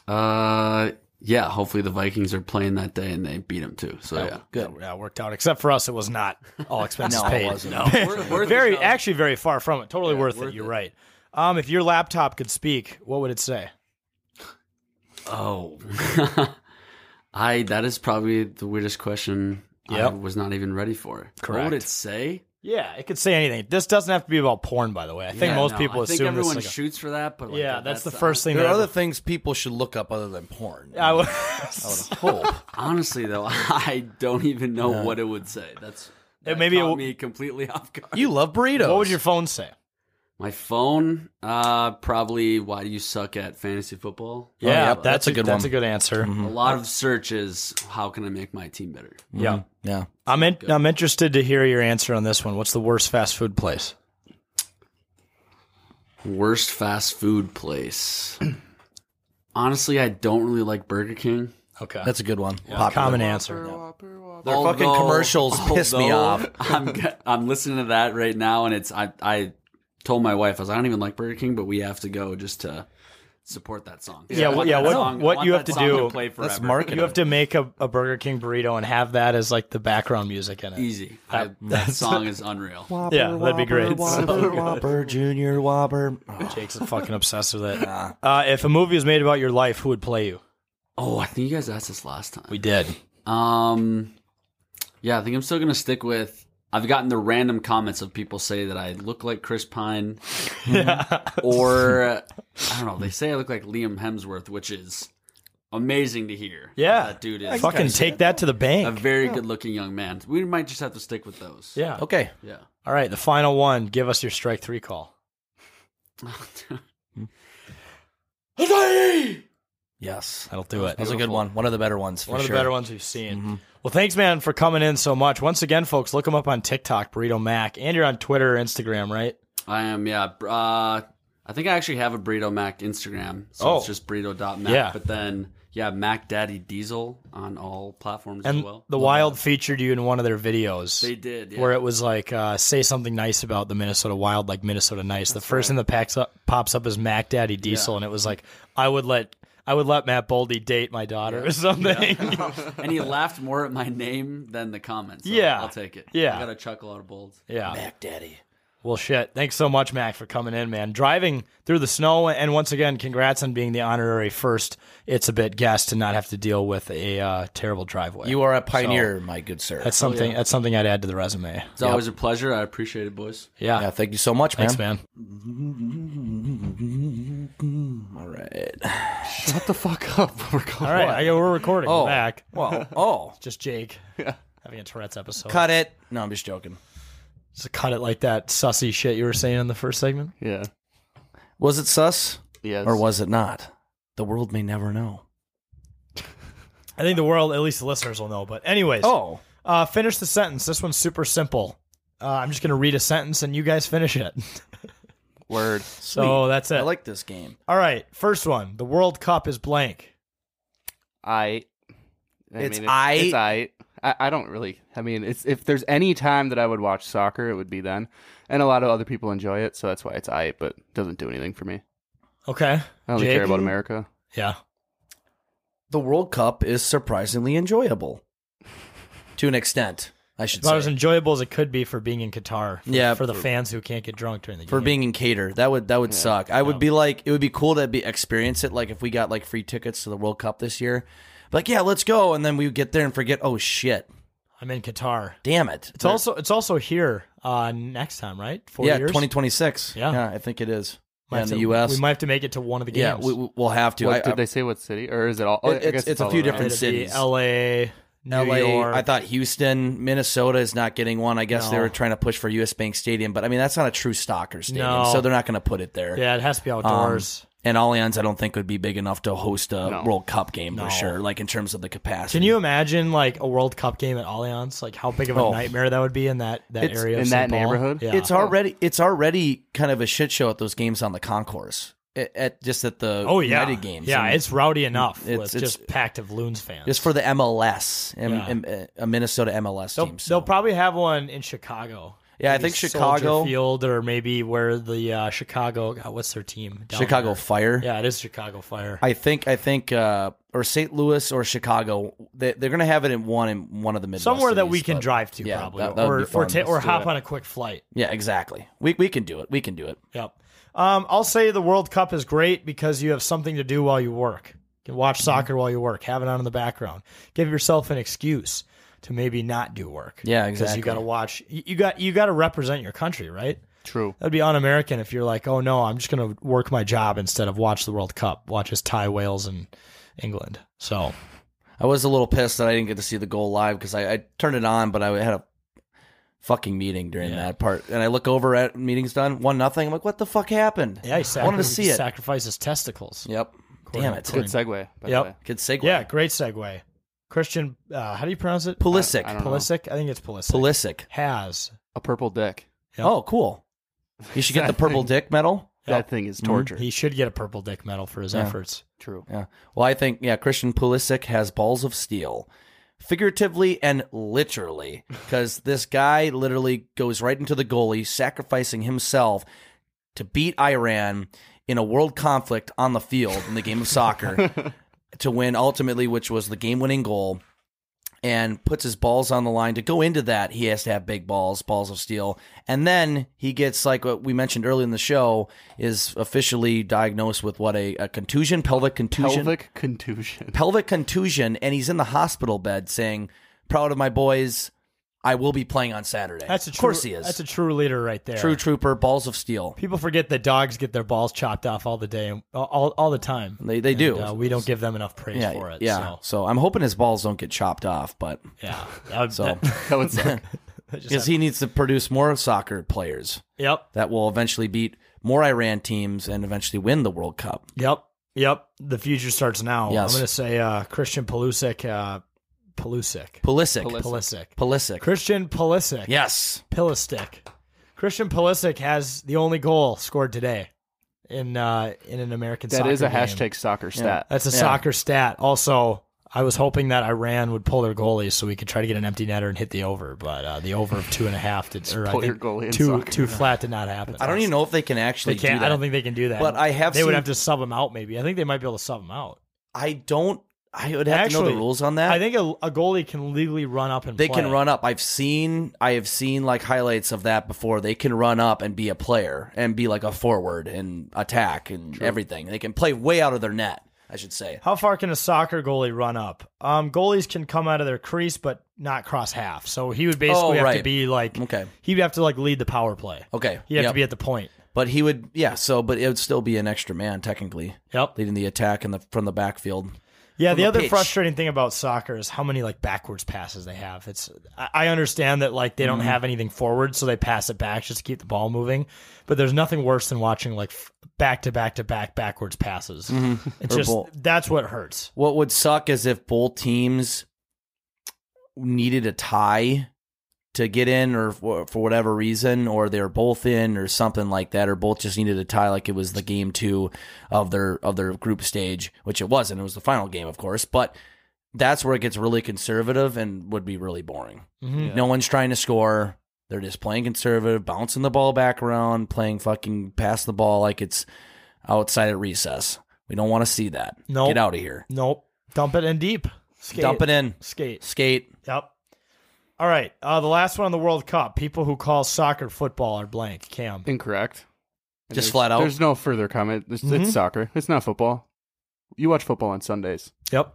[SPEAKER 13] Uh, yeah. Hopefully the Vikings are playing that day and they beat them too. So yeah.
[SPEAKER 2] Oh, Good. Yeah, it worked out. Except for us, it was not all expenses
[SPEAKER 1] No, it
[SPEAKER 2] paid.
[SPEAKER 1] wasn't.
[SPEAKER 13] No, worth- worth
[SPEAKER 2] very
[SPEAKER 13] it, no.
[SPEAKER 2] actually very far from it. Totally
[SPEAKER 13] Yeah,
[SPEAKER 2] worth,
[SPEAKER 13] worth
[SPEAKER 2] it. You're
[SPEAKER 13] it.
[SPEAKER 2] right. Um, if your laptop could speak, what would it say?
[SPEAKER 13] Oh, I that is probably the weirdest question I
[SPEAKER 2] Yep.
[SPEAKER 13] was not even ready for. What
[SPEAKER 2] Correct.
[SPEAKER 13] would it say?
[SPEAKER 2] Yeah, it could say anything. This doesn't have to be about porn, by the way. I think
[SPEAKER 13] Yeah,
[SPEAKER 2] most
[SPEAKER 13] no,
[SPEAKER 2] people
[SPEAKER 13] I think
[SPEAKER 2] assume this is
[SPEAKER 13] everyone
[SPEAKER 2] like a-
[SPEAKER 13] shoots for that, uh, but like,
[SPEAKER 2] yeah, that's, the first thing.
[SPEAKER 1] There
[SPEAKER 2] that
[SPEAKER 1] are other things people should look up other than porn.
[SPEAKER 2] I would.
[SPEAKER 1] hope.
[SPEAKER 13] Honestly, though, I don't even know what it would say. That's
[SPEAKER 2] Yeah,
[SPEAKER 13] that
[SPEAKER 2] maybe it
[SPEAKER 13] caught
[SPEAKER 2] will-
[SPEAKER 13] me completely off guard.
[SPEAKER 1] You love burritos.
[SPEAKER 2] what would your phone say?
[SPEAKER 13] My phone, uh, probably why do you suck at fantasy football?
[SPEAKER 2] Oh, Yeah,
[SPEAKER 13] Uh,
[SPEAKER 2] that's, a good. Mm-hmm. That's a good answer.
[SPEAKER 13] A lot of searches. How can I make my team better?
[SPEAKER 2] Yeah,
[SPEAKER 1] yeah.
[SPEAKER 2] I'm in, I'm interested to hear your answer on this one. What's the worst fast food place?
[SPEAKER 13] Worst fast food place. Honestly, I don't really like Burger King.
[SPEAKER 2] Okay,
[SPEAKER 1] That's a good one.
[SPEAKER 13] Yeah.
[SPEAKER 1] Popular.
[SPEAKER 13] Common answer.
[SPEAKER 1] Their fucking commercials piss me off.
[SPEAKER 13] I'm g- I'm listening to that right now, and it's I I told my wife I was like, I don't even like Burger King, but we have to go just to support that song.
[SPEAKER 2] Yeah,
[SPEAKER 13] I
[SPEAKER 2] well,
[SPEAKER 13] want
[SPEAKER 2] yeah.
[SPEAKER 13] that
[SPEAKER 2] What
[SPEAKER 13] song- I
[SPEAKER 2] what
[SPEAKER 13] want
[SPEAKER 2] you have
[SPEAKER 13] that
[SPEAKER 2] to
[SPEAKER 13] song
[SPEAKER 2] do?
[SPEAKER 13] play forever.
[SPEAKER 2] You have to make a, a Burger King burrito and have that as like the background music in it.
[SPEAKER 13] Easy. I, that
[SPEAKER 2] that's-
[SPEAKER 13] song is unreal.
[SPEAKER 2] yeah, that'd be great.
[SPEAKER 1] Whopper, Whopper, Junior Whopper.
[SPEAKER 2] Jake's fucking obsessed with it. Uh, if a movie was made about your life, who would play you?
[SPEAKER 13] Oh, I think you guys asked this last time.
[SPEAKER 2] We did.
[SPEAKER 13] Um, yeah, I think I'm still gonna stick with. I've gotten the random comments of people say that I look like Chris Pine, or uh, I don't know. They say I look like Liam Hemsworth, which is amazing to hear.
[SPEAKER 2] Yeah.
[SPEAKER 13] that dude is
[SPEAKER 2] fucking take that to the bank.
[SPEAKER 13] A very good-looking young man. We might just have to stick with those.
[SPEAKER 2] Yeah.
[SPEAKER 1] Okay.
[SPEAKER 13] Yeah.
[SPEAKER 2] All right, the final one. Give us your strike three call.
[SPEAKER 1] Yes,
[SPEAKER 2] that'll do it.
[SPEAKER 1] That was a good one. One of the better ones. For
[SPEAKER 2] One of the
[SPEAKER 1] sure.
[SPEAKER 2] better ones we've seen.
[SPEAKER 1] Mm-hmm.
[SPEAKER 2] Well, thanks, man, for coming in so much. Once again, folks, look him up on TikTok, Burrito Mac, and you're on Twitter, Instagram, right?
[SPEAKER 13] I am. Yeah. Br- Uh, I think I actually have a Burrito Mac Instagram. So
[SPEAKER 2] Oh.
[SPEAKER 13] it's just burrito.mac.
[SPEAKER 2] Yeah.
[SPEAKER 13] But then, yeah, Mac Daddy Diesel on all platforms as
[SPEAKER 2] And
[SPEAKER 13] well.
[SPEAKER 2] the Wild featured you in one of their videos.
[SPEAKER 13] They did, yeah.
[SPEAKER 2] where it was like uh, say something nice about the Minnesota Wild, like Minnesota nice. the first thing that packs up, pops up is Mac Daddy Diesel, and it was like I would let I would let Matt Boldy date my daughter or something.
[SPEAKER 13] Yeah. and he laughed more at my name than the comments. So
[SPEAKER 2] Yeah.
[SPEAKER 13] I'll take it.
[SPEAKER 2] Yeah.
[SPEAKER 13] I got a chuckle out of Bold.
[SPEAKER 2] Yeah.
[SPEAKER 1] Mac Daddy.
[SPEAKER 2] Well, shit. Thanks so much, Mac, for coming in, man. Driving through the snow, and once again, congrats on being the honorary first. It's a bit guest to not have to deal with a uh, terrible driveway.
[SPEAKER 1] You are a pioneer, my good sir.
[SPEAKER 2] That's something.
[SPEAKER 1] Oh, yeah.
[SPEAKER 2] That's something I'd add to the resume.
[SPEAKER 13] It's always a pleasure. I appreciate it, boys.
[SPEAKER 2] yeah.
[SPEAKER 1] yeah. Thank you so much, man.
[SPEAKER 2] Thanks, man.
[SPEAKER 1] All right.
[SPEAKER 12] Shut the fuck up. We're going.
[SPEAKER 2] All right, I, we're recording.
[SPEAKER 1] Oh,
[SPEAKER 2] We're back.
[SPEAKER 1] well, oh.
[SPEAKER 2] It's just Jake having a Tourette's episode.
[SPEAKER 1] Cut it. No, I'm just joking.
[SPEAKER 2] Just cut it like that sussy shit you were saying in the first segment.
[SPEAKER 12] Yeah.
[SPEAKER 1] Was it sus?
[SPEAKER 12] Yes.
[SPEAKER 1] Or was it not? The world may never know.
[SPEAKER 2] I think the world, at least the listeners, will know. But anyways,
[SPEAKER 1] Oh.
[SPEAKER 2] uh, finish the sentence. This one's super simple. Uh, I'm just gonna read a sentence and you guys finish it.
[SPEAKER 12] Word.
[SPEAKER 2] So that's it.
[SPEAKER 1] I like this game.
[SPEAKER 2] All right, first one. The World Cup is blank.
[SPEAKER 12] I. I
[SPEAKER 1] It's
[SPEAKER 12] mean,
[SPEAKER 1] I-
[SPEAKER 12] It's I. I, I don't really. I mean, it's if there's any time that I would watch soccer, it would be then, and a lot of other people enjoy it, so that's why it's I. But it doesn't do anything for me.
[SPEAKER 2] Okay.
[SPEAKER 12] I only
[SPEAKER 2] Jake?
[SPEAKER 12] care about America.
[SPEAKER 2] Yeah.
[SPEAKER 1] The World Cup is surprisingly enjoyable to an extent, I should
[SPEAKER 2] It's about
[SPEAKER 1] say.
[SPEAKER 2] as enjoyable as it could be for being in Qatar. For,
[SPEAKER 1] Yeah.
[SPEAKER 2] For the fans who can't get drunk during the
[SPEAKER 1] for
[SPEAKER 2] game.
[SPEAKER 1] being in cater. That would that would suck. I would be like, it would be cool to be experience it. Like if we got like free tickets to the World Cup this year, like yeah, let's go, and then we would get there and forget. Oh shit,
[SPEAKER 2] I'm in Qatar.
[SPEAKER 1] damn it!
[SPEAKER 2] It's also it's also here uh, next time, right? Four
[SPEAKER 1] yeah,
[SPEAKER 2] years.
[SPEAKER 1] 2026.
[SPEAKER 2] Yeah.
[SPEAKER 1] I think it is.
[SPEAKER 2] Might
[SPEAKER 1] Yeah,
[SPEAKER 2] have
[SPEAKER 1] in the
[SPEAKER 2] to-
[SPEAKER 1] U.S.
[SPEAKER 2] We might have to make it to one of the games.
[SPEAKER 1] yeah, we, we- we'll have to.
[SPEAKER 12] What,
[SPEAKER 1] I,
[SPEAKER 12] did
[SPEAKER 1] I-
[SPEAKER 12] they say what city or is it all? oh, I
[SPEAKER 1] It- it's-
[SPEAKER 12] guess
[SPEAKER 1] it's a few
[SPEAKER 12] all around.
[SPEAKER 1] different
[SPEAKER 2] It'd be
[SPEAKER 1] cities.
[SPEAKER 2] L.A., New
[SPEAKER 1] LA,
[SPEAKER 2] York.
[SPEAKER 1] I thought Houston, Minnesota is not getting one. I guess they
[SPEAKER 2] No.
[SPEAKER 1] were trying to push for US Bank Stadium, but I mean that's not a true soccer stadium,
[SPEAKER 2] No.
[SPEAKER 1] so they're not going to put it there.
[SPEAKER 2] Yeah, it has to be
[SPEAKER 1] Um,
[SPEAKER 2] outdoors.
[SPEAKER 1] and Allianz, I don't think would be big enough to host a
[SPEAKER 12] No.
[SPEAKER 1] World Cup game
[SPEAKER 2] No.
[SPEAKER 1] for sure, like in terms of the capacity.
[SPEAKER 2] Can you imagine like a World Cup game at Allianz? Like how big of a
[SPEAKER 1] Oh.
[SPEAKER 2] nightmare that would be in that that
[SPEAKER 1] It's-
[SPEAKER 2] area of
[SPEAKER 12] in
[SPEAKER 2] St.
[SPEAKER 12] that
[SPEAKER 2] Paul?
[SPEAKER 12] neighborhood?
[SPEAKER 2] Yeah.
[SPEAKER 1] It's already it's already kind of a shit show at those games on the concourse. At, at just at the
[SPEAKER 2] oh yeah
[SPEAKER 1] United games.
[SPEAKER 2] Yeah,
[SPEAKER 1] And
[SPEAKER 2] it's rowdy enough. It's,
[SPEAKER 1] Mm, It's- it's-
[SPEAKER 2] just packed of loons fans.
[SPEAKER 1] just for the MLS, and,
[SPEAKER 2] Yeah.
[SPEAKER 1] and, uh, a Minnesota MLS
[SPEAKER 2] they'll,
[SPEAKER 1] team.
[SPEAKER 2] they'll probably have one in Chicago.
[SPEAKER 1] Yeah, I
[SPEAKER 2] Maybe
[SPEAKER 1] think
[SPEAKER 2] Soldier
[SPEAKER 1] Chicago-
[SPEAKER 2] Field or maybe where the uh, Chicago. God, what's their team? down
[SPEAKER 1] Chicago
[SPEAKER 2] there?
[SPEAKER 1] Fire.
[SPEAKER 2] Yeah, it is Chicago Fire.
[SPEAKER 1] I think I think uh, or St. Louis or Chicago. They, they're going to have it in one in one of the Midwest
[SPEAKER 2] Somewhere that we
[SPEAKER 1] cities,
[SPEAKER 2] can
[SPEAKER 1] but-
[SPEAKER 2] drive to,
[SPEAKER 1] yeah,
[SPEAKER 2] probably,
[SPEAKER 1] that- that would
[SPEAKER 2] or
[SPEAKER 1] be
[SPEAKER 2] or,
[SPEAKER 1] fun.
[SPEAKER 2] ta- or
[SPEAKER 1] Let's do
[SPEAKER 2] hop
[SPEAKER 1] it.
[SPEAKER 2] on a quick flight.
[SPEAKER 1] Yeah, exactly. We we can do it. We can do it.
[SPEAKER 2] Yep. Um, I'll say the World Cup is great because you have something to do while you work. You can watch
[SPEAKER 1] Mm-hmm.
[SPEAKER 2] soccer while you work. Have it on in the background. Give yourself an excuse to maybe not do work.
[SPEAKER 1] Yeah,
[SPEAKER 2] Because
[SPEAKER 1] exactly.
[SPEAKER 2] you got to watch. You you got you got to represent your country, right?
[SPEAKER 12] True.
[SPEAKER 2] That'd be un-American if you're like, oh no, I'm just gonna work my job instead of watch the World Cup. Watch us tie Wales and England. So
[SPEAKER 1] I was a little pissed that I didn't get to see the goal live because I, I turned it on, but I had a fucking meeting during that part. And I look over at meeting's done, one nothing. I'm like, what the fuck happened?
[SPEAKER 2] Yeah, he
[SPEAKER 1] I wanted to see it.
[SPEAKER 2] Sacrifice his testicles.
[SPEAKER 1] Yep. Damn it.
[SPEAKER 2] According- yep.
[SPEAKER 1] Good segue.
[SPEAKER 2] Yeah, great segue. Christian, uh, how do you pronounce it? Uh,
[SPEAKER 1] Pulisic. I don't know.
[SPEAKER 2] Pulisic. I think it's Pulisic.
[SPEAKER 1] Pulisic.
[SPEAKER 2] has
[SPEAKER 12] a purple dick.
[SPEAKER 1] Oh, cool. You should get the purple dick medal.
[SPEAKER 12] That thing is
[SPEAKER 1] Mhm.
[SPEAKER 12] torture.
[SPEAKER 2] Mm-hmm. He should get a purple dick medal for his
[SPEAKER 1] Yeah.
[SPEAKER 2] efforts.
[SPEAKER 12] True.
[SPEAKER 1] Yeah. Well, I think yeah, Christian Pulisic has balls of steel, figuratively and literally, because this guy literally goes right into the goalie, sacrificing himself to beat Iran in a world conflict on the field in the game of soccer to win ultimately, which was the game-winning goal. And puts his balls on the line. To go into that, he has to have big balls, balls of steel. And then he gets, like what we mentioned earlier in the show, is officially diagnosed with what a, a contusion, pelvic contusion
[SPEAKER 12] Pelvic contusion.
[SPEAKER 1] pelvic contusion and he's in the hospital bed saying, "Proud of my boys. I will be playing on Saturday."
[SPEAKER 2] That's a true,
[SPEAKER 1] of course he is.
[SPEAKER 2] That's a true leader right there.
[SPEAKER 1] True trooper, balls of steel.
[SPEAKER 2] People forget that dogs get their balls chopped off all the day, and all, all the time.
[SPEAKER 1] They they
[SPEAKER 2] And,
[SPEAKER 1] do.
[SPEAKER 2] uh, we don't give them enough praise
[SPEAKER 1] yeah,
[SPEAKER 2] for it.
[SPEAKER 1] Yeah.
[SPEAKER 2] so.
[SPEAKER 1] So. I'm hoping his balls don't get chopped off, but
[SPEAKER 2] Yeah, that would-
[SPEAKER 1] so
[SPEAKER 2] that- that would suck. That just
[SPEAKER 1] because he needs to produce more soccer players.
[SPEAKER 2] Yep.
[SPEAKER 1] That will eventually beat more Iran teams and eventually win the World Cup.
[SPEAKER 2] Yep. Yep. The future starts now.
[SPEAKER 1] Yes.
[SPEAKER 2] I'm going to say uh, Christian Pulisic. Uh, Pulisic.
[SPEAKER 1] Pulisic.
[SPEAKER 2] Pulisic.
[SPEAKER 1] Pulisic.
[SPEAKER 2] Christian Pulisic.
[SPEAKER 1] Yes.
[SPEAKER 2] Pulisic. Christian Pulisic has the only goal scored today in uh, in an American
[SPEAKER 12] That
[SPEAKER 2] soccer
[SPEAKER 12] is a
[SPEAKER 2] game.
[SPEAKER 12] hashtag soccer stat.
[SPEAKER 2] That's a
[SPEAKER 12] Yeah.
[SPEAKER 2] soccer stat. Also, I was hoping that Iran would pull their goalies so we could try to get an empty netter and hit the over, but uh, the over of two and a half did or I
[SPEAKER 12] Pull your
[SPEAKER 2] think
[SPEAKER 12] goalie in
[SPEAKER 2] two
[SPEAKER 12] soccer.
[SPEAKER 2] two flat did not happen.
[SPEAKER 1] I don't even know if they can actually
[SPEAKER 2] They can't.
[SPEAKER 1] do that.
[SPEAKER 2] I don't think they can do that.
[SPEAKER 1] But I have
[SPEAKER 2] They would
[SPEAKER 1] seen-
[SPEAKER 2] have to sub them out. Maybe I think they might be able to sub them out.
[SPEAKER 1] I don't. I would have to know
[SPEAKER 2] Actually,
[SPEAKER 1] the rules on that.
[SPEAKER 2] I think a, a goalie can legally run up and
[SPEAKER 1] they
[SPEAKER 2] play.
[SPEAKER 1] can run up. I've seen I have seen like highlights of that before. They can run up and be a player and be like a forward and attack and everything. They can play way out of their net, I should say.
[SPEAKER 2] How far can a soccer goalie run up? Um, goalies can come out of their crease, but not cross half. So he would basically
[SPEAKER 1] Oh,
[SPEAKER 2] have to
[SPEAKER 1] right.
[SPEAKER 2] be like
[SPEAKER 1] Okay.
[SPEAKER 2] He'd have to like lead the power play.
[SPEAKER 1] Okay.
[SPEAKER 2] He'd have to
[SPEAKER 1] Yep.
[SPEAKER 2] be at the point.
[SPEAKER 1] But he would yeah, so but it would still be an extra man technically.
[SPEAKER 2] Yep.
[SPEAKER 1] Leading the attack in the from the backfield.
[SPEAKER 2] Yeah,
[SPEAKER 1] From
[SPEAKER 2] the other
[SPEAKER 1] pitch.
[SPEAKER 2] frustrating thing about soccer is how many like backwards passes they have. It's I- I understand that like they don't
[SPEAKER 1] Mhm.
[SPEAKER 2] have anything forward, so they pass it back just to keep the ball moving. But there's nothing worse than watching like f- back to back to back backwards passes.
[SPEAKER 1] Mhm.
[SPEAKER 2] It's
[SPEAKER 1] Or
[SPEAKER 2] just
[SPEAKER 1] bull-
[SPEAKER 2] that's what hurts.
[SPEAKER 1] What would suck is if both teams needed a tie to get in or for, for whatever reason or they're both in or something like that or both just needed a tie like it was the game 2 of their of their group stage which it wasn't it was the final game of course but that's where it gets really conservative and would be really boring
[SPEAKER 2] Mhm. Yeah.
[SPEAKER 1] no one's trying to score they're just playing conservative bouncing the ball back around playing fucking pass the ball like it's outside at recess we don't want to see that
[SPEAKER 2] Nope.
[SPEAKER 1] get out of here
[SPEAKER 2] Nope. Dump it in deep. Skate.
[SPEAKER 1] dump it in
[SPEAKER 2] Skate.
[SPEAKER 1] skate
[SPEAKER 2] Yep. All right. Uh, the last one on the World Cup. People who call soccer football are blank. Cam.
[SPEAKER 12] Incorrect. And
[SPEAKER 1] Just
[SPEAKER 12] there's-
[SPEAKER 1] flat out?
[SPEAKER 12] There's no further comment. It's, it's
[SPEAKER 2] Mhm.
[SPEAKER 12] soccer. It's not football. You watch football on Sundays.
[SPEAKER 2] Yep.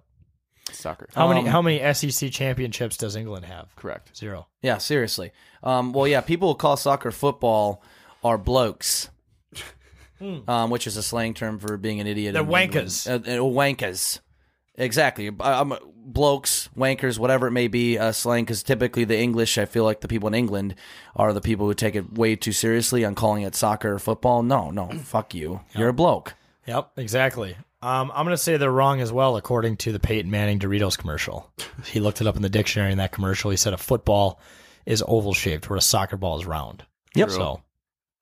[SPEAKER 12] It's soccer.
[SPEAKER 2] How
[SPEAKER 1] Um,
[SPEAKER 2] many how many SEC championships does England have?
[SPEAKER 12] Correct.
[SPEAKER 2] Zero.
[SPEAKER 1] Yeah, seriously. Um, well, yeah, people who call soccer football are blokes,
[SPEAKER 12] Hmm.
[SPEAKER 1] um, which is a slang term for being an idiot.
[SPEAKER 2] They're
[SPEAKER 1] in England.
[SPEAKER 2] wankers.
[SPEAKER 1] Uh, uh, wankers. Exactly. I- I'm- blokes, wankers, whatever it may be, uh, slang, because typically the English, I feel like the people in England are the people who take it way too seriously on calling it soccer or football. No, no, fuck you. You're a bloke.
[SPEAKER 2] Yep, exactly. Um, I'm going to say they're wrong as well, according to the Peyton Manning Doritos commercial. He looked it up in the dictionary in that commercial. He said a football is oval shaped, where a soccer ball is round.
[SPEAKER 1] Yep.
[SPEAKER 2] So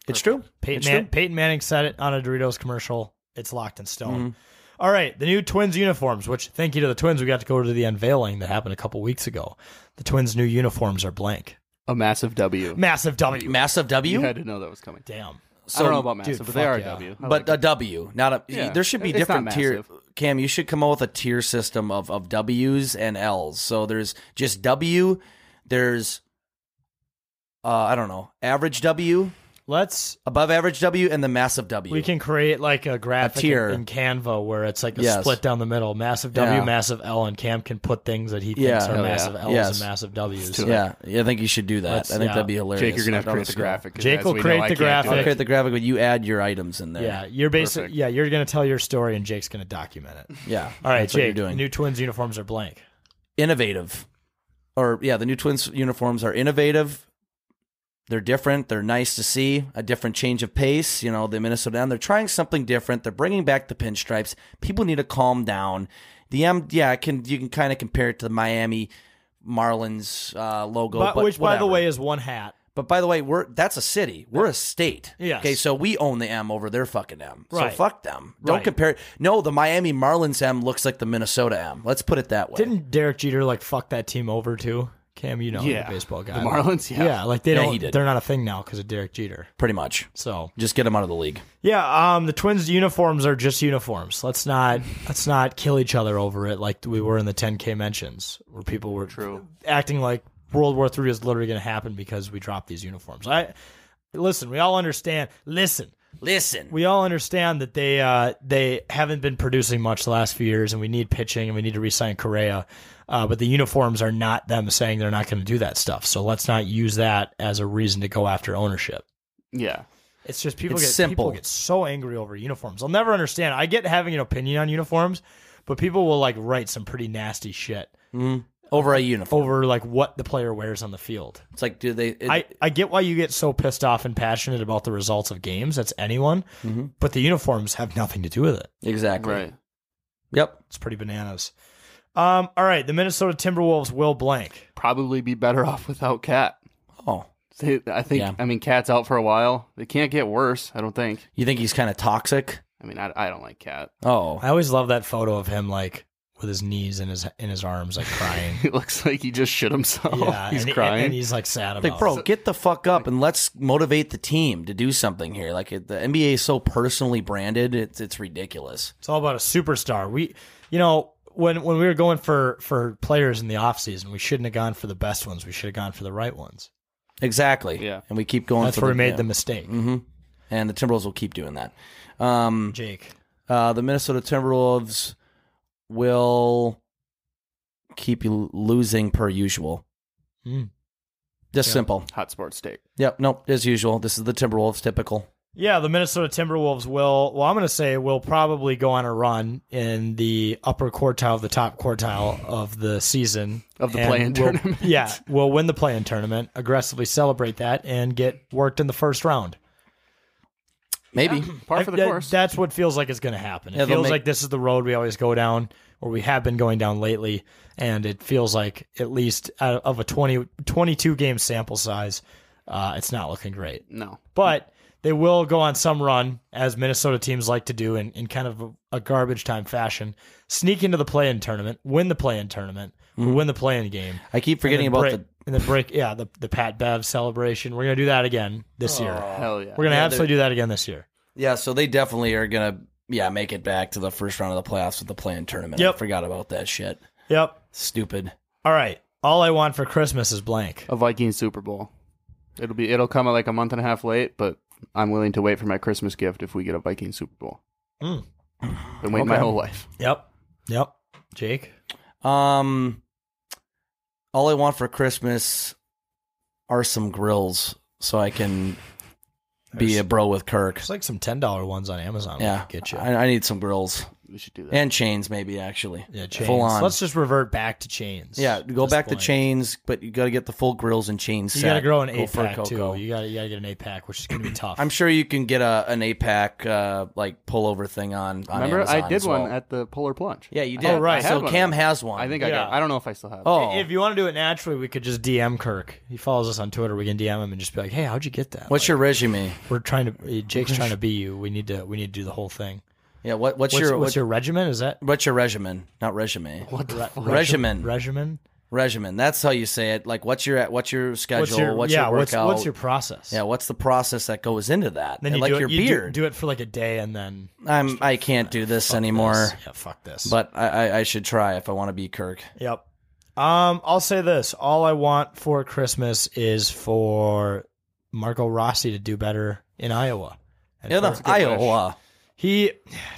[SPEAKER 1] It's true.
[SPEAKER 2] Peyton,
[SPEAKER 1] It's
[SPEAKER 2] Man-
[SPEAKER 1] true.
[SPEAKER 2] Peyton Manning said it on a Doritos commercial. It's locked in stone.
[SPEAKER 1] Mhm.
[SPEAKER 2] All right, the new Twins uniforms, which thank you to the Twins, we got to go to the unveiling that happened a couple weeks ago. The Twins' new uniforms are blank.
[SPEAKER 12] A massive W.
[SPEAKER 2] Massive W.
[SPEAKER 1] Massive W?
[SPEAKER 12] You had to know that was coming.
[SPEAKER 2] Damn.
[SPEAKER 12] I don't know about massive,
[SPEAKER 2] dude,
[SPEAKER 12] but they
[SPEAKER 2] fuck
[SPEAKER 12] are a
[SPEAKER 2] yeah.
[SPEAKER 12] W. I
[SPEAKER 1] but
[SPEAKER 12] like
[SPEAKER 1] a W, not a.
[SPEAKER 12] Yeah.
[SPEAKER 1] There should be
[SPEAKER 12] It's not
[SPEAKER 1] different tier.
[SPEAKER 12] massive.
[SPEAKER 1] Cam, you should come up with a tier system of of W's and L's. So there's just W. There's, uh, I don't know, average W,
[SPEAKER 2] Let's
[SPEAKER 1] above average W, and the massive W.
[SPEAKER 2] We can create like a graphic
[SPEAKER 1] tier.
[SPEAKER 2] in in Canva where it's like a
[SPEAKER 1] Yes.
[SPEAKER 2] split down the middle, massive W,
[SPEAKER 1] Yeah.
[SPEAKER 2] massive L, and Cam can put things that he thinks
[SPEAKER 1] Yeah.
[SPEAKER 2] are
[SPEAKER 1] Hell yeah.
[SPEAKER 2] massive L's
[SPEAKER 1] Yes.
[SPEAKER 2] and massive W's.
[SPEAKER 1] yeah, yeah, I think you should do that.
[SPEAKER 2] Let's-
[SPEAKER 1] I think
[SPEAKER 2] yeah.
[SPEAKER 1] that'd be hilarious.
[SPEAKER 12] Jake, you're gonna have to
[SPEAKER 1] I'd
[SPEAKER 12] create the
[SPEAKER 1] honestly-
[SPEAKER 12] graphic.
[SPEAKER 2] Jake will create the
[SPEAKER 1] I'll
[SPEAKER 2] graphic.
[SPEAKER 1] create the graphic, but you add your items in there.
[SPEAKER 2] Yeah, you're basically
[SPEAKER 1] Perfect.
[SPEAKER 2] yeah, you're gonna tell your story and Jake's gonna document it.
[SPEAKER 1] Yeah.
[SPEAKER 2] All right,
[SPEAKER 1] that's what you're
[SPEAKER 2] Jake.
[SPEAKER 1] doing.
[SPEAKER 2] New twins uniforms are blank.
[SPEAKER 1] innovative, or yeah, the new twins uniforms are innovative, They're different. They're nice to see. A different change of pace. You know, the Minnesota end. They're trying something different. They're bringing back the pinstripes. People need to calm down. The M, yeah, it can you can kind of compare it to the Miami Marlins uh, logo,
[SPEAKER 2] But-
[SPEAKER 1] but
[SPEAKER 2] which, by
[SPEAKER 1] whatever.
[SPEAKER 2] the way, is one hat.
[SPEAKER 1] But by the way, we're that's a city. We're a state.
[SPEAKER 2] Yes.
[SPEAKER 1] Okay, so we own the M over their fucking M.
[SPEAKER 2] Right.
[SPEAKER 1] So fuck them. Don't
[SPEAKER 2] Right.
[SPEAKER 1] compare. No, the Miami Marlins M looks like the Minnesota M. Let's put it that way.
[SPEAKER 2] Didn't Derek Jeter like fuck that team over too? Cam, you know, you're a
[SPEAKER 1] Yeah.
[SPEAKER 2] baseball guy.
[SPEAKER 1] The Marlins? Yeah.
[SPEAKER 2] yeah, like they
[SPEAKER 1] Yeah,
[SPEAKER 2] don't.
[SPEAKER 1] he did.
[SPEAKER 2] They're not a thing now because of Derek Jeter.
[SPEAKER 1] Pretty much.
[SPEAKER 2] So
[SPEAKER 1] just get them out of the league.
[SPEAKER 2] Yeah, um, the Twins uniforms are just uniforms. Let's not let's not kill each other over it like we were in the 10K mentions where people were
[SPEAKER 12] True.
[SPEAKER 2] acting like World War III is literally going to happen because we dropped these uniforms. I listen. We all understand. Listen.
[SPEAKER 1] Listen.
[SPEAKER 2] We all understand that they uh, they haven't been producing much the last few years, and we need pitching, and we need to re-sign Correa. Uh, but the uniforms are not them saying they're not going to do that stuff. So let's not use that as a reason to go after ownership.
[SPEAKER 12] Yeah.
[SPEAKER 2] It's just people
[SPEAKER 12] It's
[SPEAKER 2] get
[SPEAKER 12] simple.
[SPEAKER 2] people get so angry over uniforms. I'll never understand. I get having an opinion on uniforms, but people will like write some pretty nasty shit
[SPEAKER 1] Mm. Over a uniform.
[SPEAKER 2] over like what the player wears on the field.
[SPEAKER 1] It's like, do they? it-
[SPEAKER 2] I, I get why you get so pissed off and passionate about the results of games. That's anyone, but the uniforms have nothing to do with it.
[SPEAKER 1] Exactly.
[SPEAKER 2] Right.
[SPEAKER 1] Yep.
[SPEAKER 2] It's pretty bananas. Um. All right. The Minnesota Timberwolves will blank.
[SPEAKER 12] Probably be better off without Cat.
[SPEAKER 1] Oh.
[SPEAKER 12] I think,
[SPEAKER 1] Yeah.
[SPEAKER 12] I mean, Cat's out for a while. It can't get worse, I don't think.
[SPEAKER 1] you think he's kind of toxic?
[SPEAKER 12] I mean, I, I don't like Cat.
[SPEAKER 1] Oh,
[SPEAKER 2] I always love that photo of him like with his knees in his in his arms, like crying.
[SPEAKER 12] It looks like he just shit himself.
[SPEAKER 2] Yeah,
[SPEAKER 12] he's
[SPEAKER 2] and he-
[SPEAKER 12] crying.
[SPEAKER 2] and Oh, he's like sad about
[SPEAKER 1] Like, bro, get the fuck up and let's motivate the team to do something here. Like it, the NBA is so personally branded, it's it's ridiculous.
[SPEAKER 2] It's all about a superstar. We, you know, when when we were going for for players in the offseason, we shouldn't have gone for the best ones. We should have gone for the right ones.
[SPEAKER 1] Exactly. Yeah. And we keep going.
[SPEAKER 2] That's
[SPEAKER 1] for
[SPEAKER 2] where
[SPEAKER 1] the,
[SPEAKER 2] we made the Mm. mistake.
[SPEAKER 1] hmm And the Timberwolves will keep doing that. Um,
[SPEAKER 2] Jake,
[SPEAKER 1] uh, the Minnesota Timberwolves will keep you losing per usual.
[SPEAKER 2] Mm.
[SPEAKER 1] Just
[SPEAKER 2] Yeah.
[SPEAKER 1] simple.
[SPEAKER 12] Hot sports take.
[SPEAKER 1] Yep. Nope. As usual. This is the Timberwolves. Typical.
[SPEAKER 2] Yeah, the Minnesota Timberwolves will. Well, I'm going to say will probably go on a run in the upper quartile of the top quartile of the season
[SPEAKER 12] Of the
[SPEAKER 2] and
[SPEAKER 12] play-in
[SPEAKER 2] will-
[SPEAKER 12] tournament.
[SPEAKER 2] Yeah, will win the play-in tournament, aggressively celebrate that, and get worked in the first round.
[SPEAKER 1] Maybe
[SPEAKER 12] par
[SPEAKER 2] I-
[SPEAKER 12] for the
[SPEAKER 2] that-
[SPEAKER 12] course.
[SPEAKER 2] That's what feels like it's going to happen. It
[SPEAKER 12] Yeah, they'll
[SPEAKER 2] feels
[SPEAKER 12] make-
[SPEAKER 2] like this is the road we always go down, or we have been going down lately. And it feels like, at least out of a 20, 22 game sample size, uh, it's not looking great.
[SPEAKER 12] No.
[SPEAKER 2] But they will go on some run, as Minnesota teams like to do in, in kind of a, a garbage time fashion, sneak into the play in tournament, win the play in tournament,
[SPEAKER 1] Mhm.
[SPEAKER 2] win the play in game.
[SPEAKER 1] I keep
[SPEAKER 2] and
[SPEAKER 1] forgetting
[SPEAKER 2] then
[SPEAKER 1] about
[SPEAKER 2] break-
[SPEAKER 1] the-
[SPEAKER 2] And then break, yeah, the, the Pat Bev celebration. We're going to do that again this year.
[SPEAKER 12] Hell Oh, yeah.
[SPEAKER 2] We're going to
[SPEAKER 1] Yeah, they're-
[SPEAKER 2] absolutely do that again this year.
[SPEAKER 1] Yeah. So they definitely are gonna yeah make it back to the first round of the playoffs with the playing tournament.
[SPEAKER 2] Yep.
[SPEAKER 1] I forgot about that shit.
[SPEAKER 2] Yep.
[SPEAKER 1] Stupid.
[SPEAKER 2] All right. All I want for Christmas is blank.
[SPEAKER 1] Oh.
[SPEAKER 12] A Viking Super Bowl. It'll be it'll come like a month and a half late, but I'm willing to wait for my Christmas gift if we get a Viking Super Bowl.
[SPEAKER 2] Mm.
[SPEAKER 12] Been waiting my
[SPEAKER 1] Okay.
[SPEAKER 12] whole life.
[SPEAKER 2] Yep. Yep. Jake.
[SPEAKER 1] Um, all I want for Christmas are some grills, so I can be
[SPEAKER 2] There's-
[SPEAKER 1] a bro with Kirk.
[SPEAKER 2] It's like some ten dollar ones on Amazon.
[SPEAKER 1] Yeah,
[SPEAKER 2] get you.
[SPEAKER 1] I, I need some grills.
[SPEAKER 12] We should do
[SPEAKER 2] that.
[SPEAKER 1] And chains, maybe actually.
[SPEAKER 2] Yeah, chains.
[SPEAKER 1] Full on.
[SPEAKER 2] Let's just revert back to chains.
[SPEAKER 1] yeah, go
[SPEAKER 2] Just
[SPEAKER 1] back
[SPEAKER 2] blank.
[SPEAKER 1] to chains, but you got to get the full grills and chains.
[SPEAKER 2] You got to grow an eight pack too. You got to you got to get an eight pack, which is going to be tough.
[SPEAKER 1] I'm sure you can get a an eight pack uh, like pullover thing on. on
[SPEAKER 12] Remember,
[SPEAKER 1] Amazon
[SPEAKER 12] I did
[SPEAKER 1] as well.
[SPEAKER 12] one at the Polar Plunge.
[SPEAKER 1] Yeah,
[SPEAKER 2] Oh,
[SPEAKER 1] you
[SPEAKER 12] I
[SPEAKER 1] did.
[SPEAKER 12] have-
[SPEAKER 1] right.
[SPEAKER 12] I have
[SPEAKER 1] So
[SPEAKER 12] one.
[SPEAKER 1] Cam has one.
[SPEAKER 12] I think I
[SPEAKER 1] Yeah.
[SPEAKER 12] got. I don't know if I still have. it.
[SPEAKER 1] Oh.
[SPEAKER 2] if you want to do it naturally, we could just DM Kirk. He follows us on Twitter. We can DM him and just be like, "Hey, how'd you get that?"
[SPEAKER 1] What's your resume?
[SPEAKER 2] We're trying to. uh, Jake's trying to be you. We need to. We need to do the whole thing.
[SPEAKER 1] Yeah. What, what's,
[SPEAKER 2] What's-
[SPEAKER 1] your
[SPEAKER 2] what's your regimen? Is that
[SPEAKER 1] what's your regimen? Not resume. What
[SPEAKER 2] the fuck?
[SPEAKER 1] regimen?
[SPEAKER 2] Regimen.
[SPEAKER 1] Regimen. That's how you say it. Like what's your what's your schedule? What's your,
[SPEAKER 2] your- yeah, what's-
[SPEAKER 1] workout?
[SPEAKER 2] what's your process?
[SPEAKER 1] Yeah. What's the process that goes into that?
[SPEAKER 2] Then
[SPEAKER 1] And
[SPEAKER 2] you
[SPEAKER 1] like
[SPEAKER 2] do it,
[SPEAKER 1] your
[SPEAKER 2] you do-
[SPEAKER 1] beard.
[SPEAKER 2] Do, it for like a day and then.
[SPEAKER 1] I'm I can't do this anymore.
[SPEAKER 2] Yeah, fuck this.
[SPEAKER 1] But I, I, I should try if I want to be Kirk.
[SPEAKER 2] Yep. Um, I'll say this: all I want for Christmas is for Marco Rossi to do better in Iowa.
[SPEAKER 1] Yeah,
[SPEAKER 2] for-
[SPEAKER 1] that's a good Iowa. wish.
[SPEAKER 2] He,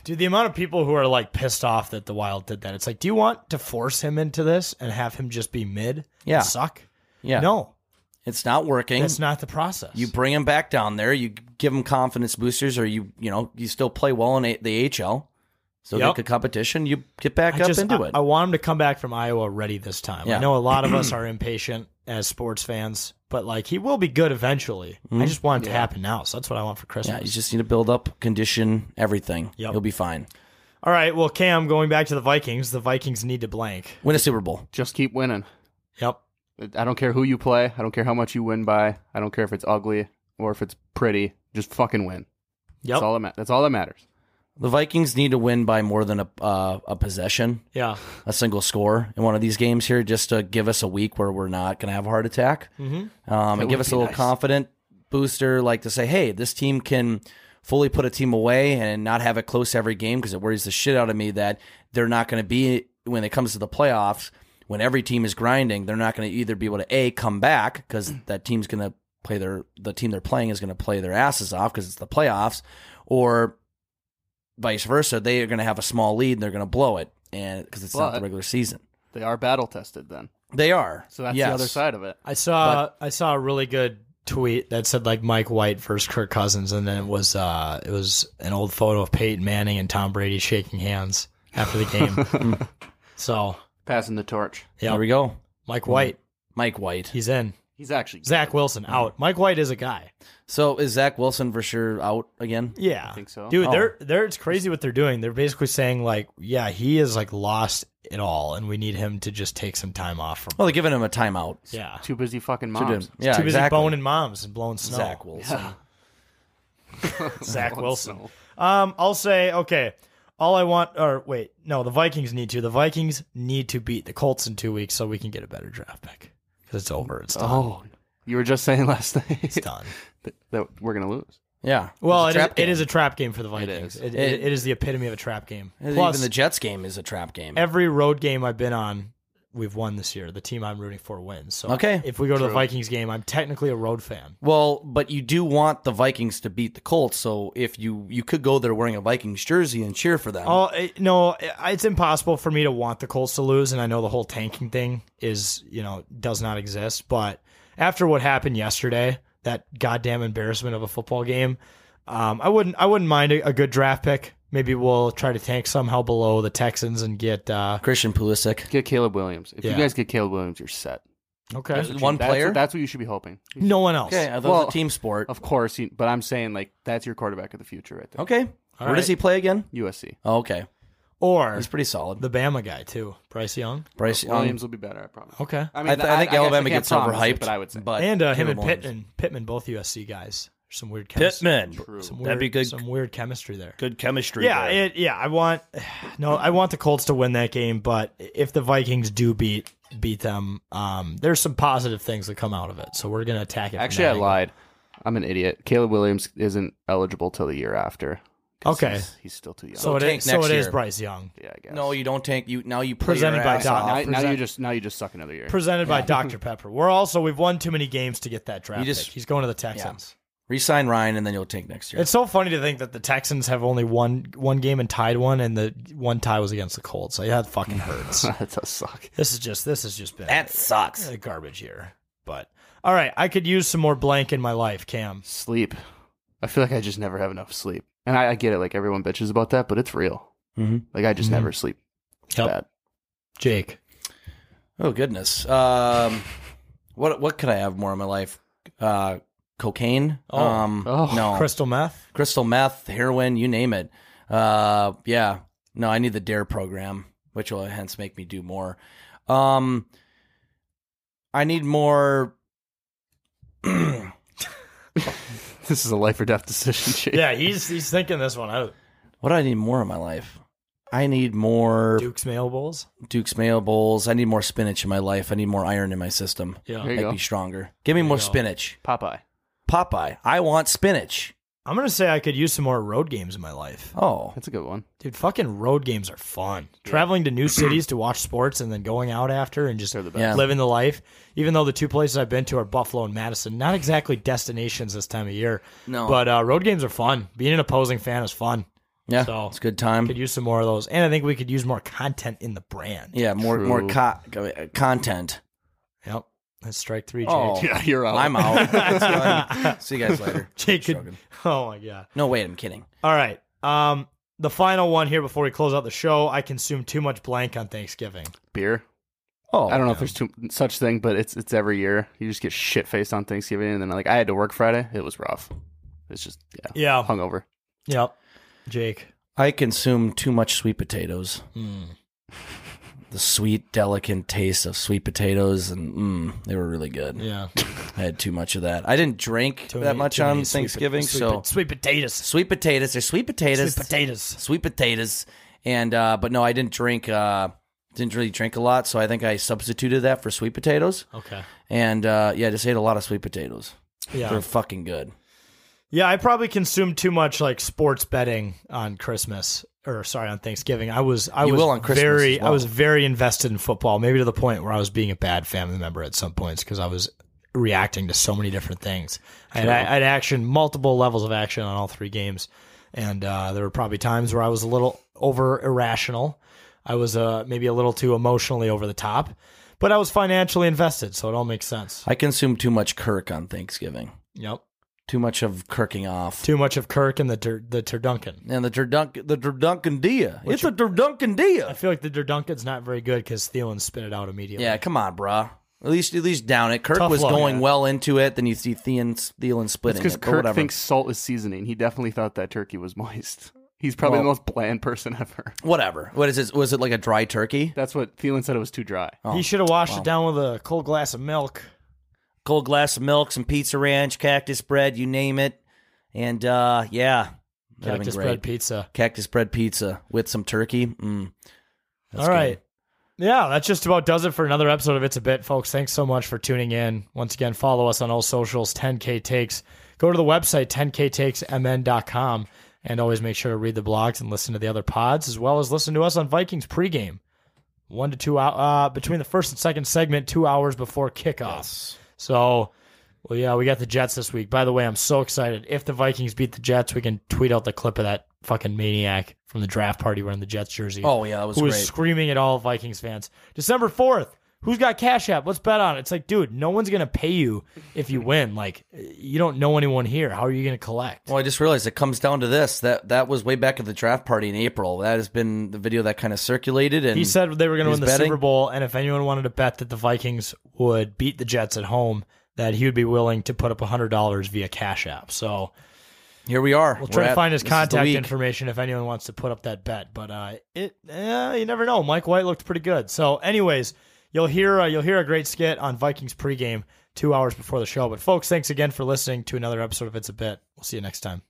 [SPEAKER 2] dude, the amount of people who are like pissed off that the Wild did that. It's like, do you want to force him into this and have him just be mid? and
[SPEAKER 1] Yeah.
[SPEAKER 2] suck.
[SPEAKER 1] Yeah.
[SPEAKER 2] No.
[SPEAKER 1] It's not working.
[SPEAKER 2] That's not the process.
[SPEAKER 1] You bring him back down there. You give him confidence boosters, or you you know you still play well in a- the HL. So
[SPEAKER 2] Yep.
[SPEAKER 1] get a competition, you get back up into
[SPEAKER 2] I,
[SPEAKER 1] it.
[SPEAKER 2] I want him to come back from Iowa ready this time.
[SPEAKER 1] Yeah.
[SPEAKER 2] I know a lot of us are impatient as sports fans, but like he will be good eventually. I
[SPEAKER 1] Mhm.
[SPEAKER 2] just want it to
[SPEAKER 1] Yeah.
[SPEAKER 2] happen now. So that's what I want for Christmas.
[SPEAKER 1] yeah, you just need to build up condition, everything.
[SPEAKER 2] Yep.
[SPEAKER 1] You'll be fine.
[SPEAKER 2] All right. Well, Cam, going back to the Vikings, the Vikings need to blank.
[SPEAKER 1] Win a Super Bowl.
[SPEAKER 12] Just keep winning.
[SPEAKER 2] Yep.
[SPEAKER 12] I don't care who you play. I don't care how much you win by. I don't care if it's ugly or if it's pretty. Just fucking win.
[SPEAKER 2] Yep.
[SPEAKER 12] That's all that, ma- that's all that matters.
[SPEAKER 1] The Vikings need to win by more than a uh, a possession.
[SPEAKER 2] Yeah.
[SPEAKER 1] a single score in one of these games here, just to give us a week where we're not going to have a heart attack,
[SPEAKER 2] Mhm.
[SPEAKER 1] um,
[SPEAKER 2] That
[SPEAKER 1] and give
[SPEAKER 2] would
[SPEAKER 1] us a
[SPEAKER 2] be
[SPEAKER 1] little
[SPEAKER 2] nice.
[SPEAKER 1] confident booster, like to say, hey, this team can fully put a team away and not have it close every game because it worries the shit out of me that they're not going to be when it comes to the playoffs. When every team is grinding, they're not going to either be able to a come back because that team's going to play their the team they're playing is going to play their asses off because it's the playoffs, or vice versa, they are going to have a small lead and they're going to blow it, and because it's not the
[SPEAKER 12] But-
[SPEAKER 1] regular season.
[SPEAKER 12] They are battle tested then.
[SPEAKER 1] They are.
[SPEAKER 12] So that's
[SPEAKER 1] Yes.
[SPEAKER 12] the other side of it.
[SPEAKER 2] I saw I saw a really good tweet that said like Mike White versus Kirk Cousins, and then it was uh it was an old photo of Peyton Manning and Tom Brady shaking hands after the game. so
[SPEAKER 12] passing the torch.
[SPEAKER 2] Yeah,
[SPEAKER 1] There we go.
[SPEAKER 2] Mike White.
[SPEAKER 1] Mike White.
[SPEAKER 2] He's in.
[SPEAKER 12] He's actually
[SPEAKER 2] Zach Wilson out. Mike White is a guy.
[SPEAKER 1] So is Zach Wilson for sure out again?
[SPEAKER 2] Yeah,
[SPEAKER 12] I think so.
[SPEAKER 2] Dude,
[SPEAKER 1] Oh.
[SPEAKER 2] they're they're it's crazy what they're doing. They're basically saying like, yeah, he is like lost it all, and we need him to just take some time off from.
[SPEAKER 1] Well, they're giving him a timeout.
[SPEAKER 2] Yeah,
[SPEAKER 12] Too busy fucking
[SPEAKER 1] Too
[SPEAKER 12] moms.
[SPEAKER 1] dim- yeah,
[SPEAKER 2] too busy
[SPEAKER 1] exactly.
[SPEAKER 2] boning moms and blowing snow.
[SPEAKER 1] Zach Wilson.
[SPEAKER 2] Zach
[SPEAKER 12] Oh,
[SPEAKER 2] Wilson.
[SPEAKER 12] Snow.
[SPEAKER 2] Um, I'll say okay. All I want, or wait, no, the Vikings need to. The Vikings need to beat the Colts in two weeks so we can get a better draft pick because it's over. It's done.
[SPEAKER 12] Oh, you were just saying last night
[SPEAKER 2] It's done.
[SPEAKER 12] that, that we're gonna lose.
[SPEAKER 1] Yeah.
[SPEAKER 2] Well,
[SPEAKER 1] It's
[SPEAKER 2] it
[SPEAKER 1] a
[SPEAKER 2] is,
[SPEAKER 1] trap
[SPEAKER 2] it is
[SPEAKER 1] game.
[SPEAKER 2] a trap game for the Vikings. It is.
[SPEAKER 1] It-
[SPEAKER 2] it is the epitome of a trap game.
[SPEAKER 1] And
[SPEAKER 2] Plus,
[SPEAKER 1] even the Jets game is a trap game.
[SPEAKER 2] every road game I've been on, we've won this year. The team I'm rooting for wins. So
[SPEAKER 1] Okay.
[SPEAKER 2] if we go to the
[SPEAKER 1] True.
[SPEAKER 2] Vikings game, I'm technically a road fan.
[SPEAKER 1] Well, but you do want the Vikings to beat the Colts, so if you you could go there wearing a Vikings jersey and cheer for them.
[SPEAKER 2] Oh it- no, it- it's impossible for me to want the Colts to lose, and I know the whole tanking thing is you know does not exist. But after what happened yesterday, that goddamn embarrassment of a football game, um, I wouldn't I wouldn't mind a, a good draft pick. Maybe we'll try to tank somehow below the Texans and get uh,
[SPEAKER 1] Christian Pulisic.
[SPEAKER 12] Get Caleb Williams. If
[SPEAKER 2] Yeah.
[SPEAKER 12] you guys get Caleb Williams, you're set.
[SPEAKER 2] okay
[SPEAKER 12] That's what
[SPEAKER 1] One
[SPEAKER 12] you- that's-
[SPEAKER 1] player?
[SPEAKER 12] That's, what you should be hoping.
[SPEAKER 2] no one else.
[SPEAKER 1] Okay, I thought it was
[SPEAKER 12] Well-
[SPEAKER 1] a team
[SPEAKER 2] Er
[SPEAKER 1] sport.
[SPEAKER 12] Of course, you, but I'm saying like that's your quarterback of the future right there.
[SPEAKER 1] Okay. Where does
[SPEAKER 2] right.
[SPEAKER 1] he play again?
[SPEAKER 12] USC.
[SPEAKER 1] Oh, okay.
[SPEAKER 2] Or
[SPEAKER 1] He's pretty solid.
[SPEAKER 2] the Bama guy too, Bryce Young.
[SPEAKER 1] Bryce Young.
[SPEAKER 12] Williams will be better, I promise.
[SPEAKER 2] Okay,
[SPEAKER 12] I
[SPEAKER 1] I, th- I think
[SPEAKER 12] guess
[SPEAKER 1] Alabama
[SPEAKER 12] can't
[SPEAKER 1] gets
[SPEAKER 12] promise
[SPEAKER 1] overhyped,
[SPEAKER 12] it, but I would say.
[SPEAKER 1] But
[SPEAKER 2] and uh, him
[SPEAKER 1] Caleb
[SPEAKER 2] and
[SPEAKER 1] Williams.
[SPEAKER 2] Pittman, Pittman, both USC guys. Some weird chemistry.
[SPEAKER 14] Pittman.
[SPEAKER 2] Some weird,
[SPEAKER 14] That'd be good.
[SPEAKER 2] Some weird chemistry there.
[SPEAKER 14] Good chemistry.
[SPEAKER 2] Yeah,
[SPEAKER 14] there.
[SPEAKER 2] it, yeah. I want no. I want the Colts to win that game, but if the Vikings do beat beat them, um, there's some positive things that come out of it. So we're gonna attack it. from
[SPEAKER 12] Actually,
[SPEAKER 2] that
[SPEAKER 12] I
[SPEAKER 2] angle.
[SPEAKER 12] lied. I'm an idiot. Caleb Williams isn't eligible till the year after. 'cause
[SPEAKER 2] Okay.
[SPEAKER 12] he's, he's still too young.
[SPEAKER 2] So it
[SPEAKER 1] tank
[SPEAKER 2] is. So
[SPEAKER 1] next
[SPEAKER 2] it is
[SPEAKER 1] year.
[SPEAKER 2] Bryce Young,
[SPEAKER 12] yeah, I guess.
[SPEAKER 1] no, you don't tank. You now you play
[SPEAKER 2] Presented
[SPEAKER 1] your
[SPEAKER 2] by
[SPEAKER 1] ass
[SPEAKER 2] Dom.
[SPEAKER 1] off.
[SPEAKER 12] now, now
[SPEAKER 2] present-
[SPEAKER 12] you just now you just suck another year.
[SPEAKER 2] presented by Dr Pepper. We're also we've won too many games to get that draft.
[SPEAKER 1] You just-
[SPEAKER 2] pick. He's going to the Texans.
[SPEAKER 1] Resign Ryan, and then you'll tank next year.
[SPEAKER 2] It's so funny to think that the Texans have only one one game and tied one, and the one tie was against the Colts. Like, that fucking hurts.
[SPEAKER 12] that does suck.
[SPEAKER 2] this is just this has just been
[SPEAKER 1] that sucks.
[SPEAKER 2] a garbage year. But all right, I could use some more blank in my life, Cam.
[SPEAKER 12] Sleep. I feel like I just never have enough sleep, and I, I get it. Like everyone bitches about that, but it's real.
[SPEAKER 1] Mhm.
[SPEAKER 12] Like I just never sleep. It's
[SPEAKER 2] Yep.
[SPEAKER 12] bad.
[SPEAKER 2] Jake.
[SPEAKER 1] Oh goodness. Um, what what could I have more in my life? Uh, cocaine.
[SPEAKER 2] Oh.
[SPEAKER 1] Um,
[SPEAKER 12] Oh.
[SPEAKER 1] no,
[SPEAKER 2] Crystal meth.
[SPEAKER 1] crystal meth, heroin, you name it. Uh, yeah. No, I need the Dare program, which will hence make me do more. Um, I need more.
[SPEAKER 12] This is a life or death decision. Jake.
[SPEAKER 2] Yeah, he's he's thinking this one out.
[SPEAKER 1] What do I need more in my life? I need more
[SPEAKER 2] Duke's mail bowls.
[SPEAKER 1] Duke's Mayo bowls. I need more spinach in my life. I need more iron in my system.
[SPEAKER 12] There
[SPEAKER 2] Yeah.
[SPEAKER 12] you
[SPEAKER 1] Make
[SPEAKER 12] go.
[SPEAKER 1] me stronger. Give me more
[SPEAKER 2] go.
[SPEAKER 1] spinach.
[SPEAKER 12] Popeye.
[SPEAKER 1] Popeye. I want spinach.
[SPEAKER 2] I'm gonna say I could use some more road games in my life.
[SPEAKER 1] Oh,
[SPEAKER 12] That's a good one.
[SPEAKER 2] Dude, fucking road games are fun. Traveling to new cities to watch sports and then going out after and just
[SPEAKER 12] They're the best.
[SPEAKER 1] yeah.
[SPEAKER 2] living the life. Even though the two places I've been to are Buffalo and Madison, not exactly destinations this time of year.
[SPEAKER 1] No.
[SPEAKER 2] But uh, road games are fun. Being an opposing fan is fun.
[SPEAKER 1] Yeah,
[SPEAKER 2] So-
[SPEAKER 1] it's a good time.
[SPEAKER 2] Could use some more of those, and I think we could use more content in the brand.
[SPEAKER 1] yeah, more
[SPEAKER 12] True.
[SPEAKER 1] more co- uh, content.
[SPEAKER 2] Yep. That's strike three, Jake.
[SPEAKER 1] Oh,
[SPEAKER 12] Yeah, you're out.
[SPEAKER 1] I'm out. It's done. See you guys later.
[SPEAKER 2] Jake could,
[SPEAKER 1] Shrugging.
[SPEAKER 2] Oh my god.
[SPEAKER 1] No, wait, I'm kidding.
[SPEAKER 2] All right. Um, the final one here before we close out the show. I consume too much blank on Thanksgiving.
[SPEAKER 12] beer.
[SPEAKER 2] Oh,
[SPEAKER 12] I don't know if there's too, such thing, but it's it's every year. You just get shit faced on Thanksgiving, and then like I had to work Friday. It was rough. It's just yeah,
[SPEAKER 2] Yeah.
[SPEAKER 12] hungover.
[SPEAKER 2] Yep. Jake.
[SPEAKER 1] I consume too much sweet potatoes.
[SPEAKER 2] Hmm.
[SPEAKER 1] The sweet, delicate taste of sweet potatoes, and mm, they were really good.
[SPEAKER 2] Yeah.
[SPEAKER 1] I had too much of that. I didn't drink
[SPEAKER 2] Too
[SPEAKER 1] that
[SPEAKER 2] many-
[SPEAKER 1] much
[SPEAKER 2] too many
[SPEAKER 1] on
[SPEAKER 2] sweet pot-
[SPEAKER 1] Thanksgiving,
[SPEAKER 2] sweet
[SPEAKER 1] so
[SPEAKER 2] pot- sweet potatoes.
[SPEAKER 1] sweet potatoes. They're sweet potatoes.
[SPEAKER 2] Sweet potatoes.
[SPEAKER 1] Sweet potatoes. And uh, but no, I didn't drink. Uh, didn't really drink a lot, so I think I substituted that for sweet potatoes.
[SPEAKER 2] Okay.
[SPEAKER 1] And uh, yeah, I just ate a lot of sweet potatoes.
[SPEAKER 2] Yeah.
[SPEAKER 1] they're fucking good.
[SPEAKER 2] Yeah, I probably consumed too much like sports betting on Christmas or sorry on Thanksgiving. I was I
[SPEAKER 1] You
[SPEAKER 2] was
[SPEAKER 1] will on Christmas
[SPEAKER 2] very
[SPEAKER 1] as well.
[SPEAKER 2] I was very invested in football, maybe to the point where I was being a bad family member at some points because I was reacting to so many different things. I had,
[SPEAKER 1] Sure.
[SPEAKER 2] I had action, multiple levels of action on all three games, and uh, there were probably times where I was a little over irrational. I was uh, maybe a little too emotionally over the top, but I was financially invested, so it all makes sense.
[SPEAKER 1] I consumed too much Kirk on Thanksgiving.
[SPEAKER 2] Yep,
[SPEAKER 1] Too much of Kirking off.
[SPEAKER 2] too much of Kirk and the Tur- the Turduncan.
[SPEAKER 1] And the Durdunk, the Durduncan Dia. It's a Durduncan
[SPEAKER 2] I
[SPEAKER 1] Dia.
[SPEAKER 2] feel like the Durduncan's not very good because Thielen spit it out immediately.
[SPEAKER 1] Yeah, come on, bruh. At least, at least down it. Kirk
[SPEAKER 2] Tough
[SPEAKER 1] was
[SPEAKER 2] luck.
[SPEAKER 1] going
[SPEAKER 2] Yeah.
[SPEAKER 1] well into it. Then you see Thielen, Thielen
[SPEAKER 12] It's
[SPEAKER 1] splitting
[SPEAKER 12] because
[SPEAKER 1] it. but
[SPEAKER 12] Kirk
[SPEAKER 1] whatever.
[SPEAKER 12] thinks salt is seasoning. He definitely thought that turkey was moist. He's probably
[SPEAKER 1] Well-
[SPEAKER 12] the most bland person ever.
[SPEAKER 1] whatever. What is it? Was it like a dry turkey?
[SPEAKER 12] That's what Thielen said. It was too dry.
[SPEAKER 1] Oh,
[SPEAKER 2] he should have washed
[SPEAKER 1] wow.
[SPEAKER 2] it down with a cold glass of milk.
[SPEAKER 1] Cold glass of milk, some pizza ranch, cactus bread, you name it. And uh, yeah, that'd have been
[SPEAKER 2] Cactus
[SPEAKER 1] great.
[SPEAKER 2] bread pizza.
[SPEAKER 1] Cactus bread pizza with some turkey. Mm. That's
[SPEAKER 2] All
[SPEAKER 1] good.
[SPEAKER 2] right. Yeah, that just about does it for another episode of It's a Bit, folks. Thanks so much for tuning in. Once again, follow us on all socials, 10K Takes. Go to the website, 10ktakesmn.com, and always make sure to read the blogs and listen to the other pods, as well as listen to us on Vikings pregame. One to two hours uh, between the first and second segment, two hours before kickoff. So, well, yeah, we got the Jets this week. By the way, I'm so excited. If the Vikings beat the Jets, we can tweet out the clip of that fucking maniac from the draft party wearing the Jets jersey.
[SPEAKER 1] Oh, yeah, that was
[SPEAKER 2] who
[SPEAKER 1] great.
[SPEAKER 2] screaming at all Vikings fans. December fourth. Who's got Cash App? Let's bet on it. It's like, dude, no one's gonna pay you if you win. Like, you don't know anyone here. How are you gonna collect?
[SPEAKER 1] Well, I just realized it comes down to this. That that was way back at the draft party in April. That has been the video that kind of circulated. And
[SPEAKER 2] he said they were going to
[SPEAKER 1] he's
[SPEAKER 2] win the
[SPEAKER 1] betting.
[SPEAKER 2] Super Bowl, and if anyone wanted to bet that the Vikings would beat the Jets at home, that he would be willing to put up hundred dollars via Cash App. So
[SPEAKER 1] Here we are.
[SPEAKER 2] we'll try
[SPEAKER 1] We're
[SPEAKER 2] to
[SPEAKER 1] at-
[SPEAKER 2] find his
[SPEAKER 1] this is the
[SPEAKER 2] contact
[SPEAKER 1] week.
[SPEAKER 2] information if anyone wants to put up that bet. But uh, it eh, you never know. Mike White looked pretty good. So, anyways, you'll hear uh, you'll hear a great skit on Vikings pregame two hours before the show. But folks, thanks again for listening to another episode of It's a Bit. We'll see you next time.